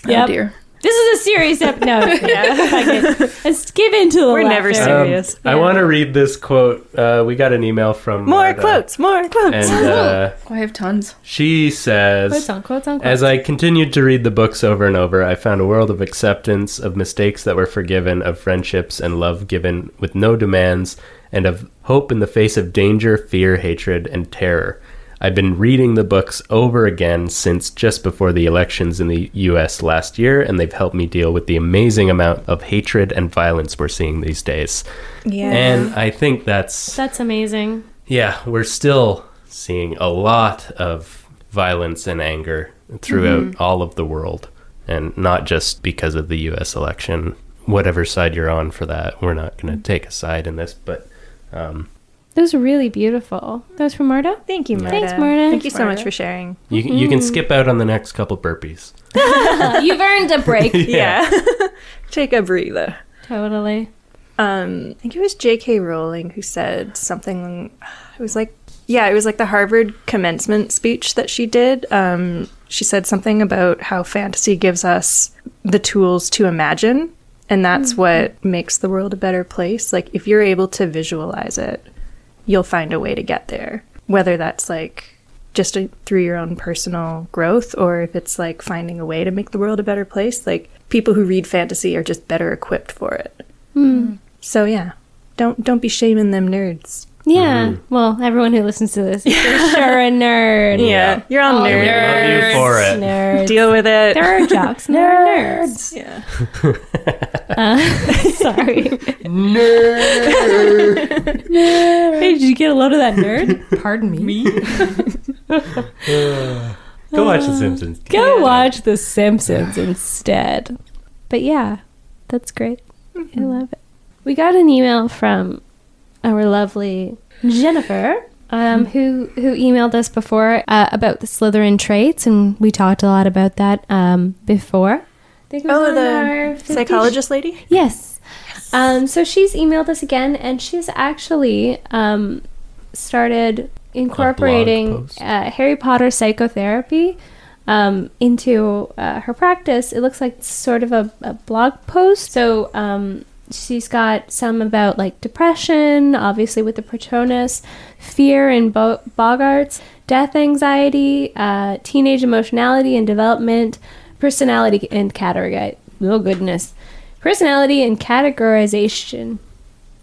Speaker 5: Yep.
Speaker 2: Oh dear.
Speaker 5: This is a serious episode. No, yeah, fuck it. let's give in to the.
Speaker 4: We're never
Speaker 5: laughter.
Speaker 4: serious. Serious.
Speaker 6: Um, I want to read this quote. Uh, we got an email from
Speaker 4: More
Speaker 6: Marta,
Speaker 4: quotes, more quotes.
Speaker 6: and uh,
Speaker 2: Oh, I have tons.
Speaker 6: she says,
Speaker 5: Quotes on quotes on quotes.
Speaker 6: As I continued to read the books over and over, I found a world of acceptance, of mistakes that were forgiven, of friendships and love given with no demands, and of hope in the face of danger, fear, hatred, and terror. I've been reading the books over again since just before the elections in the US last year, and they've helped me deal with the amazing amount of hatred and violence we're seeing these days.
Speaker 4: yeah.
Speaker 6: And I think that's
Speaker 5: That's amazing.
Speaker 6: yeah, we're still seeing a lot of violence and anger throughout all of the world, and not just because of the U.S. election. Whatever side you're on for that, we're not going to take a side in this, but um,
Speaker 5: Those are really beautiful. Those from Marta.
Speaker 4: Thank you, Marta.
Speaker 5: Thanks, Marta.
Speaker 4: Thank you so
Speaker 2: Marta.
Speaker 4: much for sharing.
Speaker 6: you, you can skip out on the next couple burpees.
Speaker 5: You've earned a break.
Speaker 4: Yeah. Take a breather.
Speaker 5: totally.
Speaker 4: Um, I think it was J.K. Rowling who said something. It was like, yeah, it was like the Harvard commencement speech that she did. Um, she said something about how fantasy gives us the tools to imagine, and that's what makes the world a better place. Like, if you're able to visualize it, you'll find a way to get there. Whether that's like just a, through your own personal growth or if it's like finding a way to make the world a better place, like people who read fantasy are just better equipped for it. So yeah, don't don't be shaming them nerds.
Speaker 5: Yeah.
Speaker 6: Mm-hmm.
Speaker 5: Well, everyone who listens to this, you're sure a nerd.
Speaker 6: Yeah.
Speaker 4: you're on
Speaker 6: And Oh, we
Speaker 4: nerd.
Speaker 6: love you for it.
Speaker 5: Nerds.
Speaker 4: Deal with it.
Speaker 5: there are jocks and there are nerds. Uh,
Speaker 4: yeah.
Speaker 5: Sorry. Nerd. hey, did you get a load of that nerd?
Speaker 3: Pardon me.
Speaker 6: Go watch The Simpsons.
Speaker 5: Go watch The Simpsons instead. But yeah, that's great.
Speaker 4: Mm-hmm.
Speaker 5: I love it. We got an email from our lovely Jennifer, um,
Speaker 4: Mm-hmm.
Speaker 5: who who emailed us before uh, about the Slytherin traits, and we talked a lot about that um, before. I think it was
Speaker 4: Oh,
Speaker 5: on our
Speaker 4: the
Speaker 5: 50
Speaker 4: psychologist lady.
Speaker 5: Yes. Um, so she's emailed us again, and she's actually um, started incorporating
Speaker 6: post.
Speaker 5: uh, Harry Potter psychotherapy um, into uh, her practice. It looks like it's sort of a, a blog post. So um, she's got some about like depression, obviously with the Patronus, fear and Bo- Bogarts, death anxiety, uh, teenage emotionality and development, personality and category. Oh goodness, personality and categorization.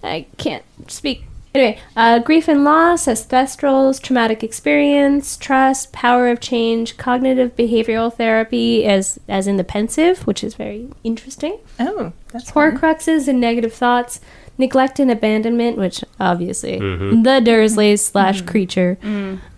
Speaker 5: I can't speak. Anyway, uh, grief and loss, ancestrals, traumatic experience, trust, power of change, cognitive behavioral therapy, as as in the pensive, which is very interesting.
Speaker 4: Oh, that's
Speaker 6: Mm-hmm.
Speaker 5: Horcruxes and negative thoughts, neglect and abandonment, which obviously
Speaker 6: Mm-hmm.
Speaker 5: the Dursleys slash creature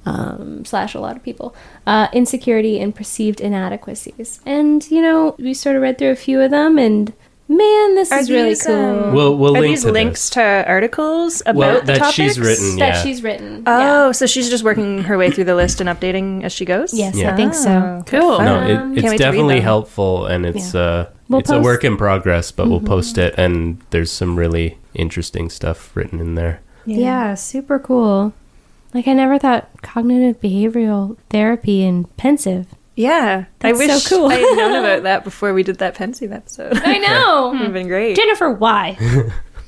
Speaker 5: um, slash a lot of people, uh, insecurity and perceived inadequacies. And you know, we sort of read through a few of them, and man, this
Speaker 4: Are
Speaker 5: is really
Speaker 4: these,
Speaker 5: cool.
Speaker 4: um,
Speaker 6: We'll, we'll
Speaker 4: Are
Speaker 6: link
Speaker 4: these
Speaker 6: to
Speaker 4: links
Speaker 6: this.
Speaker 4: to articles about
Speaker 6: well,
Speaker 4: the
Speaker 6: that
Speaker 4: topics?
Speaker 6: she's written,
Speaker 5: that
Speaker 6: yeah.
Speaker 5: she's written.
Speaker 4: Oh, so she's just working her way through the list and updating as she goes.
Speaker 5: Yes,
Speaker 6: Yeah.
Speaker 5: I think so.
Speaker 4: Cool.
Speaker 6: No, it-
Speaker 5: Um,
Speaker 4: Can't wait
Speaker 6: it's
Speaker 4: to read
Speaker 6: definitely
Speaker 4: them.
Speaker 6: helpful, and it's uh,
Speaker 5: We'll
Speaker 6: it's a
Speaker 5: post-
Speaker 6: work in progress, but we'll post it, and there's some really interesting stuff written in there.
Speaker 5: Yeah. super cool. Like I never thought cognitive behavioral therapy and pensive.
Speaker 4: Yeah,
Speaker 5: That's
Speaker 4: I wish
Speaker 5: so cool.
Speaker 4: I had known about that before we did that pensive episode. It
Speaker 5: I
Speaker 4: would
Speaker 5: know.
Speaker 4: have been great.
Speaker 5: Jennifer, why?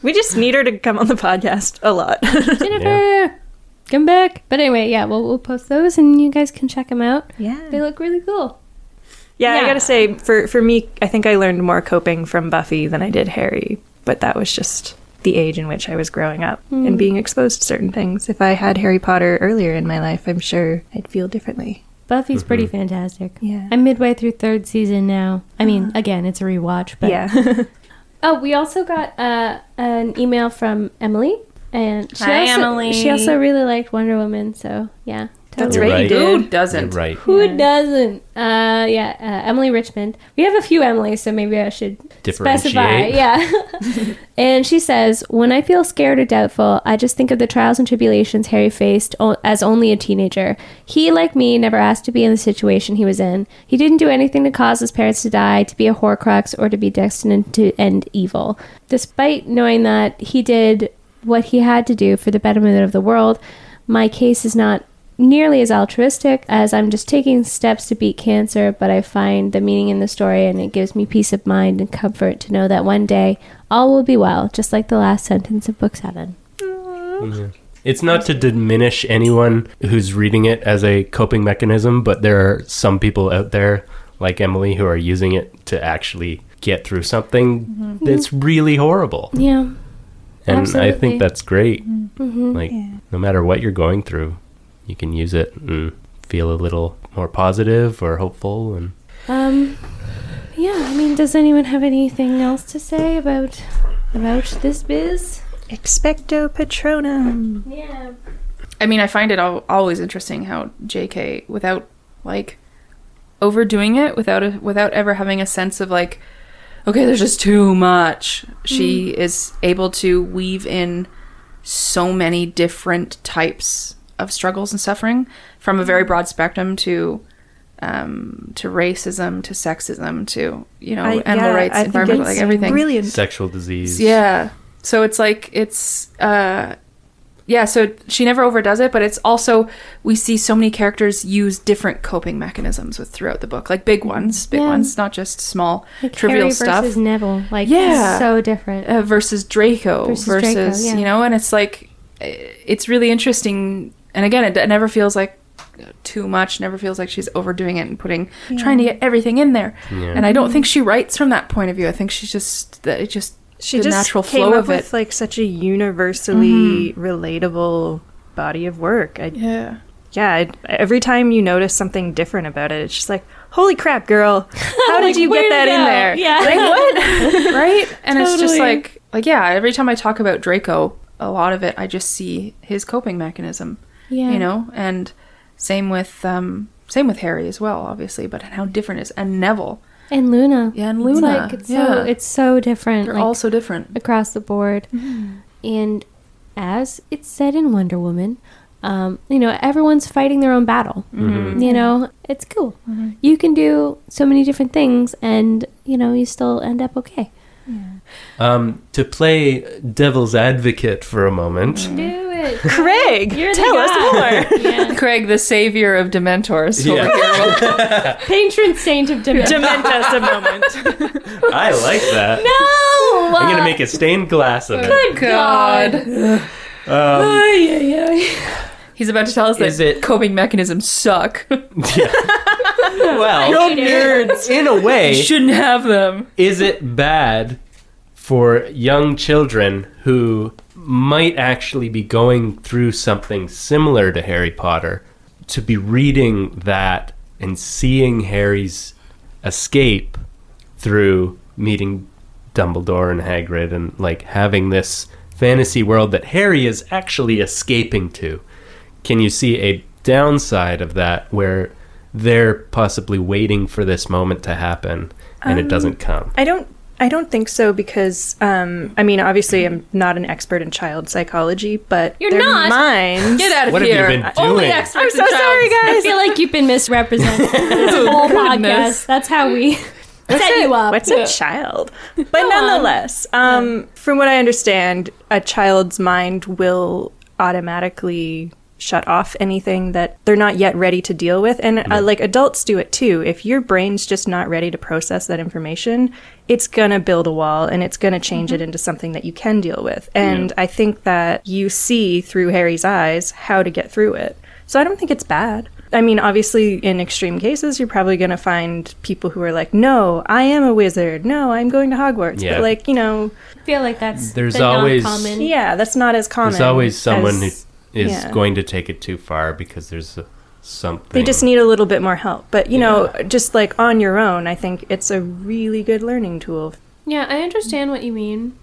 Speaker 4: We just need her to come on the podcast a lot.
Speaker 5: Jennifer, come back. But anyway, yeah, we'll, we'll post those and you guys can check them out.
Speaker 4: yeah.
Speaker 5: They look really cool.
Speaker 4: Yeah,
Speaker 5: Yeah.
Speaker 4: I gotta say, for for me, I think I learned more coping from Buffy than I did Harry, but that was just the age in which I was growing up and being exposed to certain things. If I had Harry Potter earlier in my life, I'm sure I'd feel differently.
Speaker 5: Buffy's pretty fantastic.
Speaker 4: Yeah.
Speaker 5: I'm midway through third season now. I mean, again, it's a rewatch, but
Speaker 4: yeah.
Speaker 5: Oh, we also got uh, an email from Emily, and she
Speaker 2: Hi,
Speaker 5: also,
Speaker 2: Emily.
Speaker 5: She also really liked Wonder Woman, so yeah,
Speaker 4: That's
Speaker 6: You're
Speaker 4: right,
Speaker 6: right.
Speaker 4: you
Speaker 2: Who
Speaker 4: did.
Speaker 6: You're
Speaker 2: doesn't?
Speaker 6: right.
Speaker 5: Who doesn't? Uh, yeah, uh, Emily Richmond. We have a few Emily, so maybe I should specify.
Speaker 6: Differentiate.
Speaker 5: Yeah. and she says, "When I feel scared or doubtful, I just think of the trials and tribulations Harry faced o- as only a teenager. He, like me, never asked to be in the situation he was in. He didn't do anything to cause his parents to die, to be a Horcrux, or to be destined to end evil. Despite knowing that he did what he had to do for the betterment of the world, my case is not nearly as altruistic as I'm just taking steps to beat cancer, but I find the meaning in the story and it gives me peace of mind and comfort to know that one day all will be well, just like the last sentence of Book 7.
Speaker 6: It's not to diminish anyone who's reading it as a coping mechanism, but there are some people out there, like Emily, who are using it to actually get through something that's really horrible.
Speaker 5: Yeah.
Speaker 6: And I
Speaker 5: Absolutely.
Speaker 6: think that's great. Like, no matter what you're going through, you can use it and feel a little more positive or hopeful. And
Speaker 5: Um, yeah, I mean, does anyone have anything else to say about about this biz?
Speaker 4: Expecto Patronum.
Speaker 5: Yeah.
Speaker 2: I mean, I find it al- always interesting how J.K. without like overdoing it, without a, without ever having a sense of like, okay, there's just too much. She is able to weave in so many different types of struggles and suffering from a very broad spectrum to um, to racism to sexism to you
Speaker 4: Oh,
Speaker 2: know animal rights, environmental like everything.
Speaker 4: Brilliant.
Speaker 6: sexual disease.
Speaker 2: Yeah. So it's like it's uh yeah, so she never overdoes it, but it's also we see so many characters use different coping mechanisms with throughout the book, like big ones, big
Speaker 5: Yeah.
Speaker 2: ones, not just small
Speaker 5: Like
Speaker 2: trivial
Speaker 5: Harry
Speaker 2: stuff.
Speaker 5: versus Neville, like
Speaker 2: Yeah.
Speaker 5: so different.
Speaker 2: uh, versus Draco
Speaker 5: Versus
Speaker 2: versus,
Speaker 5: Draco, yeah.
Speaker 2: you know, and it's like uh, it's really interesting. And again, it, it never feels like too much. Never feels like she's overdoing it and putting trying to get everything in there. And I don't think she writes from that point of view. I think she's just that it just
Speaker 4: She
Speaker 2: the
Speaker 4: just
Speaker 2: natural
Speaker 4: came
Speaker 2: flow
Speaker 4: up
Speaker 2: of it.
Speaker 4: with like such a universally relatable body of work. I,
Speaker 2: yeah.
Speaker 4: yeah, I, every time you notice something different about it, it's just like, holy crap, girl! How did you
Speaker 5: where'd
Speaker 4: get
Speaker 5: it
Speaker 4: that in
Speaker 5: go?
Speaker 4: there?
Speaker 5: Yeah.
Speaker 4: like what?
Speaker 2: right? And it's just
Speaker 5: Totally.
Speaker 2: like, like yeah. Every time I talk about Draco, a lot of it I just see his coping mechanism.
Speaker 5: Yeah.
Speaker 2: you know, and same with um, same with Harry as well, obviously. But how different is and Neville?
Speaker 5: And Luna.
Speaker 2: Yeah, and
Speaker 5: It's
Speaker 2: Luna.
Speaker 5: like it's so
Speaker 2: Yeah.
Speaker 5: it's so different.
Speaker 2: They're
Speaker 5: like,
Speaker 2: all so different.
Speaker 5: across the board. And as it's said in Wonder Woman, um, you know, everyone's fighting their own battle.
Speaker 4: Mm-hmm.
Speaker 5: You know, it's cool. You can do so many different things and, you know, you still end up okay.
Speaker 6: Um, to play devil's advocate for a moment.
Speaker 5: Do it.
Speaker 4: Craig,
Speaker 5: You're the
Speaker 4: tell
Speaker 5: guy.
Speaker 4: us more.
Speaker 5: Yeah.
Speaker 2: Craig, the savior of Dementors.
Speaker 6: Yeah.
Speaker 5: Patron saint of dementia.
Speaker 4: Dement us a moment.
Speaker 6: I like that.
Speaker 5: no!
Speaker 6: I'm gonna make a stained glass of it.
Speaker 2: Good God.
Speaker 6: Um,
Speaker 2: He's about to tell us
Speaker 6: Is
Speaker 2: that
Speaker 6: it-
Speaker 2: coping mechanisms suck.
Speaker 6: well, nerds in a
Speaker 2: you
Speaker 6: way.
Speaker 2: shouldn't have them.
Speaker 6: Is it bad for young children who might actually be going through something similar to Harry Potter to be reading that and seeing Harry's escape through meeting Dumbledore and Hagrid and like having this fantasy world that Harry is actually escaping to? Can you see a downside of that where they're possibly waiting for this moment to happen and it doesn't come?
Speaker 4: I don't. I don't think so because, um, I mean, obviously, I'm not an expert in child psychology, but
Speaker 5: You're
Speaker 4: their
Speaker 5: not.
Speaker 4: minds.
Speaker 2: Get out of
Speaker 6: What have you
Speaker 2: here.
Speaker 6: been
Speaker 2: Only
Speaker 6: doing?
Speaker 4: I'm
Speaker 2: experts
Speaker 4: so
Speaker 2: in child-
Speaker 4: sorry,
Speaker 5: I
Speaker 4: guys.
Speaker 5: feel like you've been misrepresented this whole podcast. That's how we set you up.
Speaker 4: What's a child? But
Speaker 5: on.
Speaker 4: nonetheless, um, from what I understand, a child's mind will automatically shut off anything that they're not yet ready to deal with and uh, like adults do it too if your brain's just not ready to process that information it's going to build a wall and it's going to change
Speaker 5: Mm-hmm.
Speaker 4: it into something that you can deal with and i think that you see through harry's eyes how to get through it so I don't think it's bad. I mean, obviously, in extreme cases, you're probably going to find people who are like, no, I am a wizard. No, I'm going to Hogwarts.
Speaker 6: Yeah.
Speaker 4: But, like, you know,
Speaker 5: I feel like that's
Speaker 4: Mm.
Speaker 6: There's
Speaker 5: the
Speaker 6: always-
Speaker 5: non-common.
Speaker 4: yeah, that's not as common.
Speaker 6: There's always someone who
Speaker 4: as-
Speaker 6: is
Speaker 4: yeah.
Speaker 6: going to take it too far because there's a, something.
Speaker 4: They just need a little bit more help. But, you know, just like on your own, I think it's a really good learning tool.
Speaker 5: Yeah, I understand what you mean.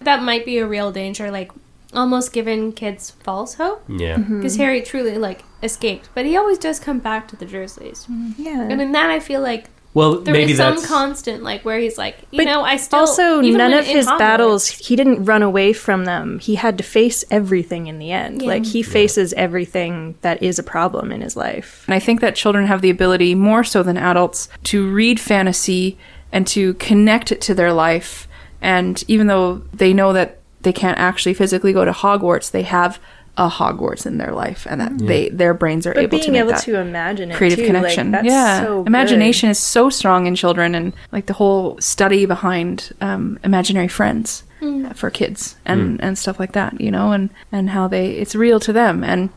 Speaker 5: That might be a real danger, like almost giving kids false hope.
Speaker 6: Yeah.
Speaker 5: Because Harry truly, like, escaped. But he always does come back to the Dursleys.
Speaker 4: Yeah.
Speaker 5: And in that, I feel like
Speaker 6: Well,
Speaker 5: there is
Speaker 6: maybe
Speaker 5: some
Speaker 6: that's.
Speaker 5: constant, like, where he's like, you
Speaker 4: But
Speaker 5: know, I still.
Speaker 4: also,
Speaker 5: even
Speaker 4: none
Speaker 5: when
Speaker 4: of
Speaker 5: in
Speaker 4: his
Speaker 5: Hogwarts-
Speaker 4: battles, he didn't run away from them. He had to face everything in the end.
Speaker 5: Yeah.
Speaker 4: Like, he faces everything that is a problem in his life.
Speaker 2: And I think that children have the ability, more so than adults, to read fantasy and to connect it to their life. And even though they know that they can't actually physically go to Hogwarts, they have a Hogwarts in their life, and that they their brains are
Speaker 4: But
Speaker 2: able
Speaker 4: being
Speaker 2: to make
Speaker 4: able
Speaker 2: that
Speaker 4: to imagine it
Speaker 2: creative
Speaker 4: too, like,
Speaker 2: connection.
Speaker 4: that's
Speaker 2: yeah,
Speaker 4: so good.
Speaker 2: imagination is so strong in children, and like the whole study behind um, imaginary friends
Speaker 4: Hmm.
Speaker 2: for kids and and stuff like that, you know, and and how they it's real to them and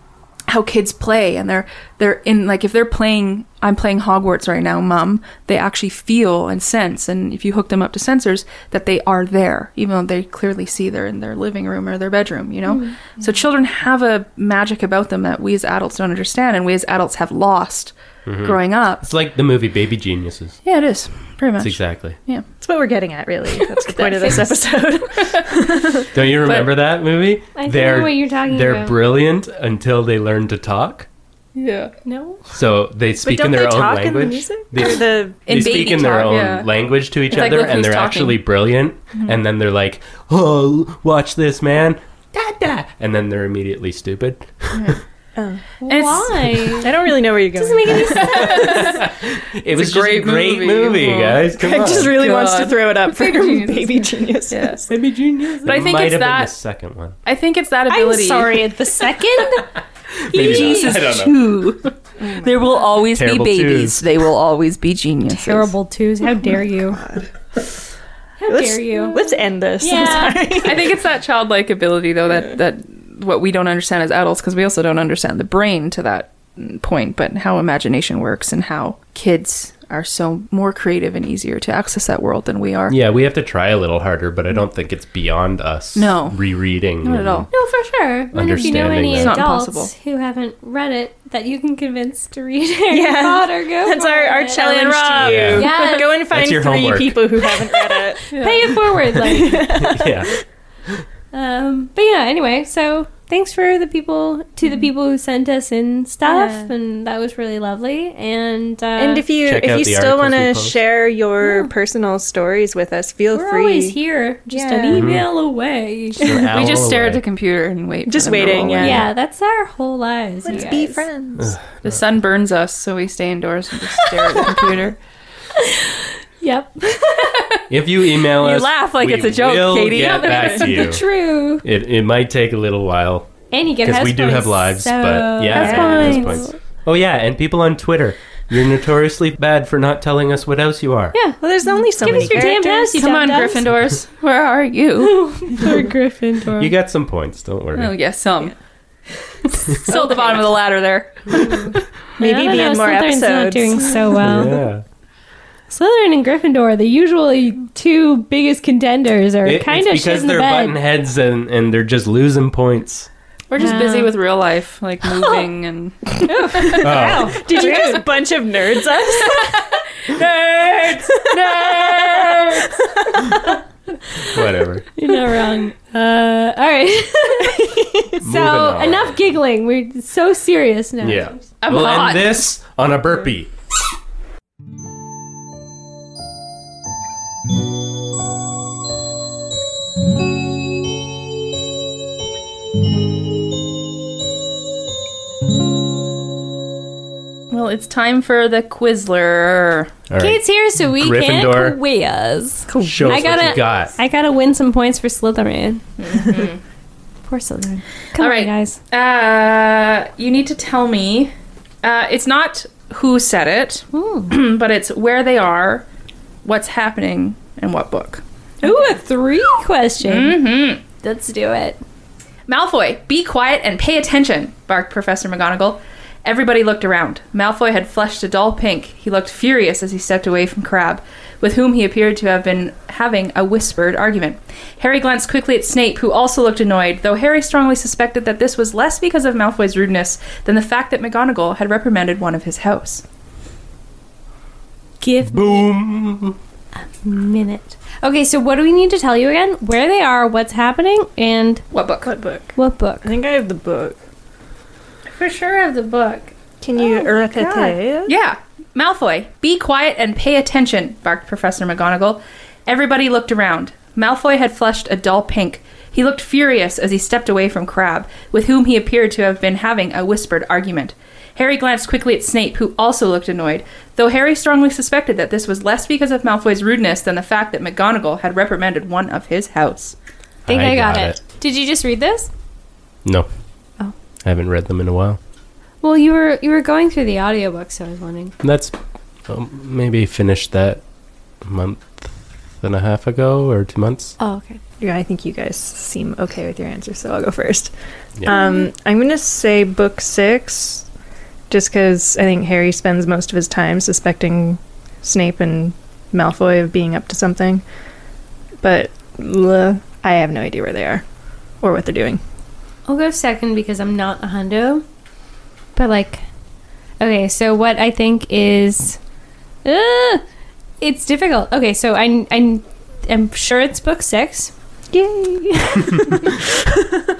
Speaker 2: how kids play and they're they're in like if they're playing I'm playing Hogwarts right now, mom, they actually feel and sense and if you hook them up to sensors that they are there, even though they clearly see they're in their living room or their bedroom, you know? So children have a magic about them that we as adults don't understand and we as adults have lost growing up.
Speaker 6: It's like the movie Baby Geniuses.
Speaker 2: Yeah, it is. Pretty much.
Speaker 6: That's exactly.
Speaker 4: That's what we're getting at, really. That's the point of this episode.
Speaker 6: Don't you remember that movie?
Speaker 5: I think I know what you're talking
Speaker 6: They're
Speaker 5: about.
Speaker 6: brilliant until they learn to talk.
Speaker 2: Yeah.
Speaker 5: no.
Speaker 6: So they
Speaker 4: but
Speaker 6: speak
Speaker 4: don't
Speaker 6: in their
Speaker 4: they
Speaker 6: own
Speaker 4: talk
Speaker 6: language.
Speaker 4: in the music?
Speaker 6: They-
Speaker 4: Or the
Speaker 6: they
Speaker 2: In
Speaker 6: speak
Speaker 2: baby
Speaker 6: in their
Speaker 2: talk,
Speaker 6: own
Speaker 2: yeah.
Speaker 6: language to each
Speaker 2: like,
Speaker 6: other
Speaker 2: look
Speaker 6: and
Speaker 2: who's
Speaker 6: they're
Speaker 2: talking. Mm-hmm.
Speaker 6: actually brilliant and then they're like oh watch this man da, da. and then they're immediately stupid
Speaker 2: It's-
Speaker 5: Why?
Speaker 4: I don't really know where you're going.
Speaker 5: doesn't make any sense.
Speaker 6: it was
Speaker 2: a
Speaker 6: just a
Speaker 2: great
Speaker 6: great
Speaker 2: movie.
Speaker 6: movie,
Speaker 2: Oh.
Speaker 6: guys come
Speaker 4: Craig
Speaker 6: on
Speaker 4: just really wants to
Speaker 2: God.
Speaker 4: throw it up for
Speaker 2: Baby geniuses.
Speaker 4: baby genius.
Speaker 2: Yeah.
Speaker 6: Baby genius
Speaker 2: But I think
Speaker 6: might
Speaker 2: it's
Speaker 6: have been the
Speaker 2: that-
Speaker 6: second one
Speaker 2: I think it's that
Speaker 5: I'm
Speaker 2: ability.
Speaker 5: sorry at the second.
Speaker 6: Maybe
Speaker 5: Jesus,
Speaker 6: not. I don't know
Speaker 2: Two. there will always
Speaker 6: be Terrible babies. twos.
Speaker 2: They will always be geniuses.
Speaker 5: terrible twos. How dare you? How
Speaker 4: Let's,
Speaker 5: dare you?
Speaker 4: Let's end this.
Speaker 5: Yeah.
Speaker 4: I'm sorry.
Speaker 2: I think it's that childlike ability though that that what we don't understand as adults because we also don't understand the brain to that point, but how imagination works and how kids are so more creative and easier to access that world than we are.
Speaker 6: yeah we have to try a little harder but i don't think it's beyond us
Speaker 2: No.
Speaker 6: rereading
Speaker 2: Not at all.
Speaker 5: No, for sure. And if you know
Speaker 6: Understanding
Speaker 5: any
Speaker 6: that. It's
Speaker 2: not
Speaker 5: adults
Speaker 2: impossible.
Speaker 5: who haven't read it that you can convince to read Harry
Speaker 4: Yeah.
Speaker 5: Potter, go
Speaker 4: That's
Speaker 5: for
Speaker 4: our, our
Speaker 5: it.
Speaker 4: challenge
Speaker 6: Rob.
Speaker 4: to you.
Speaker 6: Yeah.
Speaker 5: Yes.
Speaker 4: Go and find
Speaker 6: your
Speaker 4: three
Speaker 6: homework.
Speaker 4: people who haven't read it.
Speaker 5: Pay it forward, like.
Speaker 6: yeah
Speaker 5: um, but yeah. Anyway, so thanks for the people to the people who sent us in stuff, and that was really lovely. And uh,
Speaker 4: And if you
Speaker 6: Check out
Speaker 4: if you
Speaker 6: the articles
Speaker 4: still want
Speaker 6: we
Speaker 4: to
Speaker 6: post.
Speaker 4: share your personal stories with us, feel
Speaker 5: we're
Speaker 4: free.
Speaker 5: always here, just
Speaker 4: Yeah. Mm-hmm.
Speaker 5: an email away.
Speaker 6: An
Speaker 2: We
Speaker 6: owl
Speaker 2: just stare at
Speaker 6: away.
Speaker 2: the computer and wait. for
Speaker 4: Just
Speaker 2: them to
Speaker 4: waiting,
Speaker 2: roll
Speaker 4: yeah.
Speaker 2: in.
Speaker 5: Yeah, that's our whole lives.
Speaker 4: Let's
Speaker 5: you
Speaker 4: be
Speaker 5: guys.
Speaker 4: friends.
Speaker 2: The sun burns us, so we stay indoors and just stare at the computer.
Speaker 5: Yep.
Speaker 6: if you email
Speaker 2: You
Speaker 6: us
Speaker 2: laugh like
Speaker 6: we
Speaker 2: it's a joke,
Speaker 6: will
Speaker 2: Katie.
Speaker 6: get back to you
Speaker 5: True.
Speaker 6: it, it might take a little while
Speaker 5: And you get
Speaker 6: because
Speaker 5: house
Speaker 6: we do
Speaker 5: points,
Speaker 6: have lives,
Speaker 5: so-
Speaker 6: but yeah,
Speaker 2: House
Speaker 6: yeah, house
Speaker 2: points.
Speaker 6: points. Oh yeah, and people on Twitter, you're notoriously bad for not telling us what house you are.
Speaker 5: Yeah.
Speaker 4: Well, there's only so
Speaker 5: Give
Speaker 4: many
Speaker 5: us your damn
Speaker 4: characters.
Speaker 5: house, you
Speaker 2: Come on,
Speaker 5: dum-dums.
Speaker 2: Gryffindors, where are you?
Speaker 5: Poor Gryffindor.
Speaker 6: You got some points, don't worry.
Speaker 2: oh yes, some. Still at the bottom of the ladder there.
Speaker 4: Maybe be in more
Speaker 5: Slytherin's not
Speaker 4: episodes.
Speaker 5: doing so Oh, well.
Speaker 6: Yeah.
Speaker 5: Slytherin and Gryffindor, the usually two biggest contenders, are
Speaker 6: It-
Speaker 5: kind of
Speaker 6: it's
Speaker 5: shit
Speaker 6: because
Speaker 5: in the
Speaker 6: they're
Speaker 5: bed.
Speaker 6: button heads and, and they're just losing points.
Speaker 2: We're just
Speaker 5: Yeah.
Speaker 2: busy with real life, like moving and
Speaker 6: Oh,
Speaker 4: Did you just bunch of nerds us?
Speaker 6: whatever.
Speaker 5: You're not wrong. Uh, all right. so
Speaker 6: on.
Speaker 5: enough giggling. We're so serious now.
Speaker 6: Yeah.
Speaker 2: I'm
Speaker 6: we'll
Speaker 2: hot.
Speaker 6: end this on a burpee.
Speaker 2: Well, it's time for the Quizler.
Speaker 6: All right.
Speaker 5: Kate's here, so we
Speaker 6: Gryffindor.
Speaker 5: can quiz.
Speaker 6: Show us
Speaker 5: I
Speaker 6: what
Speaker 5: gotta-
Speaker 6: you got.
Speaker 5: I gotta win some points for Slytherin. Mm-hmm. Poor Slytherin. Come on,
Speaker 2: All right.
Speaker 5: guys.
Speaker 2: Uh, you need to tell me. Uh, it's not who said it,
Speaker 5: Mm.
Speaker 2: hmm, but it's where they are, what's happening, and what book.
Speaker 5: Ooh, a three question. Mm-hmm. Let's do it.
Speaker 2: Malfoy, be quiet and pay attention, barked Professor McGonagall. Everybody looked around. Malfoy had flushed a dull pink. He looked furious as he stepped away from Crabbe, with whom he appeared to have been having a whispered argument. Harry glanced quickly at Snape, who also looked annoyed, though Harry strongly suspected that this was less because of Malfoy's rudeness than the fact that McGonagall had reprimanded one of his house.
Speaker 5: Give
Speaker 6: Boom.
Speaker 5: minute. Okay, so what do we need to tell you again? Where they are, what's happening, and
Speaker 2: What book?
Speaker 4: What book?
Speaker 5: what book?
Speaker 4: I think I have the book.
Speaker 5: For sure of the book.
Speaker 4: Can you oh,
Speaker 2: Yeah, Malfoy, be quiet and pay attention, barked Professor McGonagall. Everybody looked around. Malfoy had flushed a dull pink. He looked furious as he stepped away from Crabbe, with whom he appeared to have been having a whispered argument. Harry glanced quickly at Snape, who also looked annoyed, though Harry strongly suspected that this was less because of Malfoy's rudeness than the fact that McGonagall had reprimanded one of his house.
Speaker 5: Think I, got, it.
Speaker 6: it.
Speaker 5: Did you just read this?
Speaker 6: No.
Speaker 5: Oh.
Speaker 6: I haven't read them in a while.
Speaker 5: Well, you were you were going through the audiobook, so I was wondering.
Speaker 6: That's um, maybe finished that a month and a half ago or two months.
Speaker 5: Oh, okay.
Speaker 4: Yeah, I think you guys seem okay with your answer, so I'll go first.
Speaker 6: Yeah.
Speaker 4: Um, I'm going to say book six, just because I think Harry spends most of his time suspecting Snape and Malfoy of being up to something. But l- I have no idea where they are or what they're doing.
Speaker 5: I'll go second because I'm not a hundo. But like, okay, so what I think is, uh, it's difficult. Okay, so I I am sure it's book six.
Speaker 4: Yay!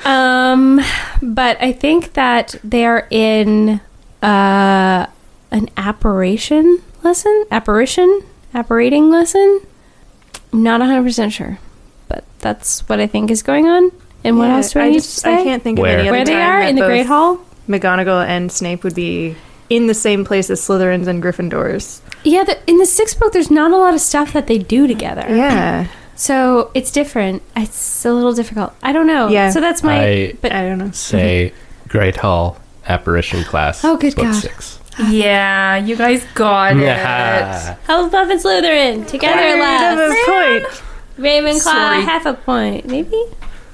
Speaker 5: Um, but I think that they are in uh, an apparition lesson, apparition, apparating lesson. I'm not 100 percent sure, but that's what I think is going on. And what else do I,
Speaker 4: I
Speaker 5: need
Speaker 4: just
Speaker 5: to say?
Speaker 4: I can't think
Speaker 6: Where?
Speaker 4: of any other
Speaker 5: Where they
Speaker 4: time
Speaker 5: are
Speaker 4: that
Speaker 5: in the
Speaker 4: both
Speaker 5: Great Hall?
Speaker 4: McGonagall and Snape would be in the same place as Slytherins and Gryffindors.
Speaker 5: Yeah, the, in the sixth book, there's not a lot of stuff that they do together.
Speaker 4: Yeah,
Speaker 5: So it's different. It's a little difficult. I don't know.
Speaker 4: Yeah.
Speaker 5: So that's my.
Speaker 6: I-
Speaker 5: but
Speaker 4: I don't know.
Speaker 6: Say Great Hall Apparition Class.
Speaker 5: Mm-hmm. Oh, good
Speaker 6: book
Speaker 5: God.
Speaker 6: Six.
Speaker 2: Yeah, you guys got it.
Speaker 6: Yeah.
Speaker 5: Hufflepuff and Slytherin together last.
Speaker 4: Third of a point.
Speaker 5: Ravenclaw
Speaker 2: Sorry.
Speaker 5: half a point, maybe.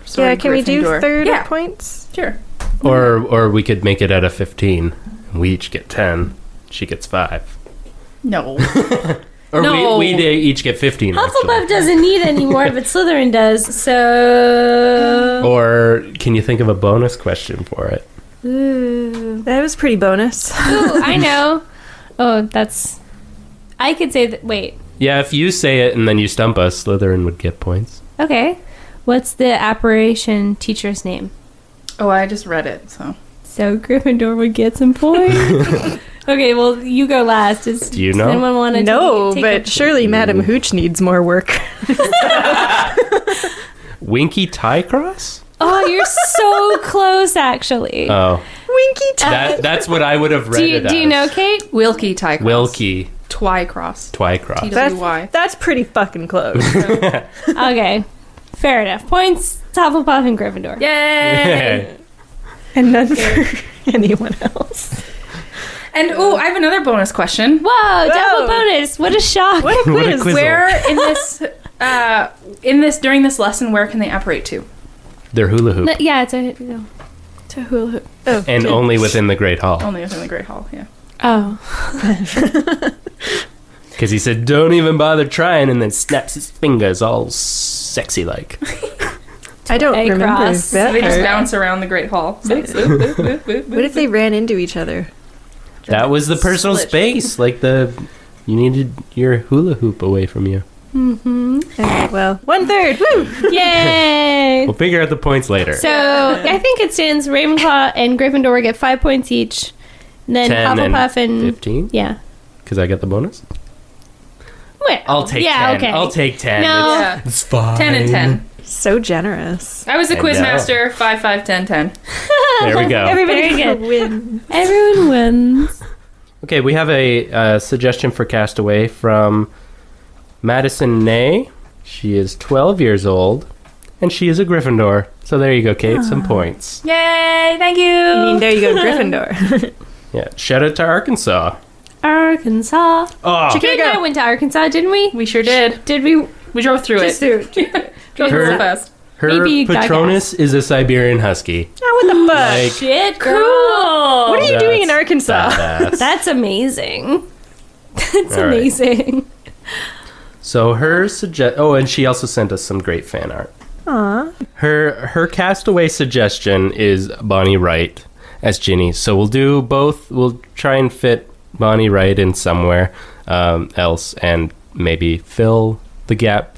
Speaker 2: Sorry,
Speaker 4: yeah, can we do
Speaker 2: Gryffindor.
Speaker 4: third
Speaker 2: Yeah,
Speaker 4: of points?
Speaker 2: sure.
Speaker 6: Or or we could make it out of fifteen. and We each get ten. She gets five.
Speaker 2: No.
Speaker 6: Or
Speaker 2: No.
Speaker 6: we, we each get fifteen.
Speaker 5: Hufflepuff
Speaker 6: Actually.
Speaker 5: doesn't need any more, but Slytherin does. So.
Speaker 6: Or can you think of a bonus question for it?
Speaker 5: Ooh.
Speaker 4: That was pretty bonus.
Speaker 5: Ooh, I know. Oh, that's. I could say that. Wait.
Speaker 6: Yeah, if you say it and then you stump us, Slytherin would get points.
Speaker 5: Okay. What's the apparition teacher's name?
Speaker 2: Oh, I just read it, so.
Speaker 5: So Gryffindor would get some points. okay, well, you go last. Does,
Speaker 6: Do you
Speaker 5: does
Speaker 6: know?
Speaker 5: anyone want to
Speaker 4: no,
Speaker 5: take,
Speaker 4: but surely Madam Hooch needs more work.
Speaker 6: Winky tie cross?
Speaker 5: A, oh, you're so close, actually.
Speaker 6: Oh,
Speaker 4: Winky time.
Speaker 6: that, that's what I would have read
Speaker 5: Uh, do you,
Speaker 6: it
Speaker 5: do you know,
Speaker 6: as.
Speaker 5: Kate?
Speaker 2: Wilkie Tycross.
Speaker 6: Wilkie
Speaker 2: Twycross.
Speaker 6: Twycross.
Speaker 2: T-
Speaker 4: that's,
Speaker 2: W-Y.
Speaker 4: that's pretty fucking close.
Speaker 5: Okay, fair enough. Points, to Hufflepuff and Gryffindor.
Speaker 2: Yay!
Speaker 4: and none for anyone else.
Speaker 2: And oh, I have another bonus question.
Speaker 5: Whoa, double bonus. What a shock.
Speaker 4: What a
Speaker 6: What a
Speaker 4: quiz.
Speaker 6: quiz.
Speaker 2: Where in this uh in this during this lesson where can they operate to?
Speaker 6: They're hula hoop.
Speaker 5: No, yeah, it's a. no.
Speaker 4: Oh,
Speaker 6: And only within the Great Hall.
Speaker 2: Only within the Great Hall, yeah.
Speaker 5: Oh.
Speaker 6: Because he said, don't even bother trying, and then snaps his fingers all sexy like.
Speaker 4: I don't
Speaker 5: A
Speaker 4: remember
Speaker 5: cross.
Speaker 4: that
Speaker 2: They just
Speaker 4: part.
Speaker 2: bounce around the Great Hall. So, boop, boop, boop, boop, boop.
Speaker 4: What if they ran into each other?
Speaker 6: That was the personal
Speaker 2: Split.
Speaker 6: space. Like the. You needed your hula hoop away from you.
Speaker 4: Okay, well, one third. Woo!
Speaker 5: Yay!
Speaker 6: We'll figure out the points later.
Speaker 5: So I think it stands Ravenclaw and Gryffindor get five points each. And then
Speaker 6: 10 and
Speaker 5: Hufflepuff and,
Speaker 6: 15?
Speaker 5: yeah.
Speaker 6: Because I got the bonus?
Speaker 5: Well,
Speaker 6: I'll take
Speaker 5: yeah,
Speaker 6: 10.
Speaker 5: Okay.
Speaker 6: I'll take 10.
Speaker 5: No.
Speaker 6: It's,
Speaker 2: Yeah.
Speaker 6: it's fine.
Speaker 2: Ten and ten.
Speaker 4: So generous.
Speaker 2: I was a
Speaker 6: I
Speaker 2: quiz
Speaker 6: know.
Speaker 2: master. Five, five, ten, ten.
Speaker 6: There we go.
Speaker 5: Very
Speaker 4: Everybody
Speaker 5: good.
Speaker 4: win.
Speaker 5: Everyone wins.
Speaker 6: Okay, we have a uh, suggestion for Castaway from Madison Nay. She is 12 years old, and she is a Gryffindor. So there you go, Kate.
Speaker 5: Ah.
Speaker 6: Some points.
Speaker 2: Yay, thank you.
Speaker 4: I mean, there you go, Gryffindor.
Speaker 6: Yeah. Shout out to Arkansas.
Speaker 5: Arkansas.
Speaker 6: Oh,
Speaker 5: Kate and I went to Arkansas, didn't we?
Speaker 2: we sure did.
Speaker 5: Did we?
Speaker 2: We drove through
Speaker 5: Just
Speaker 2: it.
Speaker 5: through.
Speaker 2: Drove through
Speaker 6: Her-
Speaker 2: it fast.
Speaker 6: her
Speaker 5: Maybe you got
Speaker 6: Patronus is a Siberian Husky.
Speaker 4: oh, what the fuck?
Speaker 6: Like,
Speaker 5: Shit, cool.
Speaker 4: what are you doing in
Speaker 6: that's
Speaker 4: Arkansas?
Speaker 6: badass.
Speaker 5: That's amazing. That's
Speaker 6: All right.
Speaker 5: amazing.
Speaker 6: So her suggest oh, and she also sent us some great fan art.
Speaker 4: Aw.
Speaker 6: Her her castaway suggestion is Bonnie Wright as Ginny. So we'll do both. We'll try and fit Bonnie Wright in somewhere um, else, and maybe fill the gap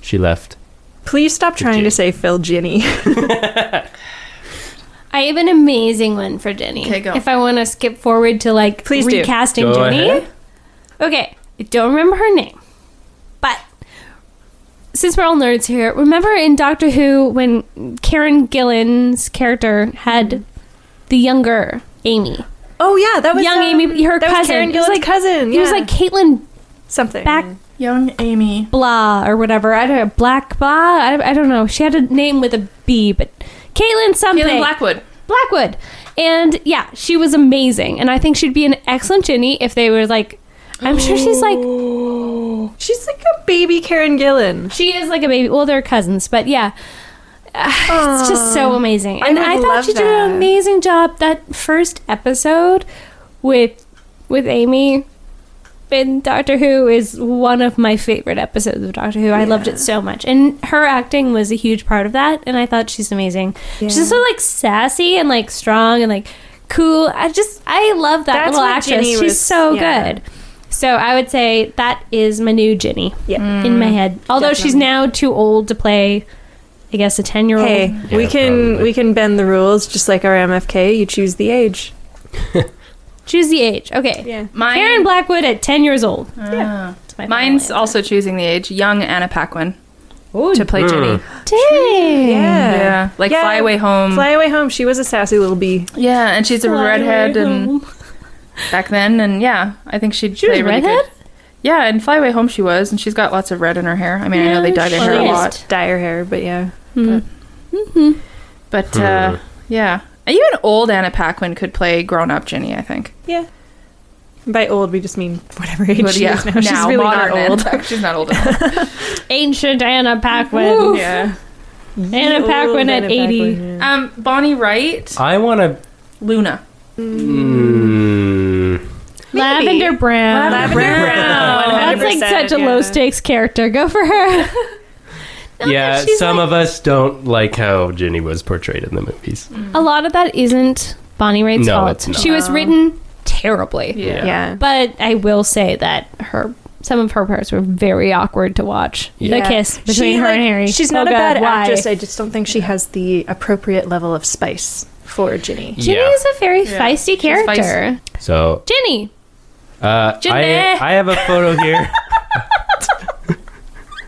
Speaker 6: she left.
Speaker 4: Please stop trying
Speaker 6: Ginny.
Speaker 4: to say Phil Ginny.
Speaker 5: I have an amazing one for Jenny.
Speaker 2: Okay, go.
Speaker 5: If I want to skip forward to like
Speaker 4: Please do.
Speaker 5: recasting
Speaker 6: Go
Speaker 5: Jenny.
Speaker 6: ahead.
Speaker 5: Okay, I don't remember her name, but since we're all nerds here, remember in Doctor Who when Karen Gillan's character had the younger Amy,
Speaker 4: Oh yeah, that was
Speaker 5: young
Speaker 4: um,
Speaker 5: Amy, her
Speaker 4: that
Speaker 5: cousin.
Speaker 4: Was Karen
Speaker 5: It was
Speaker 4: Gillan's
Speaker 5: like-
Speaker 4: cousin.
Speaker 5: He was
Speaker 4: yeah. Mm-hmm.
Speaker 5: like Caitlin
Speaker 4: something.
Speaker 5: back
Speaker 2: Young Amy.
Speaker 5: blah or whatever. I don't know, black blah. I, I don't know. She had a name with a B, but Caitlin something.
Speaker 2: Caitlin Blackwood.
Speaker 5: Blackwood. And yeah, she was amazing. And I think she'd be an excellent Ginny if they were like, I'm sure she's like,
Speaker 4: She's like a baby Karen Gillan.
Speaker 5: she is like a baby. Well, they're cousins, but yeah. Ah, It's just so amazing.
Speaker 4: I
Speaker 5: And
Speaker 4: would
Speaker 5: I, thought
Speaker 4: love
Speaker 5: she did an
Speaker 4: that.
Speaker 5: amazing job that first episode with with Amy in Doctor Who is one of my favorite episodes of Doctor Who. I loved it so much. And her acting was a huge part of that and I thought she's amazing. She's so like sassy and like strong and like cool. I just I love that
Speaker 4: That's
Speaker 5: little
Speaker 4: what
Speaker 5: actress.
Speaker 4: Ginny
Speaker 5: she's
Speaker 4: was-
Speaker 5: so
Speaker 4: yeah.
Speaker 5: good. So I would say that is my new Ginny
Speaker 4: Yeah.
Speaker 5: in my head. Although she's now too old to play, I guess, a 10 year old.
Speaker 4: Hey,
Speaker 6: Yeah,
Speaker 4: we can
Speaker 6: probably.
Speaker 4: we can bend the rules just like our MFK. You choose the age.
Speaker 5: Choose the age. Okay.
Speaker 4: Yeah.
Speaker 2: Mine,
Speaker 5: Karen Blackwood at 10 years old. That's my final
Speaker 2: mine's
Speaker 5: answer.
Speaker 2: also choosing the age. Young Anna Paquin to play Ginny.
Speaker 5: Dang.
Speaker 4: Yeah.
Speaker 2: Yeah, like
Speaker 4: Yeah.
Speaker 2: Fly Away Home.
Speaker 4: Fly away home. She was a sassy little bee.
Speaker 2: yeah, and she's a
Speaker 5: Fly
Speaker 2: redhead
Speaker 5: away
Speaker 2: and
Speaker 5: home.
Speaker 2: back then, and yeah, I think she'd
Speaker 5: She was
Speaker 2: play really
Speaker 5: redhead?
Speaker 2: good. Yeah, in Fly Away Home she was, and she's got lots of red in her hair. I mean, I know
Speaker 5: No
Speaker 2: they dyed her hair a
Speaker 5: shit.
Speaker 2: lot,
Speaker 4: Dye her hair, but yeah.
Speaker 2: but uh, yeah, even old Anna Paquin could play grown-up Ginny. I think.
Speaker 4: Yeah. By old, we just mean whatever age
Speaker 2: But
Speaker 4: she
Speaker 2: yeah,
Speaker 4: is now. She's
Speaker 2: now,
Speaker 4: really not
Speaker 2: modern
Speaker 4: old.
Speaker 2: Anna- she's not old at all.
Speaker 5: Ancient Anna Paquin.
Speaker 2: yeah.
Speaker 5: Anna Paquin at 80.
Speaker 2: Um, Bonnie Wright,
Speaker 6: I want to.
Speaker 2: Luna.
Speaker 6: Mm,
Speaker 5: Lavender Brown.
Speaker 2: Lavender
Speaker 4: Brown.
Speaker 5: That's like
Speaker 4: 100%,
Speaker 5: such a
Speaker 4: yeah.
Speaker 5: low stakes character. Go for her.
Speaker 6: yeah,
Speaker 5: she's
Speaker 6: some of us don't like how Ginny was portrayed in the movies.
Speaker 5: a lot of that isn't Bonnie Raitt's
Speaker 6: No,
Speaker 5: fault.
Speaker 6: it's not.
Speaker 5: She was written terribly.
Speaker 2: Yeah.
Speaker 4: Yeah.
Speaker 5: But I will say that her some of her parts were very awkward to watch. The
Speaker 4: Yeah.
Speaker 5: kiss between
Speaker 4: She,
Speaker 5: her
Speaker 4: like,
Speaker 5: and Harry.
Speaker 4: She's
Speaker 5: So
Speaker 4: not a
Speaker 5: good.
Speaker 4: bad
Speaker 5: Why?
Speaker 4: actress. I just don't think she has the appropriate level of spice for Ginny.
Speaker 5: Ginny
Speaker 6: Yeah.
Speaker 5: is a very
Speaker 2: Yeah.
Speaker 5: feisty
Speaker 2: She's
Speaker 5: character.
Speaker 6: So
Speaker 5: Ginny.
Speaker 6: uh,
Speaker 5: Ginny!
Speaker 6: I I have a photo here.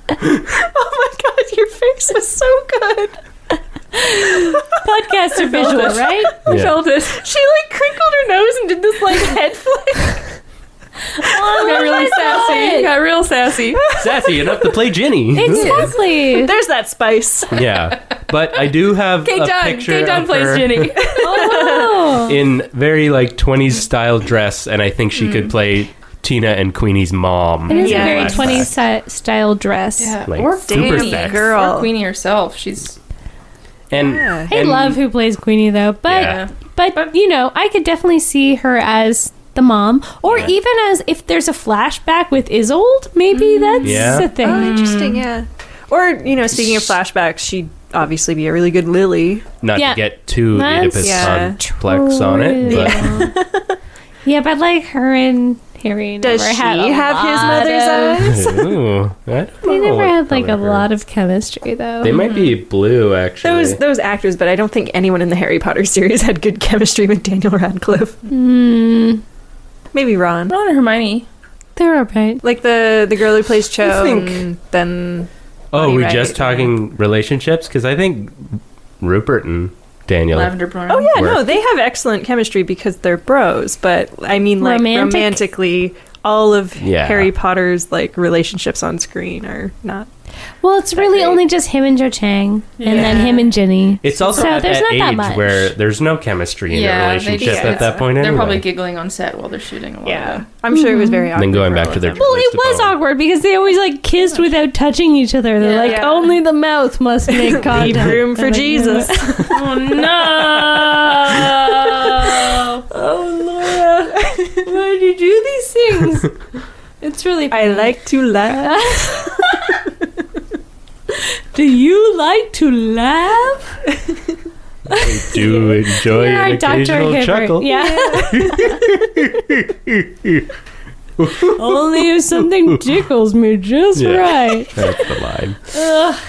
Speaker 4: Oh my god, your face was so good.
Speaker 5: Podcast or visual, right?
Speaker 6: Yeah.
Speaker 4: She like crinkled her nose and did this like head flip.
Speaker 5: Oh
Speaker 2: Got really sassy. Got real sassy.
Speaker 6: Sassy enough to play Ginny.
Speaker 5: Exactly.
Speaker 4: There's that spice.
Speaker 6: yeah, but I do have
Speaker 2: Kate
Speaker 6: a
Speaker 2: Dunn.
Speaker 6: picture
Speaker 2: Kate Dunn
Speaker 6: of
Speaker 2: plays
Speaker 6: her
Speaker 2: Ginny.
Speaker 5: Oh.
Speaker 6: in very like 20s style dress, and I think she could play Tina and Queenie's mom.
Speaker 5: Mm. It is
Speaker 4: Yeah.
Speaker 5: a very
Speaker 4: Flashback.
Speaker 5: 20s si- style dress.
Speaker 6: Like,
Speaker 2: or
Speaker 6: super
Speaker 2: Queenie,
Speaker 6: sex.
Speaker 2: girl,
Speaker 4: Girl.
Speaker 2: or Queenie herself. She's
Speaker 6: And
Speaker 5: I
Speaker 6: and-
Speaker 5: love who plays Queenie though, but
Speaker 6: Yeah.
Speaker 5: but you know, I could definitely see her as the mom, or
Speaker 6: Yeah.
Speaker 5: even as if there's a flashback with Isold, maybe that's
Speaker 6: Yeah.
Speaker 5: a thing.
Speaker 4: Oh, interesting. Yeah. Or you know, speaking of flashbacks, she'd obviously be a really good Lily.
Speaker 6: not
Speaker 5: Yeah.
Speaker 6: to get too
Speaker 5: That's-
Speaker 6: Oedipus
Speaker 4: Yeah.
Speaker 6: complex on it, but
Speaker 5: yeah, but like her and Harry
Speaker 4: Does
Speaker 5: never
Speaker 4: she
Speaker 5: had a
Speaker 4: have his
Speaker 5: lot
Speaker 4: mother's
Speaker 5: of,
Speaker 4: eyes?
Speaker 6: Ooh, I don't
Speaker 5: They
Speaker 6: know
Speaker 5: never
Speaker 6: what
Speaker 5: had like a
Speaker 6: color her-
Speaker 5: lot of Mm-hmm. chemistry though.
Speaker 6: Oh, They might be blue, actually.
Speaker 4: Those those actors, but I don't think anyone in the Harry Potter series had good chemistry with Daniel Radcliffe.
Speaker 5: Hmm.
Speaker 4: Maybe Ron,
Speaker 2: Ron and Hermione.
Speaker 5: They're alright.
Speaker 4: like the the girl who plays Cho.
Speaker 6: I think-
Speaker 4: and Then
Speaker 6: oh,
Speaker 4: Bonnie
Speaker 6: we
Speaker 4: Wright,
Speaker 6: just talking relationships because I think Rupert and Daniel.
Speaker 2: Lavender Brown.
Speaker 4: oh yeah, no,
Speaker 6: Work.
Speaker 4: they have excellent chemistry because they're bros. But I mean, like
Speaker 5: Romantic?
Speaker 4: romantically, all of
Speaker 6: Yeah.
Speaker 4: Harry Potter's like relationships on screen are not.
Speaker 5: Well, it's really only just him and Joe Chang, and then him and Ginny.
Speaker 6: It's also
Speaker 5: So
Speaker 6: at
Speaker 5: there's
Speaker 6: that
Speaker 5: not
Speaker 6: age
Speaker 5: that much.
Speaker 6: where there's no chemistry in
Speaker 2: Yeah,
Speaker 6: a
Speaker 2: they
Speaker 6: relationship
Speaker 2: just-
Speaker 6: at that point.
Speaker 2: They're
Speaker 6: anyway.
Speaker 2: probably giggling on set while they're shooting a lot. Of them.
Speaker 4: I'm sure it
Speaker 5: Mm-hmm.
Speaker 4: was very
Speaker 6: And
Speaker 4: awkward.
Speaker 6: then going
Speaker 4: for
Speaker 6: back
Speaker 4: all
Speaker 6: to
Speaker 4: of
Speaker 6: their.
Speaker 4: them.
Speaker 5: Well, it was awkward because they always like kissed without touching each other. They're
Speaker 2: Yeah.
Speaker 5: like,
Speaker 2: Yeah.
Speaker 5: only the mouth must make
Speaker 4: Leave
Speaker 5: contact.
Speaker 4: room for
Speaker 5: They're like,
Speaker 4: Jesus.
Speaker 2: Oh no!
Speaker 4: oh, Laura,
Speaker 5: Why do you do these things? it's really.
Speaker 4: I like to laugh.
Speaker 5: Do you like to laugh?
Speaker 6: do enjoy
Speaker 5: Our
Speaker 6: an occasional chuckle.
Speaker 5: Yeah. Only if something tickles me just
Speaker 6: Yeah.
Speaker 5: right.
Speaker 6: That's the line.
Speaker 5: Ugh,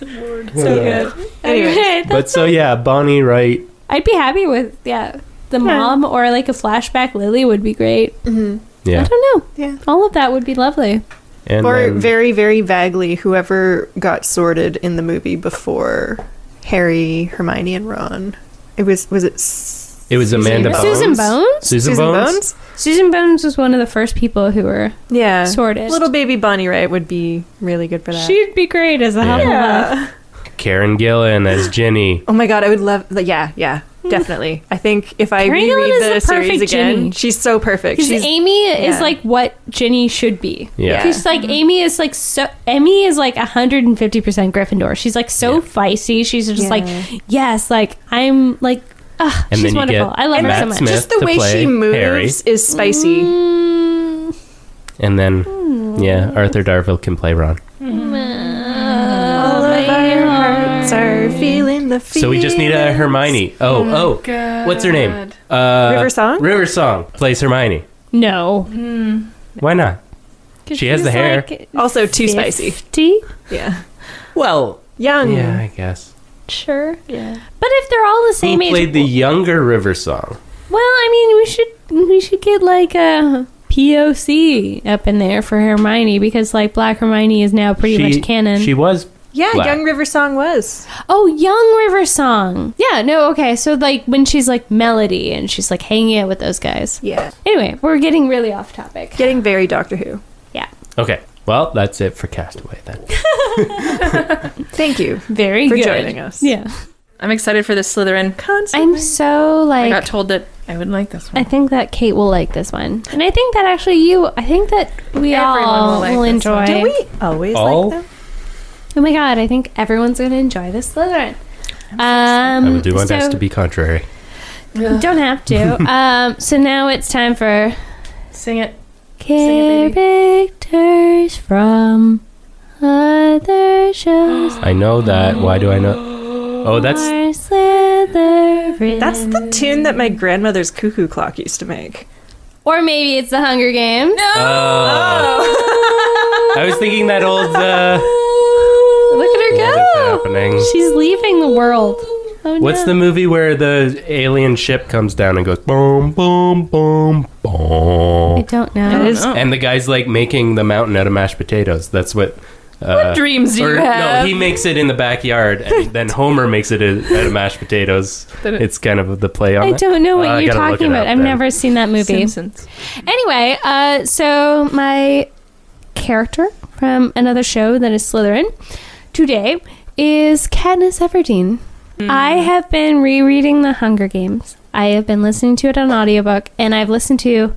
Speaker 5: so good.
Speaker 4: Anyway.
Speaker 5: Anyway, that-
Speaker 6: But so yeah, Bonnie Wright.
Speaker 5: I'd be happy with yeah. The mom or like a flashback Lily would be great. I
Speaker 6: Yeah,
Speaker 5: don't know.
Speaker 4: Yeah.
Speaker 5: All of that would be lovely.
Speaker 6: and
Speaker 4: Or
Speaker 6: then-
Speaker 4: very, very vaguely, whoever got sorted in the movie before Harry, Hermione, and Ron. It was was it S-
Speaker 6: it was Amanda Bones.
Speaker 5: Susan Bones?
Speaker 6: Susan,
Speaker 4: Susan
Speaker 6: Bones.
Speaker 4: Bones?
Speaker 5: Susan Bones was one of the first people who were
Speaker 4: Yeah,
Speaker 5: Sorted.
Speaker 4: Little baby Bonnie Wright would be really good for that.
Speaker 5: She'd be great as a
Speaker 6: Yeah.
Speaker 5: Hufflepuff.
Speaker 4: yeah.
Speaker 6: Karen Gillan as Ginny.
Speaker 4: Oh my god, I would love. Like, yeah, yeah. Definitely. I think if I
Speaker 5: Carrie Gilliam Hmm. is
Speaker 4: reread the
Speaker 5: the perfect
Speaker 4: series again,
Speaker 5: Ginny.
Speaker 4: she's so perfect.
Speaker 5: Because
Speaker 4: She's
Speaker 5: Amy is
Speaker 4: yeah.
Speaker 5: like what Ginny should be.
Speaker 6: Yeah.
Speaker 5: She's like Amy is like so Amy is like 150% Gryffindor. She's like so feisty. She's just
Speaker 4: Yeah.
Speaker 5: like, yes, like I'm like ugh,
Speaker 6: And
Speaker 5: she's
Speaker 6: then you
Speaker 5: wonderful.
Speaker 6: get
Speaker 5: I love
Speaker 6: Matt
Speaker 5: her so much.
Speaker 6: Smith.
Speaker 4: just the
Speaker 6: to
Speaker 4: way
Speaker 6: play
Speaker 4: she moves
Speaker 6: Harry.
Speaker 4: is spicy.
Speaker 5: Mm,
Speaker 6: And
Speaker 5: Hmm.
Speaker 6: then, yeah, Arthur Darvill can play Ron.
Speaker 4: All of our
Speaker 5: Mm.
Speaker 4: hearts are feeling the feeling.
Speaker 6: So we just need a Hermione. Oh, oh.
Speaker 2: God.
Speaker 6: What's her name? Uh,
Speaker 4: River Song?
Speaker 6: River Song plays Hermione.
Speaker 5: no.
Speaker 6: Why not? She has the hair.
Speaker 4: Also too spicy.
Speaker 5: Tea?
Speaker 4: Yeah.
Speaker 6: Well,
Speaker 4: Young.
Speaker 6: yeah, I guess.
Speaker 5: Sure. Yeah. But if they're all the
Speaker 6: Who
Speaker 5: same age,
Speaker 6: played the younger River Song?
Speaker 5: well, I mean, we should we should get like a POC up in there for Hermione because like Black Hermione is now pretty
Speaker 6: she,
Speaker 5: much canon.
Speaker 6: She was.
Speaker 4: Yeah,
Speaker 6: Black.
Speaker 4: Young River Song was.
Speaker 5: Oh, Young River Song. Yeah, no, okay. So, like, when she's like Melody and she's like hanging out with those guys.
Speaker 4: Yeah.
Speaker 5: Anyway, we're getting really off topic.
Speaker 4: Getting very Doctor Who.
Speaker 5: Yeah.
Speaker 6: Okay. Well, that's it for Castaway then.
Speaker 4: Thank you.
Speaker 5: Very
Speaker 4: For
Speaker 5: good.
Speaker 4: joining us.
Speaker 5: Yeah.
Speaker 2: I'm excited for this Slytherin. Constant.
Speaker 5: I'm so
Speaker 2: I
Speaker 5: like. I,
Speaker 2: got told that I wouldn't like this one.
Speaker 5: think that Kate will like this one. And I think that actually you, I think that we
Speaker 2: Everyone
Speaker 5: all will,
Speaker 2: will like this
Speaker 5: enjoy.
Speaker 4: Do we always
Speaker 6: All-
Speaker 4: like them?
Speaker 5: Oh my god, I think everyone's going to enjoy this Slytherin. Um,
Speaker 6: I will do my best
Speaker 5: so-
Speaker 6: to be contrary.
Speaker 5: Don't have to. um, so now it's time for
Speaker 2: Sing it. Sing it,
Speaker 5: characters from other shows.
Speaker 6: I know that. Why do I know? Oh, that's
Speaker 5: are Slytherin.
Speaker 4: That's the tune that my grandmother's cuckoo clock used to make.
Speaker 5: or maybe it's the Hunger Games.
Speaker 6: Oh. I was thinking that old. Uh,
Speaker 5: Look at her
Speaker 6: What
Speaker 5: go.
Speaker 6: is happening?
Speaker 5: She's leaving the world. Oh,
Speaker 6: What's the
Speaker 5: no.
Speaker 6: movie where the alien ship comes down and goes boom, boom, boom,
Speaker 5: I
Speaker 6: boom,
Speaker 5: don't know.
Speaker 2: That is-
Speaker 4: Oh.
Speaker 6: and the guy's like making the mountain out of mashed potatoes. That's what. Uh,
Speaker 2: Dreams do
Speaker 6: or,
Speaker 2: you
Speaker 6: no,
Speaker 2: have?
Speaker 6: he makes it in the backyard, and then Homer makes it out of mashed potatoes.
Speaker 2: Then it-
Speaker 6: It's kind of the play on
Speaker 5: I
Speaker 6: it.
Speaker 5: don't know what
Speaker 6: Uh, I
Speaker 5: you're
Speaker 6: gotta look
Speaker 5: talking
Speaker 6: it
Speaker 5: about.
Speaker 6: up
Speaker 5: I've
Speaker 6: then.
Speaker 5: never seen that movie.
Speaker 2: Simpsons.
Speaker 5: Anyway, uh, so my character from another show that is Slytherin today is Katniss Everdeen. I have been rereading The Hunger Games. I have been listening to it on audiobook, and I've listened to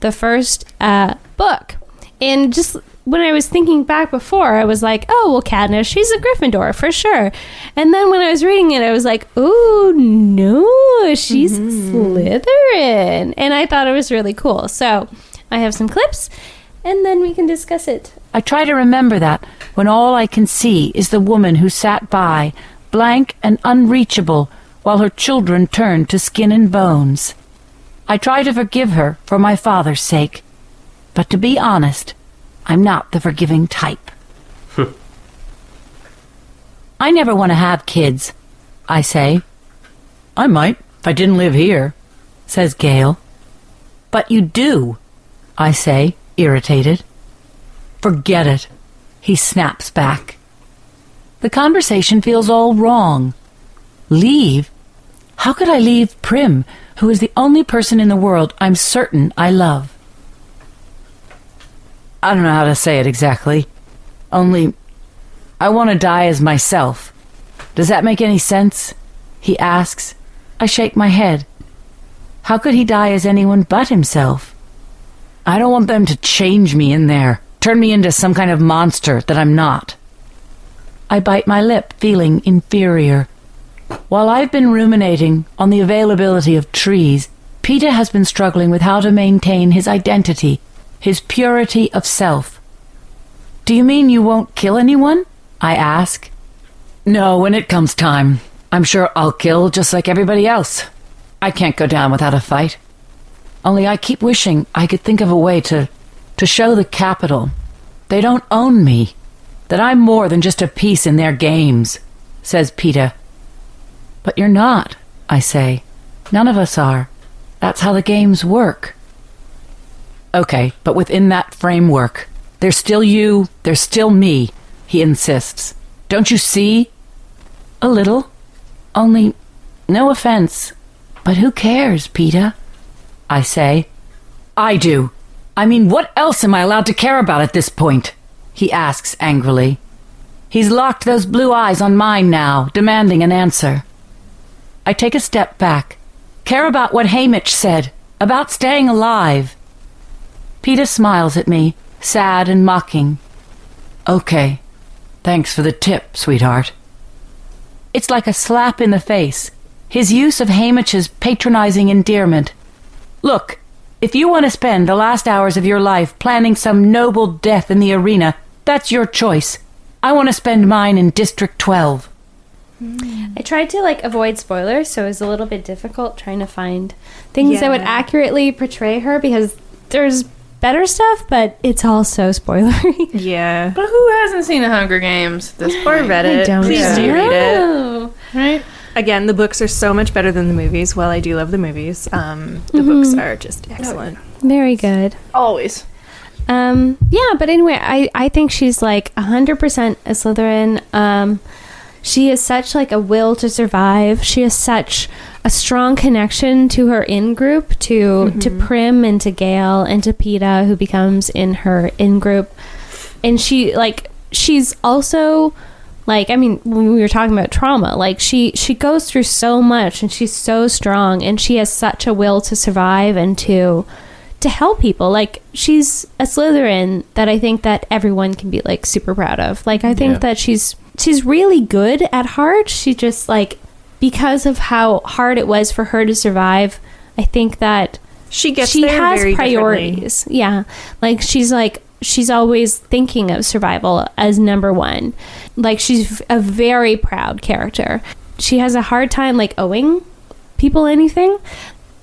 Speaker 5: the first uh, book. And just when I was thinking back before, I was like, "Oh well, Katniss, she's a Gryffindor for sure." And then when I was reading it, I was like, "Oh no, she's Slytherin," and I thought it was really cool. So I have some clips, and then we can discuss it.
Speaker 3: I try to remember that when all I can see is the woman who sat by, blank and unreachable, while her children turned to skin and bones. I try to forgive her for my father's sake. But to be honest, I'm not the forgiving type. I never want to have kids, I say. I might, if I didn't live here, says Gail. But you do, I say, irritated. Forget it, he snaps back. The conversation feels all wrong. Leave? How could I leave Prim, who is the only person in the world I'm certain I love? I don't know how to say it exactly. Only, I want to die as myself. Does that make any sense? He asks. I shake my head. How could he die as anyone but himself? I don't want them to change me in there, turn me into some kind of monster that I'm not. I bite my lip, feeling inferior. While I've been ruminating on the availability of trees, Peter has been struggling with how to maintain his identity, his purity of self. Do you mean you won't kill anyone? I ask. No, when it comes time, I'm sure I'll kill just like everybody else. I can't go down without a fight. Only I keep wishing I could think of a way to to show the capital they don't own me, that I'm more than just a piece in their games, says Peter. But you're not, I say. None of us are. That's how the games work. Okay, but within that framework, there's still you, there's still me, he insists. Don't you see? A little. Only, no offense, but who cares, Peter? I say. I do. I mean, what else am I allowed to care about at this point? He asks angrily. He's locked those blue eyes on mine now, demanding an answer. I take a step back. Care about what Hamish said about staying alive. Peter smiles at me, sad and mocking. Okay. Thanks for the tip, sweetheart. It's like a slap in the face. His use of Hamish's patronizing endearment. Look, if you want to spend the last hours of your life planning some noble death in the arena, that's your choice. I want to spend mine in District 12.
Speaker 5: I tried to like avoid spoilers, so it was a little bit difficult trying to find things that would
Speaker 4: Yeah.
Speaker 5: accurately portray her because there's better stuff, but it's all so spoilery.
Speaker 4: Yeah.
Speaker 2: But who hasn't seen The Hunger Games at this
Speaker 4: Or
Speaker 2: point?
Speaker 4: read it. Please do read it.
Speaker 2: Right?
Speaker 4: Again, the books are so much better than the movies. While I do love the movies, um, the books are just excellent.
Speaker 5: Very good.
Speaker 2: Always.
Speaker 5: Um, yeah, but anyway, I, I think she's like 100% a Slytherin. Um, she is such like a will to survive. She has such a strong connection to her in group, to to Prim and to Gale and to Peta, who becomes in her in group. And she like she's also like I mean when we were talking about trauma, like she she goes through so much and she's so strong and she has such a will to survive and to to help people. Like she's a Slytherin that I think that everyone can be like super proud of. Like I think
Speaker 6: Yeah.
Speaker 5: that she's she's really good at heart. She just like because of how hard it was for her to survive, I think that
Speaker 4: She gets
Speaker 5: she
Speaker 4: there
Speaker 5: has
Speaker 4: very differently.
Speaker 5: priorities. Yeah. Like she's like she's always thinking of survival as number 1. Like she's a very proud character. She has a hard time like owing people anything.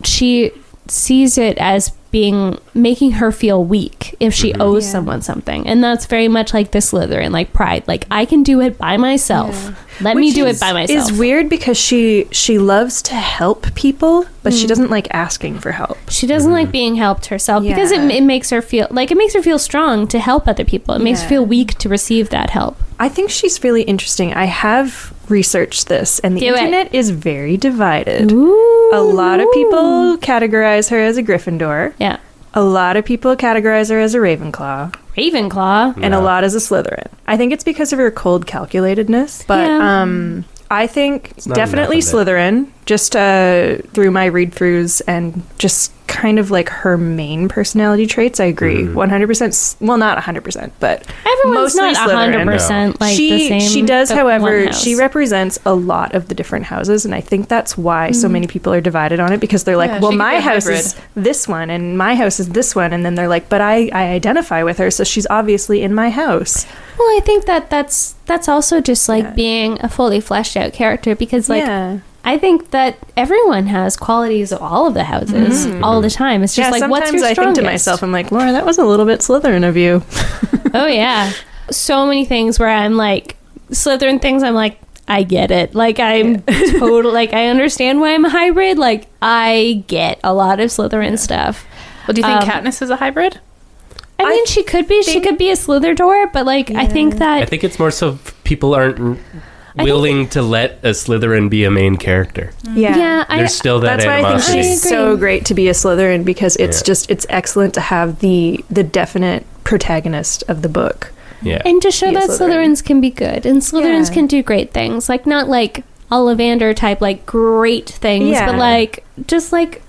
Speaker 5: She sees it as being making her feel weak if she owes someone something. And that's very much like the Slytherin like pride. Like I can do it by myself. Let me
Speaker 4: Which
Speaker 5: do
Speaker 4: is-
Speaker 5: it by myself.
Speaker 4: Is weird because she she loves to help people, but
Speaker 2: Hmm.
Speaker 4: she doesn't like asking for help.
Speaker 5: She doesn't like being helped herself because it,
Speaker 4: Yeah.
Speaker 5: it makes her feel like it makes her feel strong to help other people. It makes her
Speaker 4: Yeah.
Speaker 5: feel weak to receive that help.
Speaker 4: I think she's really interesting. I have researched this, and the
Speaker 5: Do it.
Speaker 4: internet is very divided.
Speaker 5: Ooh,
Speaker 4: A lot of people categorize her as a Gryffindor.
Speaker 5: Yeah,
Speaker 4: A lot of people categorize her as a Ravenclaw,
Speaker 5: Ravenclaw.
Speaker 4: and
Speaker 6: Yeah.
Speaker 4: a lot as a Slytherin. I think it's because of her cold calculatedness, but
Speaker 5: Yeah.
Speaker 4: um, I think
Speaker 6: not
Speaker 4: definitely
Speaker 6: enough of
Speaker 4: Slytherin. Just uh, through my read-throughs and just kind of like her main personality traits, I agree,
Speaker 6: Mm.
Speaker 4: one hundred percent. Well, not one hundred percent, but
Speaker 5: Everyone's
Speaker 4: mostly
Speaker 5: not
Speaker 4: Slytherin.
Speaker 5: hundred percent like
Speaker 4: she
Speaker 5: the same.
Speaker 4: she does,
Speaker 5: but one
Speaker 4: however,
Speaker 5: house.
Speaker 4: she represents a lot of the different houses, and I think that's why so
Speaker 5: Mm-hmm.
Speaker 4: many people are divided on it because they're like,
Speaker 2: Yeah,
Speaker 4: well,
Speaker 2: she could be
Speaker 4: my
Speaker 2: a
Speaker 4: house
Speaker 2: hybrid.
Speaker 4: is this one, and my house is this one, and then they're like, but I I identify with her, so she's obviously in my house.
Speaker 5: well, I think that that's that's also just like
Speaker 4: Yeah.
Speaker 5: being a fully fleshed out character because like
Speaker 4: yeah,
Speaker 5: I think that everyone has qualities of all of the houses all the time. It's just
Speaker 4: Mm-hmm. yeah.
Speaker 5: like what's
Speaker 4: sometimes
Speaker 5: your
Speaker 4: I think to
Speaker 5: strongest?
Speaker 4: myself, I'm like, Laura, that was a little bit Slytherin of you.
Speaker 5: Oh yeah. So many things where I'm like Slytherin things I'm like I get it. Like I'm total like I understand why I'm a hybrid. Like I get a lot of Slytherin stuff.
Speaker 2: Well, do you think
Speaker 5: Um,
Speaker 2: Katniss is a hybrid?
Speaker 5: I,
Speaker 4: I
Speaker 5: mean she could be she
Speaker 4: think-
Speaker 5: could be a Slytherin, but like I think that
Speaker 6: I think it's more so people aren't r-
Speaker 5: think-
Speaker 6: willing to let a Slytherin be a main character.
Speaker 5: Mm-hmm. yeah, I
Speaker 6: There's still that
Speaker 4: That's why I
Speaker 6: animosity.
Speaker 4: think she's
Speaker 5: I agree.
Speaker 4: so great to be a Slytherin because it's
Speaker 6: Yeah.
Speaker 4: just it's excellent to have the the definite protagonist of the book.
Speaker 6: yeah.
Speaker 5: and to show
Speaker 4: be a
Speaker 5: that
Speaker 4: Slytherin.
Speaker 5: Slytherins can be good and Slytherins
Speaker 4: Yeah.
Speaker 5: can do great things. Like not like Ollivander type like great things,
Speaker 4: Yeah.
Speaker 5: but like just like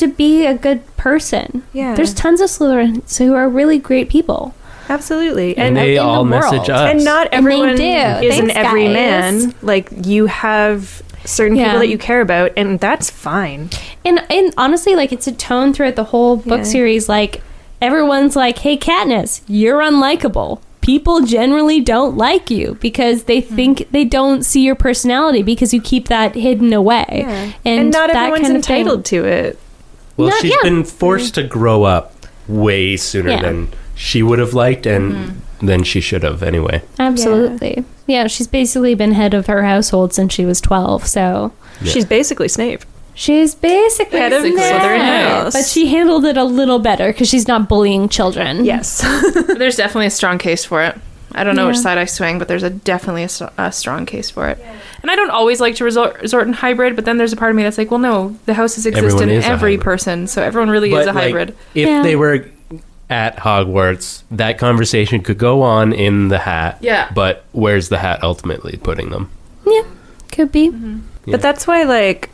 Speaker 5: to be a good person.
Speaker 4: Yeah.
Speaker 5: There's tons of Slytherins who are really great people.
Speaker 4: Absolutely.
Speaker 6: And they
Speaker 5: in the
Speaker 6: all message
Speaker 5: world.
Speaker 6: us.
Speaker 4: and not
Speaker 5: And they
Speaker 4: everyone
Speaker 5: do.
Speaker 4: is an
Speaker 5: Thanks,
Speaker 4: everyman.
Speaker 5: guys.
Speaker 4: Like you have certain
Speaker 5: Yeah.
Speaker 4: people that you care about, and that's fine.
Speaker 5: And and honestly, like it's a tone throughout the whole book
Speaker 4: Yeah.
Speaker 5: series. Like everyone's like, "Hey, Katniss, you're unlikable. People generally don't like you because they
Speaker 4: Hmm.
Speaker 5: think they don't see your personality because you keep that hidden away.
Speaker 4: And, not
Speaker 5: that
Speaker 4: everyone's
Speaker 5: kind of thing.
Speaker 4: entitled to it.
Speaker 6: Well,
Speaker 5: Not-
Speaker 6: she's
Speaker 5: yeah.
Speaker 6: been forced to grow up way sooner
Speaker 5: Yeah.
Speaker 6: than she would have liked and than she should have anyway.
Speaker 5: Absolutely. Yeah. she's basically been head of her household since she was twelve. So
Speaker 6: Yeah.
Speaker 4: She's basically Snape.
Speaker 5: she's basically
Speaker 4: Head of
Speaker 5: Snape,
Speaker 4: Slytherin house.
Speaker 5: but she handled it a little better because she's not bullying children.
Speaker 4: Yes.
Speaker 2: There's definitely a strong case for it. I don't know which
Speaker 5: Yeah.
Speaker 2: side I swing, but there's a definitely a, st- a strong case for it. And I don't always like to resort, resort in hybrid, but then there's a part of me that's like, well, no, the houses exist
Speaker 6: Everyone
Speaker 2: in
Speaker 6: is a
Speaker 2: every
Speaker 6: hybrid.
Speaker 2: person, so everyone really is a
Speaker 6: like,
Speaker 2: hybrid.
Speaker 6: if
Speaker 5: Yeah.
Speaker 6: they were at Hogwarts, that conversation could go on in the hat.
Speaker 2: Yeah.
Speaker 6: But where's the hat ultimately putting them?
Speaker 5: yeah, could be.
Speaker 4: Mm-hmm.
Speaker 6: Yeah.
Speaker 4: But that's why, like,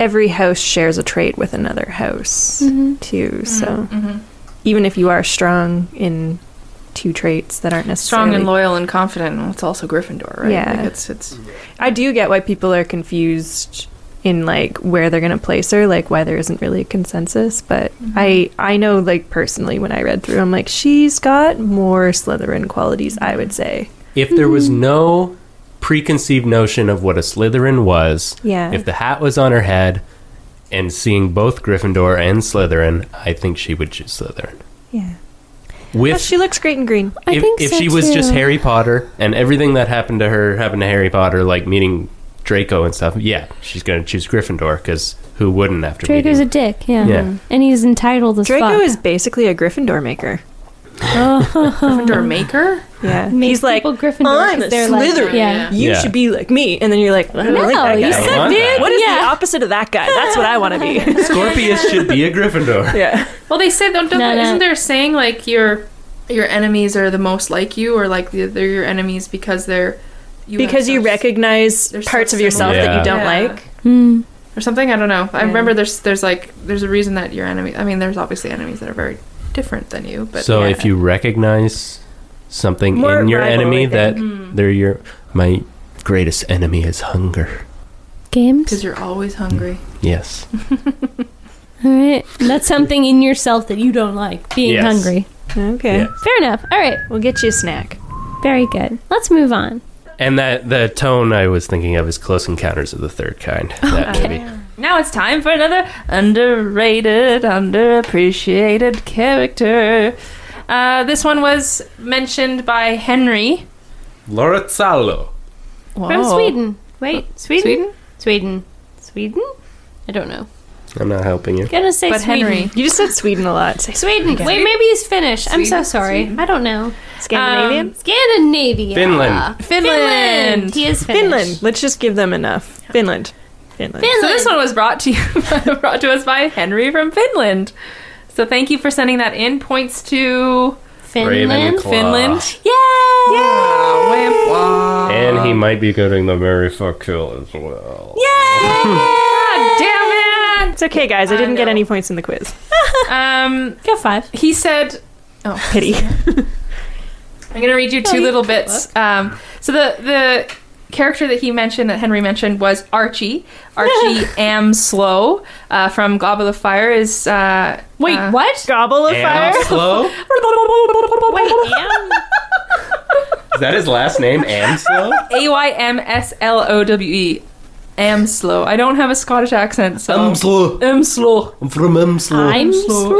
Speaker 4: every house shares a trait with another house
Speaker 5: Mm-hmm.
Speaker 4: too. So even if you are strong in two traits that aren't necessarily
Speaker 2: Strong and loyal and confident. Well, it's also Gryffindor, right?
Speaker 4: Yeah.
Speaker 2: Like it's it's
Speaker 4: I do get why people are confused in like where they're going to place her, like why there isn't really a consensus, but I I know like personally when I read through I'm like she's got more Slytherin qualities, I would say.
Speaker 6: If there was no preconceived notion of what a Slytherin was,
Speaker 4: Yeah.
Speaker 6: if the hat was on her head, and seeing both Gryffindor and Slytherin, I think she would choose Slytherin.
Speaker 4: Yeah.
Speaker 6: With
Speaker 4: she looks great in green.
Speaker 5: I
Speaker 6: if,
Speaker 5: think
Speaker 6: if
Speaker 5: so,
Speaker 6: she was just
Speaker 5: too.
Speaker 6: Harry Potter and everything that happened to her happened to Harry Potter, like meeting Draco and stuff, yeah, she's going to choose Gryffindor because who wouldn't after
Speaker 5: Draco's a
Speaker 6: meeting?
Speaker 5: dick, yeah.
Speaker 6: Yeah.
Speaker 5: And he's entitled as
Speaker 4: Draco
Speaker 5: fuck.
Speaker 4: is basically a Gryffindor maker.
Speaker 2: Gryffindor maker.
Speaker 4: Yeah.
Speaker 5: Makes
Speaker 4: He's like
Speaker 5: people Gryffindor 'cause they're like- yeah.
Speaker 4: You
Speaker 6: Yeah.
Speaker 4: should be like me. And then you're like, I don't
Speaker 5: No,
Speaker 4: like that
Speaker 5: you
Speaker 4: guy.
Speaker 6: suck, I
Speaker 5: suck,
Speaker 6: want
Speaker 5: dude.
Speaker 6: dude.
Speaker 4: What is the
Speaker 5: yeah.
Speaker 4: opposite of that guy? That's what I want to be.
Speaker 6: Scorpius should be a Gryffindor.
Speaker 4: yeah.
Speaker 2: Well, they said don't, don't
Speaker 5: No, no.
Speaker 2: isn't there a saying like your your enemies are the most like you, or like the, they're your enemies because they're you have
Speaker 4: Because you
Speaker 2: such-
Speaker 4: recognize
Speaker 2: they're so
Speaker 4: parts of yourself
Speaker 6: similar.
Speaker 4: that you
Speaker 6: Yeah.
Speaker 4: don't
Speaker 2: Yeah.
Speaker 4: like.
Speaker 2: or something. I don't know. I remember there's there's like there's a reason that your enemy. I mean, there's obviously enemies that are very different than you, but
Speaker 6: so
Speaker 2: yeah.
Speaker 6: if you recognize something
Speaker 4: More
Speaker 6: in your
Speaker 4: rivalry
Speaker 6: enemy
Speaker 4: thing.
Speaker 6: that they're your my greatest enemy is hunger.
Speaker 2: because
Speaker 5: Games.
Speaker 2: you're always hungry.
Speaker 6: Yes.
Speaker 5: All right. That's something in yourself that you don't like, being
Speaker 6: Yes.
Speaker 5: hungry.
Speaker 4: Okay.
Speaker 6: Yeah.
Speaker 5: Fair enough. All right.
Speaker 4: We'll get you a snack.
Speaker 5: Very good. Let's move on.
Speaker 6: And that the tone I was thinking of is Close Encounters of the Third Kind. That movie.
Speaker 2: Now it's time for another underrated, underappreciated character. Uh, this one was mentioned by Henry
Speaker 6: Loretzalo.
Speaker 5: From
Speaker 2: Whoa.
Speaker 5: Sweden. Wait, Sweden?
Speaker 2: Sweden?
Speaker 5: Sweden. Sweden? I don't know.
Speaker 6: I'm not helping you.
Speaker 5: Gonna say
Speaker 2: but
Speaker 5: Sweden.
Speaker 2: Henry.
Speaker 4: You just said Sweden a lot. Say
Speaker 5: Sweden. Wait, maybe he's Finnish. I'm so
Speaker 2: Sweden?
Speaker 5: sorry. I don't know.
Speaker 4: Scandinavian?
Speaker 5: Um, Scandinavia.
Speaker 6: Finland.
Speaker 5: Finland. He is Finnish.
Speaker 4: Finland. Let's just give them enough. Finland. Finland.
Speaker 5: Finland.
Speaker 2: So this one was brought to you brought to us by Henry from Finland. So thank you for sending that in. Points to
Speaker 5: Finland.
Speaker 6: Ravenclaw.
Speaker 2: Finland.
Speaker 5: Yay!
Speaker 2: Uh,
Speaker 6: And he might be going to Mary Fuck Kill as well.
Speaker 2: Damn it!
Speaker 4: It's okay, guys. I didn't
Speaker 2: I
Speaker 4: get
Speaker 2: know.
Speaker 4: any points in the quiz.
Speaker 2: Um,
Speaker 5: Go five.
Speaker 2: he said oh,
Speaker 4: Pity.
Speaker 2: I'm going to read you two little bits. Um, so the the character that he mentioned, that Henry mentioned, was Archie. Archie Amslow uh, from Goblet of Fire is. Uh,
Speaker 5: Wait,
Speaker 2: uh,
Speaker 5: what?
Speaker 4: Gobble of
Speaker 6: Am
Speaker 4: fire.
Speaker 6: Slow?
Speaker 5: Wait, am?
Speaker 6: Is that his last name? Am Slow?
Speaker 2: A Y M S L O W E. Amslow. I don't have a Scottish accent, so.
Speaker 6: Slow.
Speaker 2: Amslow.
Speaker 6: Um, I'm from Am Slow.
Speaker 5: I'm slow.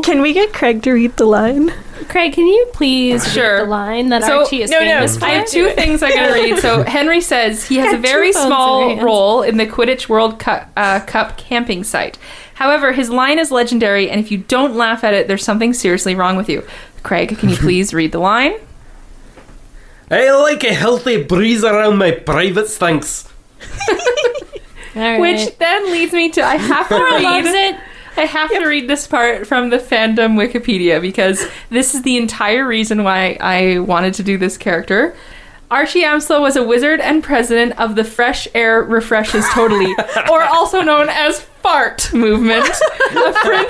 Speaker 2: Amslow.
Speaker 4: Can we get Craig to read the line?
Speaker 5: Craig, can you please read
Speaker 2: Sure.
Speaker 5: the line that
Speaker 2: So-
Speaker 5: Archie is
Speaker 2: no, no,
Speaker 5: famous for?
Speaker 2: I have two things I gotta read. So Henry says he has a
Speaker 5: Got two
Speaker 2: very
Speaker 5: phones in her
Speaker 2: small
Speaker 5: hands.
Speaker 2: role in the Quidditch World Cup, uh, Cup camping site. However, his line is legendary, and if you don't laugh at it, there's something seriously wrong with you. Craig, can you please read the line?
Speaker 6: I like a healthy breeze around my privates, thanks.
Speaker 5: All right.
Speaker 2: Which then leads me to I have to
Speaker 5: loves
Speaker 2: read.
Speaker 5: it.
Speaker 2: I have to read this part from the fandom Wikipedia because this is the entire reason why I wanted to do this character. Archie Amslow was a wizard and president of the Fresh Air Refreshes Totally, or also known as FART movement, a, frin-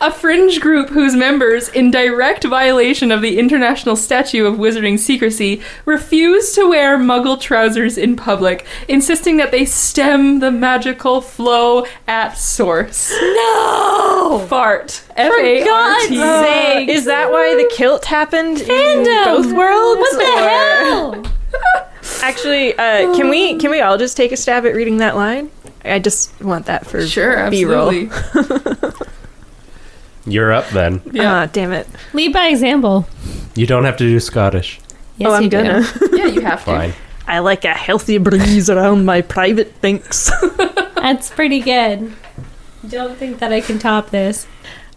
Speaker 2: a fringe group whose members, in direct violation of the international statute of wizarding secrecy, refuse to wear muggle trousers in public, insisting that they stem the magical flow at source.
Speaker 5: No!
Speaker 2: Fart. F A R
Speaker 5: God's
Speaker 2: T.
Speaker 5: sake!
Speaker 4: Uh, Is that why the kilt happened in
Speaker 5: Fandom.
Speaker 4: both worlds?
Speaker 5: What the
Speaker 4: or-
Speaker 5: hell?
Speaker 4: Actually, uh, can we can we all just take a stab at reading that line? I just want that for
Speaker 2: Sure,
Speaker 4: B-roll.
Speaker 2: absolutely.
Speaker 6: You're up then.
Speaker 2: Yeah.
Speaker 4: Ah, damn it.
Speaker 5: Lead by example.
Speaker 6: You don't have to do Scottish.
Speaker 5: Yes,
Speaker 4: oh, I'm
Speaker 5: you do.
Speaker 4: gonna.
Speaker 2: yeah, you have to.
Speaker 6: Fine.
Speaker 4: I like a healthy breeze around my private thinks.
Speaker 5: That's pretty good. Don't think that I can top this.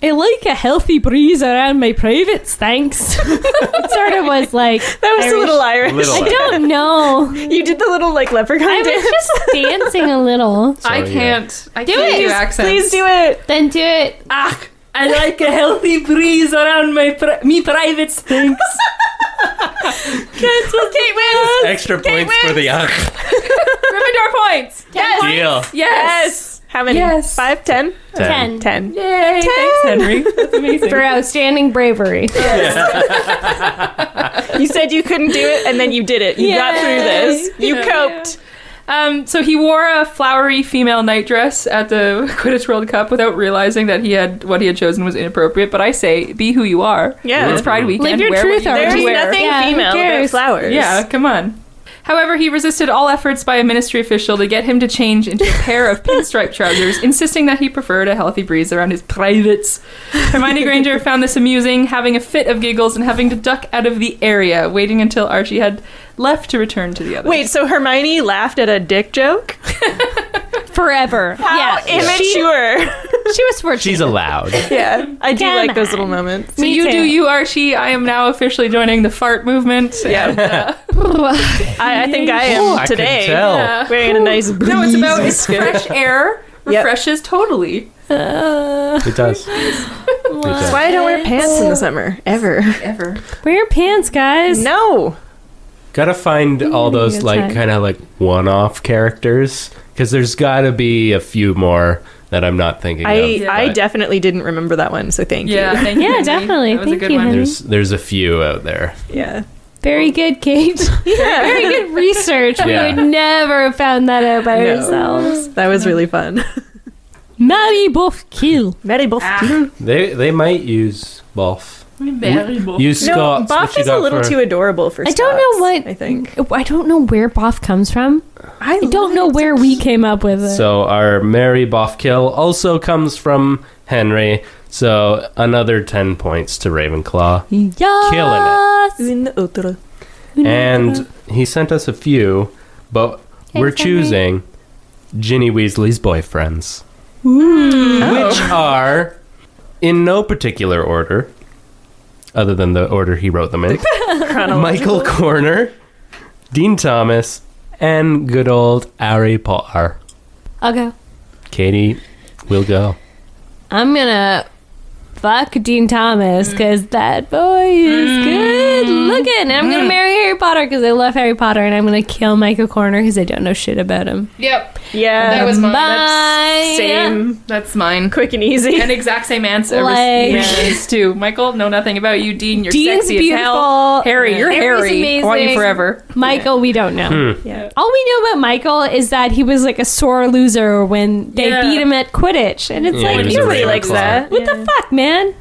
Speaker 5: I like a healthy breeze around my privates, thanks. it sort of was like
Speaker 4: That was a
Speaker 5: Irish.
Speaker 4: little Irish.
Speaker 6: Little.
Speaker 5: I don't know.
Speaker 4: You did the little like leprechaun
Speaker 5: I
Speaker 4: dance.
Speaker 5: was just dancing a little.
Speaker 6: So,
Speaker 2: I
Speaker 6: yeah.
Speaker 2: can't. I
Speaker 4: Do
Speaker 2: can't
Speaker 4: it.
Speaker 2: do
Speaker 4: Just-
Speaker 2: accents.
Speaker 4: Please do it.
Speaker 5: Then do it.
Speaker 2: Ah, I like a healthy breeze around my pri- me private stinks. That's what Kate wins.
Speaker 6: Extra points for the
Speaker 2: Gryffindor points. Yes.
Speaker 6: Deal.
Speaker 2: Yes.
Speaker 4: How many?
Speaker 1: Yes.
Speaker 4: Five, ten?
Speaker 5: Ten.
Speaker 4: Ten.
Speaker 5: Yay!
Speaker 4: Thanks, Henry. That's amazing.
Speaker 5: For outstanding bravery.
Speaker 4: you said you couldn't do it, and then you did it. You got through this. You coped.
Speaker 1: Um, so he wore a flowery female nightdress at the Quidditch World Cup without realizing that he had what he had chosen was inappropriate. But I say, be who you are.
Speaker 4: Yeah.
Speaker 1: it's Pride Weekend.
Speaker 5: Live your
Speaker 1: Wear
Speaker 5: truth,
Speaker 1: what you
Speaker 5: Archie.
Speaker 1: want to
Speaker 4: There's
Speaker 1: wear.
Speaker 4: nothing
Speaker 5: Yeah, who
Speaker 4: female but
Speaker 5: cares?
Speaker 4: flowers.
Speaker 1: Yeah, come on. However, he resisted all efforts by a ministry official to get him to change into a pair of pinstripe trousers, insisting that he preferred a healthy breeze around his privates. Hermione Granger found this amusing, having a fit of giggles and having to duck out of the area, waiting until Archie had left to return to the others.
Speaker 4: Wait, so Hermione laughed at a dick joke?
Speaker 5: Forever.
Speaker 4: How
Speaker 5: yeah.
Speaker 4: immature.
Speaker 5: She was fortunate.
Speaker 7: She's allowed.
Speaker 4: yeah, I do
Speaker 5: Come
Speaker 4: like those little
Speaker 5: on.
Speaker 4: moments.
Speaker 1: So
Speaker 5: Me
Speaker 1: you
Speaker 5: too.
Speaker 1: do you, Archie. I am now officially joining the fart movement.
Speaker 4: Yeah, I, I think I
Speaker 7: Oh,
Speaker 4: am
Speaker 7: I could
Speaker 4: today.
Speaker 7: tell.
Speaker 1: Yeah.
Speaker 4: Wearing a nice breeze.
Speaker 1: No, it's about it's fresh air
Speaker 4: Yep.
Speaker 1: refreshes totally.
Speaker 5: Uh,
Speaker 7: It does.
Speaker 4: That's why I don't wear pants in the summer ever.
Speaker 1: Ever.
Speaker 5: wear your pants, guys.
Speaker 4: No,
Speaker 6: Gotta find all those
Speaker 5: good
Speaker 6: like
Speaker 5: time.
Speaker 6: kind of like one-off characters because there's gotta be a few more that I'm not thinking
Speaker 4: I
Speaker 6: of.
Speaker 4: I
Speaker 6: but
Speaker 4: definitely didn't remember that one. So thank
Speaker 1: Yeah, thank you.
Speaker 5: Yeah,
Speaker 1: Amy.
Speaker 5: definitely.
Speaker 1: That was a
Speaker 5: Thank
Speaker 1: good
Speaker 5: you,
Speaker 1: one.
Speaker 5: honey.
Speaker 6: there's there's a few out there.
Speaker 4: you. Yeah,
Speaker 5: Very good, Kate. Very good research.
Speaker 6: Yeah.
Speaker 5: We would never have found that out by
Speaker 4: No.
Speaker 5: ourselves.
Speaker 4: that was really fun.
Speaker 5: Maddie Buff Kill.
Speaker 4: Maddie Buff.
Speaker 6: They they might use Bolf.
Speaker 1: Unbearable.
Speaker 6: Use
Speaker 4: No,
Speaker 6: Scots.
Speaker 4: Buff
Speaker 6: what you
Speaker 4: is a
Speaker 6: got
Speaker 4: little
Speaker 6: for-
Speaker 4: too adorable for.
Speaker 5: I don't
Speaker 4: Scots,
Speaker 5: know what
Speaker 4: I think.
Speaker 5: I don't know where Boff comes from.
Speaker 4: I
Speaker 1: Oh,
Speaker 5: I don't know where we came up with it.
Speaker 6: So our Mary Bofkill also comes from Henry. So another ten points to Ravenclaw.
Speaker 5: yes.
Speaker 6: Killing
Speaker 4: In the otro.
Speaker 6: And he sent us a few, but we're
Speaker 5: Henry.
Speaker 6: choosing Ginny Weasley's boyfriends,
Speaker 5: Hmm.
Speaker 4: Oh.
Speaker 6: which are in no particular order, other than the order he wrote them in. Michael Corner, Dean Thomas, and good old Harry Potter.
Speaker 5: I'll go.
Speaker 6: Katie will go.
Speaker 5: I'm gonna fuck Dean Thomas
Speaker 1: Mm.
Speaker 5: because that boy is good looking. And I'm
Speaker 1: Mm.
Speaker 5: gonna marry Harry Potter because I love Harry Potter, and I'm gonna kill Michael Corner because I don't know shit about him.
Speaker 1: Yep,
Speaker 4: Yeah,
Speaker 1: That was mine.
Speaker 5: Um, Bye.
Speaker 4: same,
Speaker 1: that's mine.
Speaker 4: quick and easy.
Speaker 1: An exact same answer
Speaker 5: Like-
Speaker 1: every is too. Michael, know nothing about you. Dean, you're
Speaker 5: Dean's
Speaker 1: sexy as
Speaker 5: beautiful.
Speaker 1: hell. Harry, you're
Speaker 5: Harry's
Speaker 1: hairy. I want you
Speaker 5: amazing.
Speaker 1: forever.
Speaker 5: Michael, we don't know.
Speaker 6: Hmm.
Speaker 4: yeah.
Speaker 5: All we know about Michael is that he was like a sore loser when they
Speaker 1: Yeah.
Speaker 5: beat him at Quidditch, and it's
Speaker 6: Yeah, he
Speaker 5: like
Speaker 6: was a
Speaker 5: nobody
Speaker 6: Ravenclaw.
Speaker 5: likes that. What the fuck, man?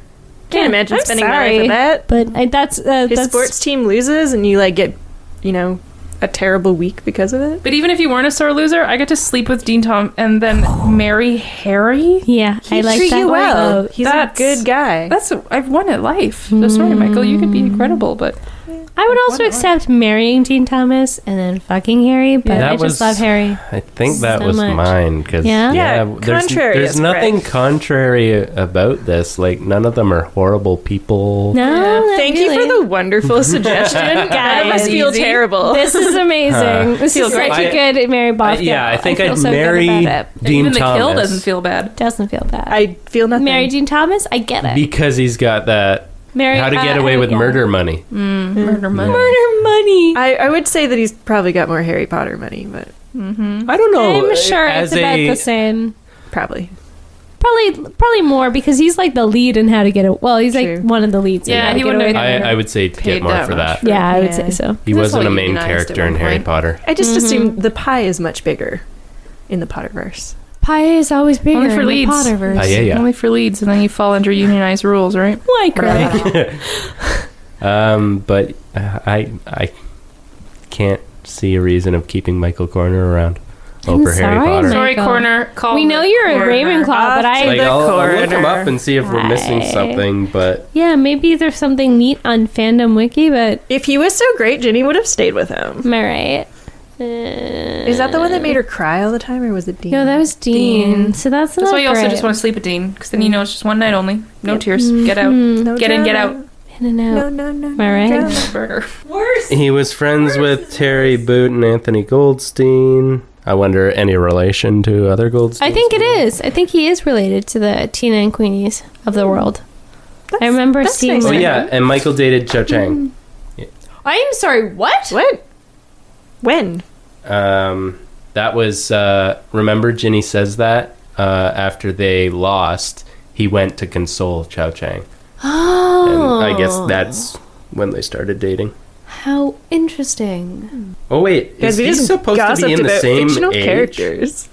Speaker 4: Can't imagine
Speaker 5: I'm
Speaker 4: spending
Speaker 5: sorry.
Speaker 4: money for that.
Speaker 5: But I, that's uh,
Speaker 4: His
Speaker 5: that's
Speaker 4: sports team loses, and you like get, you know, a terrible week because of it.
Speaker 1: But even if you weren't a sore loser, I got to sleep with Dean Tom and then marry Harry.
Speaker 5: Yeah, I like
Speaker 4: treat
Speaker 5: that.
Speaker 4: you well.
Speaker 5: Oh,
Speaker 4: He's
Speaker 1: That's-
Speaker 4: a good guy.
Speaker 1: That's I've won at life. So sorry, Michael, you could be incredible, but
Speaker 5: I would also accept marrying Dean Thomas and then fucking Harry, but
Speaker 6: That
Speaker 5: I just
Speaker 6: was-
Speaker 5: love Harry.
Speaker 6: I think that
Speaker 5: So
Speaker 6: was
Speaker 5: much.
Speaker 6: mine because
Speaker 5: Yeah?
Speaker 4: Yeah,
Speaker 6: there's,
Speaker 4: contrary
Speaker 6: there's
Speaker 4: is
Speaker 6: nothing
Speaker 4: correct.
Speaker 6: contrary about this. Like none of them are horrible people.
Speaker 5: No, not
Speaker 4: Thank
Speaker 5: really.
Speaker 4: you for the wonderful suggestion. None of us
Speaker 5: Guys.
Speaker 4: feel terrible.
Speaker 5: This is amazing. this is
Speaker 6: great.
Speaker 5: such a
Speaker 6: I-
Speaker 5: good Mary
Speaker 6: I-
Speaker 5: Boff.
Speaker 6: yeah, I think
Speaker 5: feel
Speaker 6: I'd
Speaker 5: so good
Speaker 6: marry
Speaker 5: about it.
Speaker 6: Dean
Speaker 1: even the
Speaker 6: Thomas
Speaker 1: kill doesn't feel bad.
Speaker 5: Doesn't feel bad.
Speaker 4: I feel nothing.
Speaker 5: marry Dean Thomas. I get it.
Speaker 6: because he's got that
Speaker 5: Marry
Speaker 6: how to get
Speaker 5: uh,
Speaker 6: away
Speaker 5: uh,
Speaker 6: with
Speaker 5: yeah.
Speaker 6: murder money.
Speaker 1: Murder money.
Speaker 5: Murder money.
Speaker 4: I, I would say that he's probably got more Harry Potter money, but
Speaker 6: I don't know.
Speaker 5: I'm sure
Speaker 6: Oh, as
Speaker 5: it's about
Speaker 6: a-
Speaker 5: the same.
Speaker 4: probably.
Speaker 5: Probably, probably more because he's like the lead in how to get it. Well, he's like
Speaker 4: True.
Speaker 5: one of the leads. in
Speaker 1: Yeah,
Speaker 5: How to
Speaker 1: he
Speaker 5: Get
Speaker 1: wouldn't
Speaker 5: Away
Speaker 1: have-
Speaker 5: with
Speaker 6: I,
Speaker 5: Murder.
Speaker 6: I would say get
Speaker 1: Paid
Speaker 6: more
Speaker 1: that
Speaker 6: for
Speaker 1: much.
Speaker 6: that.
Speaker 5: yeah, I would
Speaker 4: Yeah.
Speaker 5: say so.
Speaker 6: He
Speaker 1: That's
Speaker 6: wasn't
Speaker 1: what
Speaker 6: a
Speaker 1: he
Speaker 6: main
Speaker 1: realized at
Speaker 6: character in
Speaker 1: one
Speaker 6: Harry
Speaker 1: point.
Speaker 6: Potter.
Speaker 4: I just
Speaker 5: Mm-hmm.
Speaker 4: assume the pie is much bigger in the Potterverse.
Speaker 5: Pie is always bigger
Speaker 1: Only for
Speaker 5: in
Speaker 1: leads.
Speaker 5: the Potterverse.
Speaker 6: Paella. Yeah.
Speaker 1: Only for leads, and then you fall under unionized rules, right?
Speaker 5: Like her.
Speaker 6: Um, but uh, I I can't see a reason of keeping Michael Corner around over Harry
Speaker 5: sorry,
Speaker 6: Potter.
Speaker 5: Mike.
Speaker 1: Sorry,
Speaker 5: God.
Speaker 1: corner. Call
Speaker 5: We know
Speaker 1: the
Speaker 5: you're a
Speaker 1: corner.
Speaker 5: Ravenclaw, but I
Speaker 6: Like, I'll, I'll look him
Speaker 4: corner.
Speaker 6: up and see if we're missing
Speaker 5: Hi.
Speaker 6: something, but
Speaker 5: yeah, maybe there's something neat on fandom wiki, but
Speaker 4: If he was so great, Ginny would have stayed with him.
Speaker 5: am I right? Uh,
Speaker 4: Is that the one that made her cry all the time, or was it Dean?
Speaker 5: no, that was Dean. So that's
Speaker 1: That's
Speaker 5: not
Speaker 1: why you also
Speaker 5: great.
Speaker 1: just want to sleep with Dean, because then you know it's just one night only. No tears. Get out.
Speaker 4: No
Speaker 1: get in, get
Speaker 4: drama.
Speaker 1: out.
Speaker 5: in and out.
Speaker 4: Mm-hmm. No, no, no.
Speaker 5: Am I right?
Speaker 1: Burger.
Speaker 6: he was friends with Terry Boot and Anthony Goldstein. I wonder any relation to other Goldstein.
Speaker 5: I think it is. I think he is related to the Tina and Queenies of the world. I remember
Speaker 4: that's
Speaker 5: seeing.
Speaker 4: nice.
Speaker 6: Oh
Speaker 5: that.
Speaker 6: yeah, and Michael dated Cho Chang.
Speaker 5: I am sorry. What?
Speaker 4: What? When?
Speaker 5: Mm-hmm.
Speaker 6: Um, that was uh, remember Ginny says that uh, after they lost, he went to console Chao Chang. And
Speaker 5: Oh.
Speaker 6: I guess that's when they started dating.
Speaker 5: How interesting.
Speaker 6: Oh wait, is he supposed to be in the same age?
Speaker 4: characters.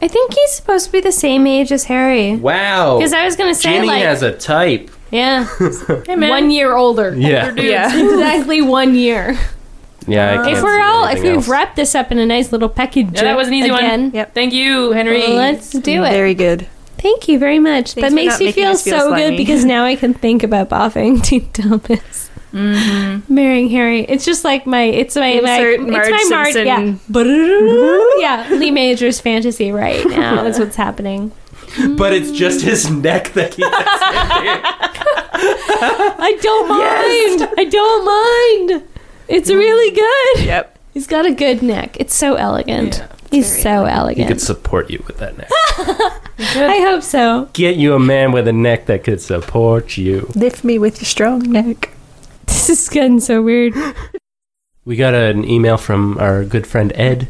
Speaker 5: I think he's supposed to be the same age as Harry.
Speaker 6: Wow.
Speaker 5: Because I was going to say,
Speaker 6: Ginny
Speaker 5: like,
Speaker 6: Oh. has a type.
Speaker 5: yeah, one year older.
Speaker 6: Yeah.
Speaker 4: Yeah.
Speaker 5: exactly one year.
Speaker 6: Yeah. I can't
Speaker 5: if we're
Speaker 6: see
Speaker 5: all, if
Speaker 6: anything
Speaker 5: we
Speaker 6: else.
Speaker 5: wrap this up in a nice little package,
Speaker 2: Yeah, that was an easy
Speaker 5: again,
Speaker 2: one. Yep. Thank you, Henry.
Speaker 5: Let's do it.
Speaker 4: Very good.
Speaker 5: Thank you very much.
Speaker 4: Thanks
Speaker 5: that
Speaker 4: for
Speaker 5: makes
Speaker 4: not
Speaker 5: you
Speaker 4: making
Speaker 5: feel,
Speaker 4: us feel
Speaker 5: so
Speaker 4: slimy.
Speaker 5: good because now I can think about boffing to Thomas. Marrying Harry. It's just like my it's my like,
Speaker 4: Mm-hmm. Insert
Speaker 5: it's
Speaker 4: Marge
Speaker 5: my Marge
Speaker 4: Simpson.
Speaker 5: yeah. yeah, Lee Major's fantasy right now. That's what's happening.
Speaker 6: But it's just his neck that he
Speaker 5: I don't mind. I don't mind. It's really good.
Speaker 4: Yep.
Speaker 5: He's got a good neck. It's so elegant. He's so
Speaker 6: He
Speaker 5: elegant.
Speaker 6: could support you with that neck.
Speaker 5: I hope so.
Speaker 6: Get you a man with a neck that could support you.
Speaker 4: Lift me with your strong neck.
Speaker 5: This is getting so weird. Ed,
Speaker 6: We got an email from our good friend Ed.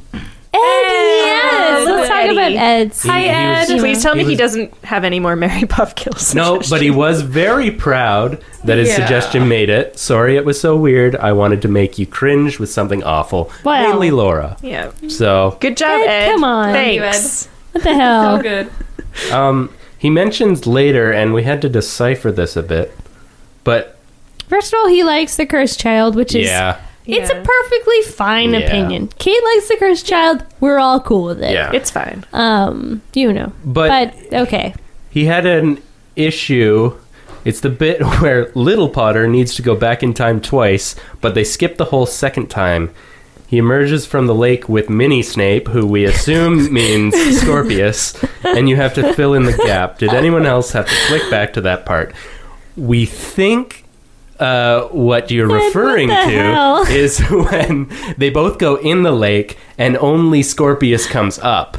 Speaker 5: yes.
Speaker 4: hello,
Speaker 5: Let's talk
Speaker 4: Eddie.
Speaker 5: about Ed's.
Speaker 6: Hi, Ed.
Speaker 5: Yeah.
Speaker 4: Please tell me
Speaker 6: He
Speaker 4: he
Speaker 6: was-
Speaker 4: doesn't have any more Mary Puff kills.
Speaker 6: No, but he was very proud that his
Speaker 2: Yeah.
Speaker 6: suggestion made it. Sorry it was so weird. I wanted to make you cringe with something awful.
Speaker 5: Wow.
Speaker 6: Mainly Laura.
Speaker 4: Yeah.
Speaker 6: So
Speaker 4: Good job,
Speaker 5: Ed,
Speaker 4: Ed.
Speaker 5: come on.
Speaker 2: you, Ed.
Speaker 4: Thanks.
Speaker 5: What the hell?
Speaker 2: So good.
Speaker 6: um he mentions later and we had to decipher this a bit. But
Speaker 5: First of all, he likes the cursed child, which is
Speaker 6: yeah.
Speaker 5: it's
Speaker 4: Yeah.
Speaker 5: a perfectly fine
Speaker 6: Yeah.
Speaker 5: opinion. Kate likes the cursed child. We're all cool with it.
Speaker 6: Yeah.
Speaker 4: It's fine.
Speaker 5: Um, you know.
Speaker 6: But-
Speaker 5: but okay.
Speaker 6: he had an issue. It's the bit where Little Potter needs to go back in time twice, but they skip the whole second time. He emerges from the lake with Mini Snape, who we assume means Scorpius, and you have to fill in the gap. Did anyone else have to click back to that part? We think uh, what you're
Speaker 5: what
Speaker 6: referring
Speaker 5: the
Speaker 6: to
Speaker 5: hell?
Speaker 6: is when they both go in the lake and only Scorpius comes up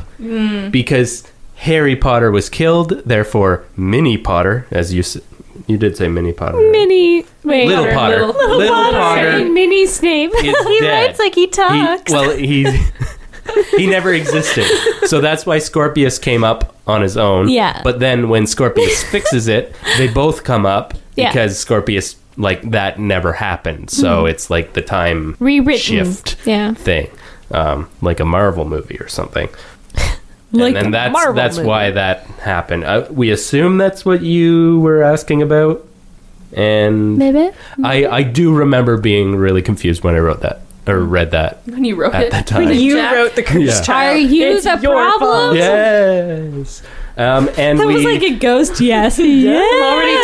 Speaker 6: because Harry Potter was killed, therefore Minnie Potter, as you s- you did say Minnie Potter. right?
Speaker 5: Mini wait.
Speaker 6: Little Potter.
Speaker 2: Little-
Speaker 6: Little, Potter,
Speaker 5: and Mini Snape.
Speaker 6: is
Speaker 5: he
Speaker 6: dead.
Speaker 5: writes like he
Speaker 6: He-
Speaker 5: talks.
Speaker 6: well, he he never existed, so that's why Scorpius came up on his own.
Speaker 5: Yeah.
Speaker 6: But then when Scorpius fixes it, they both come up
Speaker 5: Yeah. Mm-hmm.
Speaker 6: because Scorpius like that never happened. So it's like the time
Speaker 5: Rewritten.
Speaker 6: shift
Speaker 5: Yeah.
Speaker 6: thing, um, like a Marvel movie or something.
Speaker 5: Like
Speaker 6: and then
Speaker 5: a
Speaker 6: that's
Speaker 5: Marvel
Speaker 6: that's
Speaker 5: movie.
Speaker 6: why that happened. Uh, we assume that's what you were asking about, and
Speaker 5: Maybe.
Speaker 6: I I do remember being really confused when I wrote that or read that
Speaker 2: When you wrote
Speaker 6: at
Speaker 2: it.
Speaker 6: that time.
Speaker 4: You
Speaker 2: Jack-
Speaker 4: wrote the cursed
Speaker 6: Yeah.
Speaker 5: Are
Speaker 4: child.
Speaker 5: you
Speaker 4: It's
Speaker 5: the
Speaker 4: your fault.
Speaker 5: problem?
Speaker 6: Yes, um, and
Speaker 5: That
Speaker 6: we
Speaker 5: was like a ghost yes. yeah. I'm already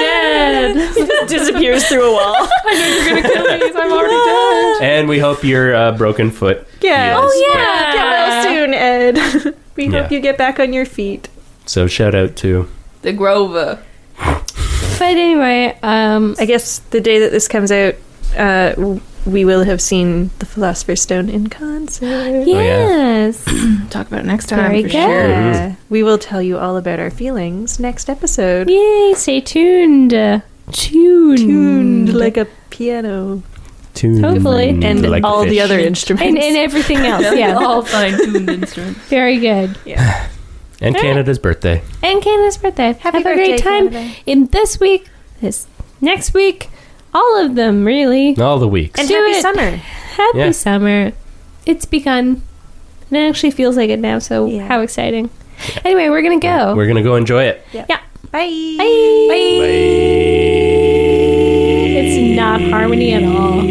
Speaker 5: dead.
Speaker 4: disappears through a wall.
Speaker 2: You're gonna kill me. I'm already dead.
Speaker 6: and we hope your uh, broken foot.
Speaker 4: Yeah.
Speaker 6: heals
Speaker 5: Oh,
Speaker 6: quick.
Speaker 5: yeah.
Speaker 4: Get well soon, Ed. we
Speaker 6: Yeah.
Speaker 4: hope you get back on your feet.
Speaker 6: So shout out to
Speaker 2: The Grover.
Speaker 5: But anyway, um
Speaker 4: I guess the day that this comes out, uh, w- we will have seen the Philosopher's Stone in concert.
Speaker 6: yeah.
Speaker 5: yes.
Speaker 2: Talk about it next time.
Speaker 5: Very
Speaker 2: for
Speaker 5: good.
Speaker 2: Sure.
Speaker 4: Yeah. We will tell you all about our feelings next episode.
Speaker 5: Yay, stay tuned. Uh, Tuned.
Speaker 4: Tuned Mm, like a piano.
Speaker 6: tune
Speaker 5: Hopefully.
Speaker 4: And
Speaker 6: like a
Speaker 4: all the
Speaker 6: fish.
Speaker 4: other instruments.
Speaker 5: and, and everything else. Yeah.
Speaker 2: All fine tuned instruments.
Speaker 5: Very good.
Speaker 6: and Canada's birthday.
Speaker 5: And Canada's birthday. Have a great
Speaker 4: birthday,
Speaker 5: time
Speaker 4: Canada.
Speaker 5: in this week, this next week, all of them really.
Speaker 6: All the weeks.
Speaker 4: And
Speaker 5: Do
Speaker 4: happy
Speaker 5: it.
Speaker 4: summer.
Speaker 5: Happy
Speaker 6: Yeah.
Speaker 5: summer. It's begun. And it actually feels like it now, so
Speaker 4: Yeah.
Speaker 5: how exciting. Anyway, we're going to go.
Speaker 6: We're gonna go enjoy it.
Speaker 5: yeah.
Speaker 4: Bye.
Speaker 5: Bye. It's not harmony at all.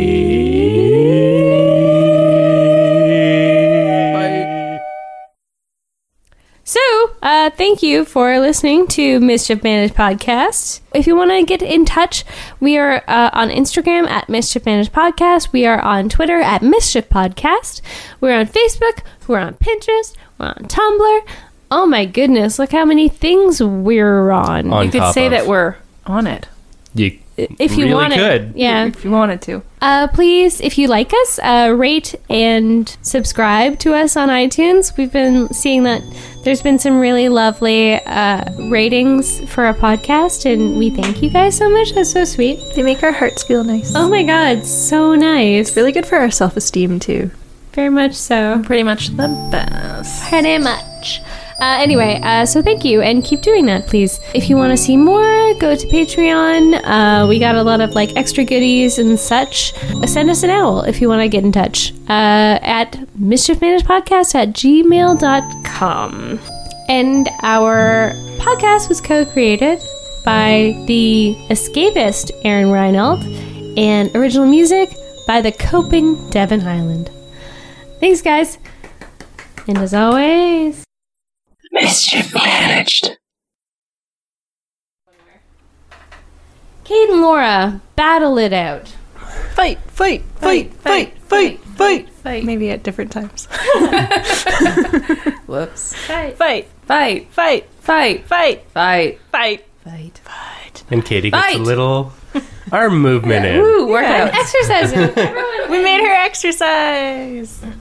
Speaker 5: So, uh, thank you for listening to Mischief Managed Podcast. If you want to get in touch, we are uh, on Instagram at Mischief Managed Podcast. We are on Twitter at Mischief Podcast. We're on Facebook. We're on Pinterest. We're on Tumblr. Oh my goodness, look how many things we're on.
Speaker 6: On
Speaker 2: You could
Speaker 6: top
Speaker 2: say
Speaker 6: of.
Speaker 2: that we're on it
Speaker 6: You
Speaker 5: if you
Speaker 6: really
Speaker 5: want
Speaker 6: could.
Speaker 5: it. Yeah.
Speaker 2: if you wanted to.
Speaker 5: Uh, please, if you like us, uh, rate and subscribe to us on iTunes. We've been seeing that there's been some really lovely uh, ratings for our podcast, and we thank you guys so much. That's so sweet.
Speaker 4: They make our hearts feel nice.
Speaker 5: Oh my God, so nice.
Speaker 4: Really good for our self esteem, too.
Speaker 5: Very much so.
Speaker 2: Pretty much the best.
Speaker 5: Pretty much. Uh, anyway, uh, so thank you and keep doing that, please. If you want to see more, go to Patreon. Uh, we got a lot of like extra goodies and such. Uh, Send us an owl if you want to get in touch uh, at mischiefmanagepodcast at gmail.com. And our podcast was co created by the escapist Aaron Reinald and original music by the coping Devon Highland. Thanks, guys. And as always, Kate and Laura battle it out.
Speaker 4: Fight, fight, fight, fight, fight, fight, fight. Maybe at different times.
Speaker 2: Whoops.
Speaker 4: Fight,
Speaker 2: Fight,
Speaker 4: fight,
Speaker 2: fight,
Speaker 4: fight,
Speaker 2: fight,
Speaker 4: fight.
Speaker 2: fight.
Speaker 6: And Katie gets
Speaker 2: Fight.
Speaker 6: a little arm movement in.
Speaker 2: Woo, workout.
Speaker 5: Exercising. Everyone
Speaker 4: We made her exercise.